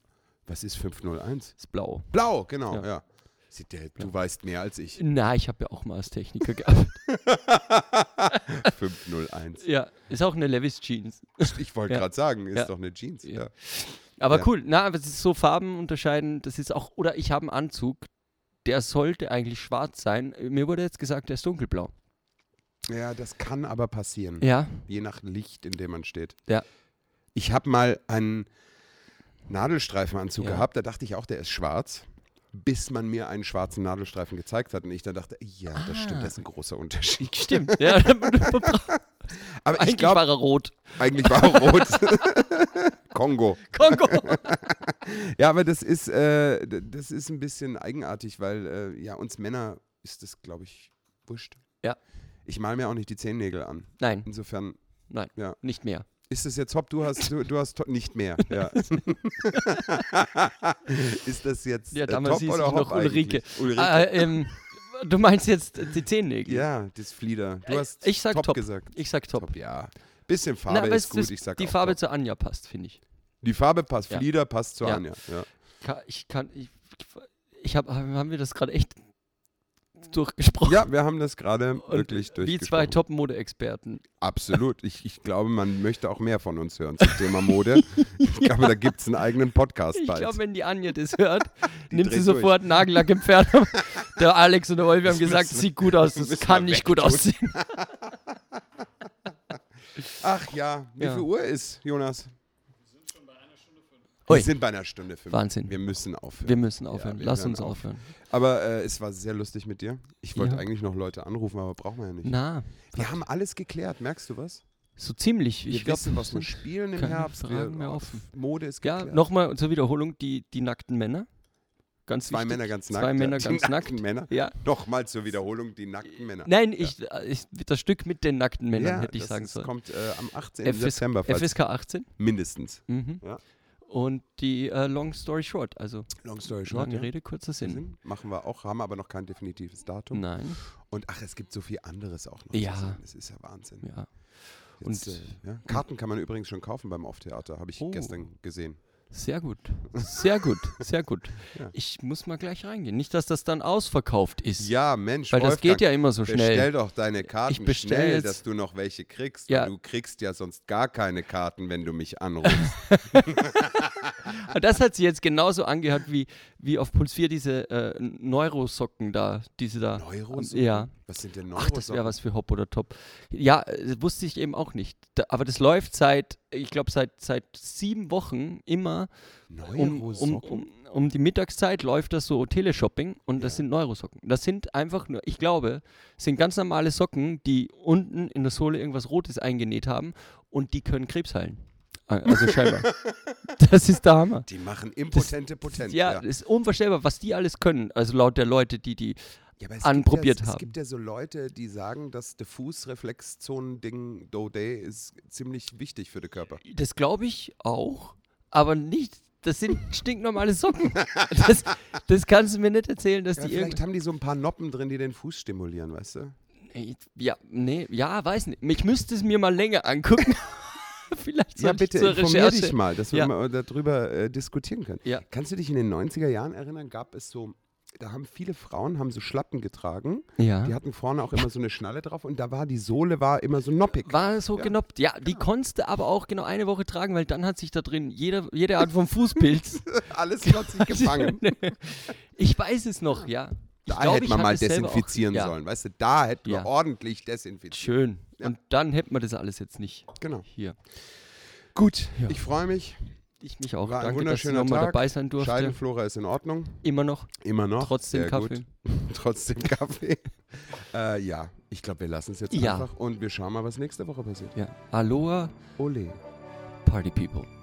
Speaker 1: was ist 501?
Speaker 2: ist blau.
Speaker 1: Blau, genau, ja.
Speaker 2: Ja.
Speaker 1: Sieht der, du weißt mehr als ich.
Speaker 2: Na, ich habe ja auch mal als Techniker gearbeitet.
Speaker 1: 501.
Speaker 2: ja, ist auch eine Levis Jeans.
Speaker 1: Ich wollte
Speaker 2: Ja.
Speaker 1: gerade sagen, ist
Speaker 2: Ja.
Speaker 1: doch eine Jeans. Ja.
Speaker 2: Ja. Aber
Speaker 1: Ja.
Speaker 2: cool, na, aber es ist so Farben unterscheiden, das ist auch, oder ich habe einen Anzug, der sollte eigentlich schwarz sein. Mir wurde jetzt gesagt, der ist dunkelblau.
Speaker 1: ja, das kann aber passieren.
Speaker 2: Ja,
Speaker 1: Je nach Licht, in dem man steht.
Speaker 2: ja.
Speaker 1: Ich habe mal einen Nadelstreifenanzug
Speaker 2: Ja.
Speaker 1: gehabt, da dachte ich auch, der ist schwarz, bis man mir einen schwarzen Nadelstreifen gezeigt hat und ich dann dachte, ja, das stimmt, das ist ein großer Unterschied.
Speaker 2: Ah. Stimmt. ja, eigentlich
Speaker 1: Aber ich
Speaker 2: war
Speaker 1: glaube,
Speaker 2: er rot.
Speaker 1: eigentlich war er rot. Kongo.
Speaker 2: Kongo.
Speaker 1: Ja, aber das ist, äh, d- das ist ein bisschen eigenartig, weil äh, ja, uns Männer ist das, glaube ich, wurscht.
Speaker 2: Ja.
Speaker 1: Ich mal mir auch nicht die Zehennägel an.
Speaker 2: Nein,
Speaker 1: Insofern
Speaker 2: nein,
Speaker 1: Ja.
Speaker 2: nicht mehr.
Speaker 1: ist es jetzt hopp, du hast, du, du hast to- nicht mehr. Ja. ist das jetzt
Speaker 2: Ja,
Speaker 1: äh,
Speaker 2: damals
Speaker 1: top
Speaker 2: hieß ich
Speaker 1: oder hopp
Speaker 2: noch Ulrike.
Speaker 1: eigentlich? Ulrike.
Speaker 2: Ah, ähm, du meinst jetzt die Zehennägel?
Speaker 1: Ja, das Flieder. Du hast
Speaker 2: Ah. Äh, ich sag top.
Speaker 1: gesagt.
Speaker 2: Ich sag top.
Speaker 1: Top, ja. Bisschen
Speaker 2: Na,
Speaker 1: Farbe
Speaker 2: aber es
Speaker 1: ist gut,
Speaker 2: ist-
Speaker 1: ich sag
Speaker 2: Die
Speaker 1: auch
Speaker 2: Farbe
Speaker 1: top.
Speaker 2: zu Anja passt, finde ich.
Speaker 1: Die Farbe passt,
Speaker 2: Ja.
Speaker 1: Flieder passt zu
Speaker 2: Ja.
Speaker 1: Anja. Ja.
Speaker 2: Ka- Ich kann, ich, ich hab, haben wir das gerade echt durchgesprochen?
Speaker 1: ja, wir haben das gerade
Speaker 2: Und
Speaker 1: wirklich
Speaker 2: Wie
Speaker 1: durchgesprochen.
Speaker 2: zwei Top-Mode-Experten.
Speaker 1: Absolut. Ich, ich glaube, man möchte auch mehr von uns hören zum Thema Mode. Ich glaube, da gibt es einen eigenen Podcast
Speaker 2: Ich
Speaker 1: bald.
Speaker 2: glaube, wenn die Anja das hört, nimmt sie
Speaker 1: dreht durch.
Speaker 2: sofort Nagellack im Pferd. Der Alex und der Wolfi haben gesagt,
Speaker 1: müssen-
Speaker 2: sieht gut aus,
Speaker 1: das
Speaker 2: das
Speaker 1: müssen
Speaker 2: kann
Speaker 1: wir
Speaker 2: nicht gut
Speaker 1: wegtun.
Speaker 2: aussehen.
Speaker 1: Ach ja, wie
Speaker 2: Ja.
Speaker 1: viel Uhr ist, Jonas?
Speaker 2: Ui.
Speaker 1: Wir sind bei einer Stunde fünf.
Speaker 2: Wahnsinn.
Speaker 1: Wir müssen aufhören.
Speaker 2: Wir müssen aufhören,
Speaker 1: wir
Speaker 2: lass
Speaker 1: hören
Speaker 2: uns
Speaker 1: auf.
Speaker 2: aufhören.
Speaker 1: aber äh, es war sehr lustig mit dir. Ich wollte
Speaker 2: Ja.
Speaker 1: eigentlich noch Leute anrufen, aber brauchen wir ja nicht.
Speaker 2: Na,
Speaker 1: Wir haben alles geklärt, merkst du was?
Speaker 2: so ziemlich.
Speaker 1: Wir
Speaker 2: Ich glaube,
Speaker 1: wissen, was wir spielen im
Speaker 2: keine
Speaker 1: Herbst. wir, Oh,
Speaker 2: Fragen mehr offen.
Speaker 1: Mode ist
Speaker 2: Ja,
Speaker 1: geklärt.
Speaker 2: nochmal zur Wiederholung, die, die nackten Männer. Ganz
Speaker 1: Zwei
Speaker 2: wichtig.
Speaker 1: Männer ganz nackt.
Speaker 2: Zwei Männer
Speaker 1: ja.
Speaker 2: ganz
Speaker 1: die
Speaker 2: nackt.
Speaker 1: nackten Männer.
Speaker 2: Ja.
Speaker 1: Nochmal zur Wiederholung, die nackten Männer.
Speaker 2: Nein, ich, ich, das Stück mit den nackten Männern hätte ich
Speaker 1: das
Speaker 2: sagen
Speaker 1: ist-
Speaker 2: sollen.
Speaker 1: kommt äh, am 18.
Speaker 2: FS
Speaker 1: September, falls
Speaker 2: FSK 18.
Speaker 1: mindestens.
Speaker 2: Mhm.
Speaker 1: Ja.
Speaker 2: Und die äh, Long Story Short, also
Speaker 1: Long story
Speaker 2: lange Rede, kurzer Sinn.
Speaker 1: Sinn. Machen wir auch, haben aber noch kein definitives Datum.
Speaker 2: Nein,
Speaker 1: Und ach, es gibt so viel anderes auch noch.
Speaker 2: Ja.
Speaker 1: Zu sehen. Das ist ja Wahnsinn.
Speaker 2: ja.
Speaker 1: Jetzt,
Speaker 2: Und-
Speaker 1: äh, ja. Karten kann man übrigens schon kaufen beim Off-Theater, habe ich
Speaker 2: Oh.
Speaker 1: gestern gesehen.
Speaker 2: Sehr gut. Sehr gut, sehr gut. Ich muss mal gleich reingehen. Nicht, dass das dann ausverkauft ist.
Speaker 1: Ja, Mensch,
Speaker 2: weil das
Speaker 1: Wolfgang,
Speaker 2: geht ja immer so
Speaker 1: Bestell
Speaker 2: schnell.
Speaker 1: doch deine Karten
Speaker 2: Ich bestell
Speaker 1: schnell,
Speaker 2: jetzt-
Speaker 1: dass du noch welche kriegst.
Speaker 2: Ja.
Speaker 1: Du kriegst ja sonst gar keine Karten, wenn du mich anrufst.
Speaker 2: Aber Ah, Das hat sie jetzt genauso angehört wie, wie auf Puls 4 diese äh, Neurosocken da, diese da.
Speaker 1: Neuros?
Speaker 2: Ja.
Speaker 1: Was sind denn Neuros?
Speaker 2: Ach, das wäre was für Hop oder Top. Ja, äh, wusste ich eben auch nicht. Da, aber das läuft seit, ich glaube, seit, seit sieben Wochen immer um, um, um, um die Mittagszeit läuft das so Teleshopping und das sind Neurosocken. Das sind einfach nur, ich glaube, sind ganz normale Socken, die unten in der Sohle irgendwas Rotes eingenäht haben und die können Krebs heilen. Äh, Also scheinbar. das ist der Hammer.
Speaker 1: Die machen impotente Potenz.
Speaker 2: Ja, ist unvorstellbar, was die alles können. Also laut der Leute, die die.
Speaker 1: Ja, aber es
Speaker 2: anprobiert
Speaker 1: gibt ja,
Speaker 2: haben.
Speaker 1: Es gibt ja so Leute, die sagen, dass der Fußreflexzonen-Ding Do Day ist ziemlich wichtig für den Körper.
Speaker 2: Das glaube ich auch, aber nicht. Das sind stinknormale Socken. Das, das kannst du mir nicht erzählen, dass
Speaker 1: Ja,
Speaker 2: die irgendwie.
Speaker 1: vielleicht haben die so ein paar Noppen drin, die den Fuß stimulieren, weißt du?
Speaker 2: Ey, Ja, nee, ja, weiß nicht. Ich müsste es mir mal länger angucken. Vielleicht
Speaker 1: Ja,
Speaker 2: soll ich
Speaker 1: bitte,
Speaker 2: zur
Speaker 1: informier
Speaker 2: Recherche.
Speaker 1: dich mal, dass wir
Speaker 2: Ja.
Speaker 1: mal darüber äh, diskutieren können.
Speaker 2: Ja.
Speaker 1: Kannst du dich in den 90er Jahren erinnern, gab es so, da haben viele Frauen haben so Schlappen getragen, die
Speaker 2: Ja.
Speaker 1: hatten vorne auch immer so eine Schnalle drauf und da war die Sohle war immer so noppig.
Speaker 2: War so genoppt. Ja, die konntest du aber auch genau eine Woche tragen, weil dann hat sich da drin jede, jede Art von Fußpilz
Speaker 1: Alles hat sich gefangen.
Speaker 2: Ich weiß es noch, ja. Ich
Speaker 1: Da
Speaker 2: glaub,
Speaker 1: hätte
Speaker 2: ich
Speaker 1: man
Speaker 2: hab
Speaker 1: mal
Speaker 2: es selber
Speaker 1: desinfizieren
Speaker 2: auch, ja.
Speaker 1: sollen, weißt du? Da hätten
Speaker 2: Ja.
Speaker 1: wir ordentlich desinfiziert.
Speaker 2: Schön. Und dann hätten wir das alles jetzt nicht
Speaker 1: Genau.
Speaker 2: hier.
Speaker 1: Gut, ich freue mich.
Speaker 2: Ich mich auch.
Speaker 1: War ein
Speaker 2: Danke, dass ich
Speaker 1: wunderschöner
Speaker 2: nochmal
Speaker 1: Tag.
Speaker 2: dabei sein durfte.
Speaker 1: Scheidenflora ist in Ordnung.
Speaker 2: Immer noch.
Speaker 1: Immer noch.
Speaker 2: Trotzdem
Speaker 1: Sehr
Speaker 2: Kaffee.
Speaker 1: Gut. Trotzdem Kaffee. äh, ja, ich glaube, wir lassen es jetzt
Speaker 2: Ja.
Speaker 1: einfach und wir schauen mal, was nächste Woche passiert.
Speaker 2: Ja. Aloha,
Speaker 1: Ole.
Speaker 2: Party People.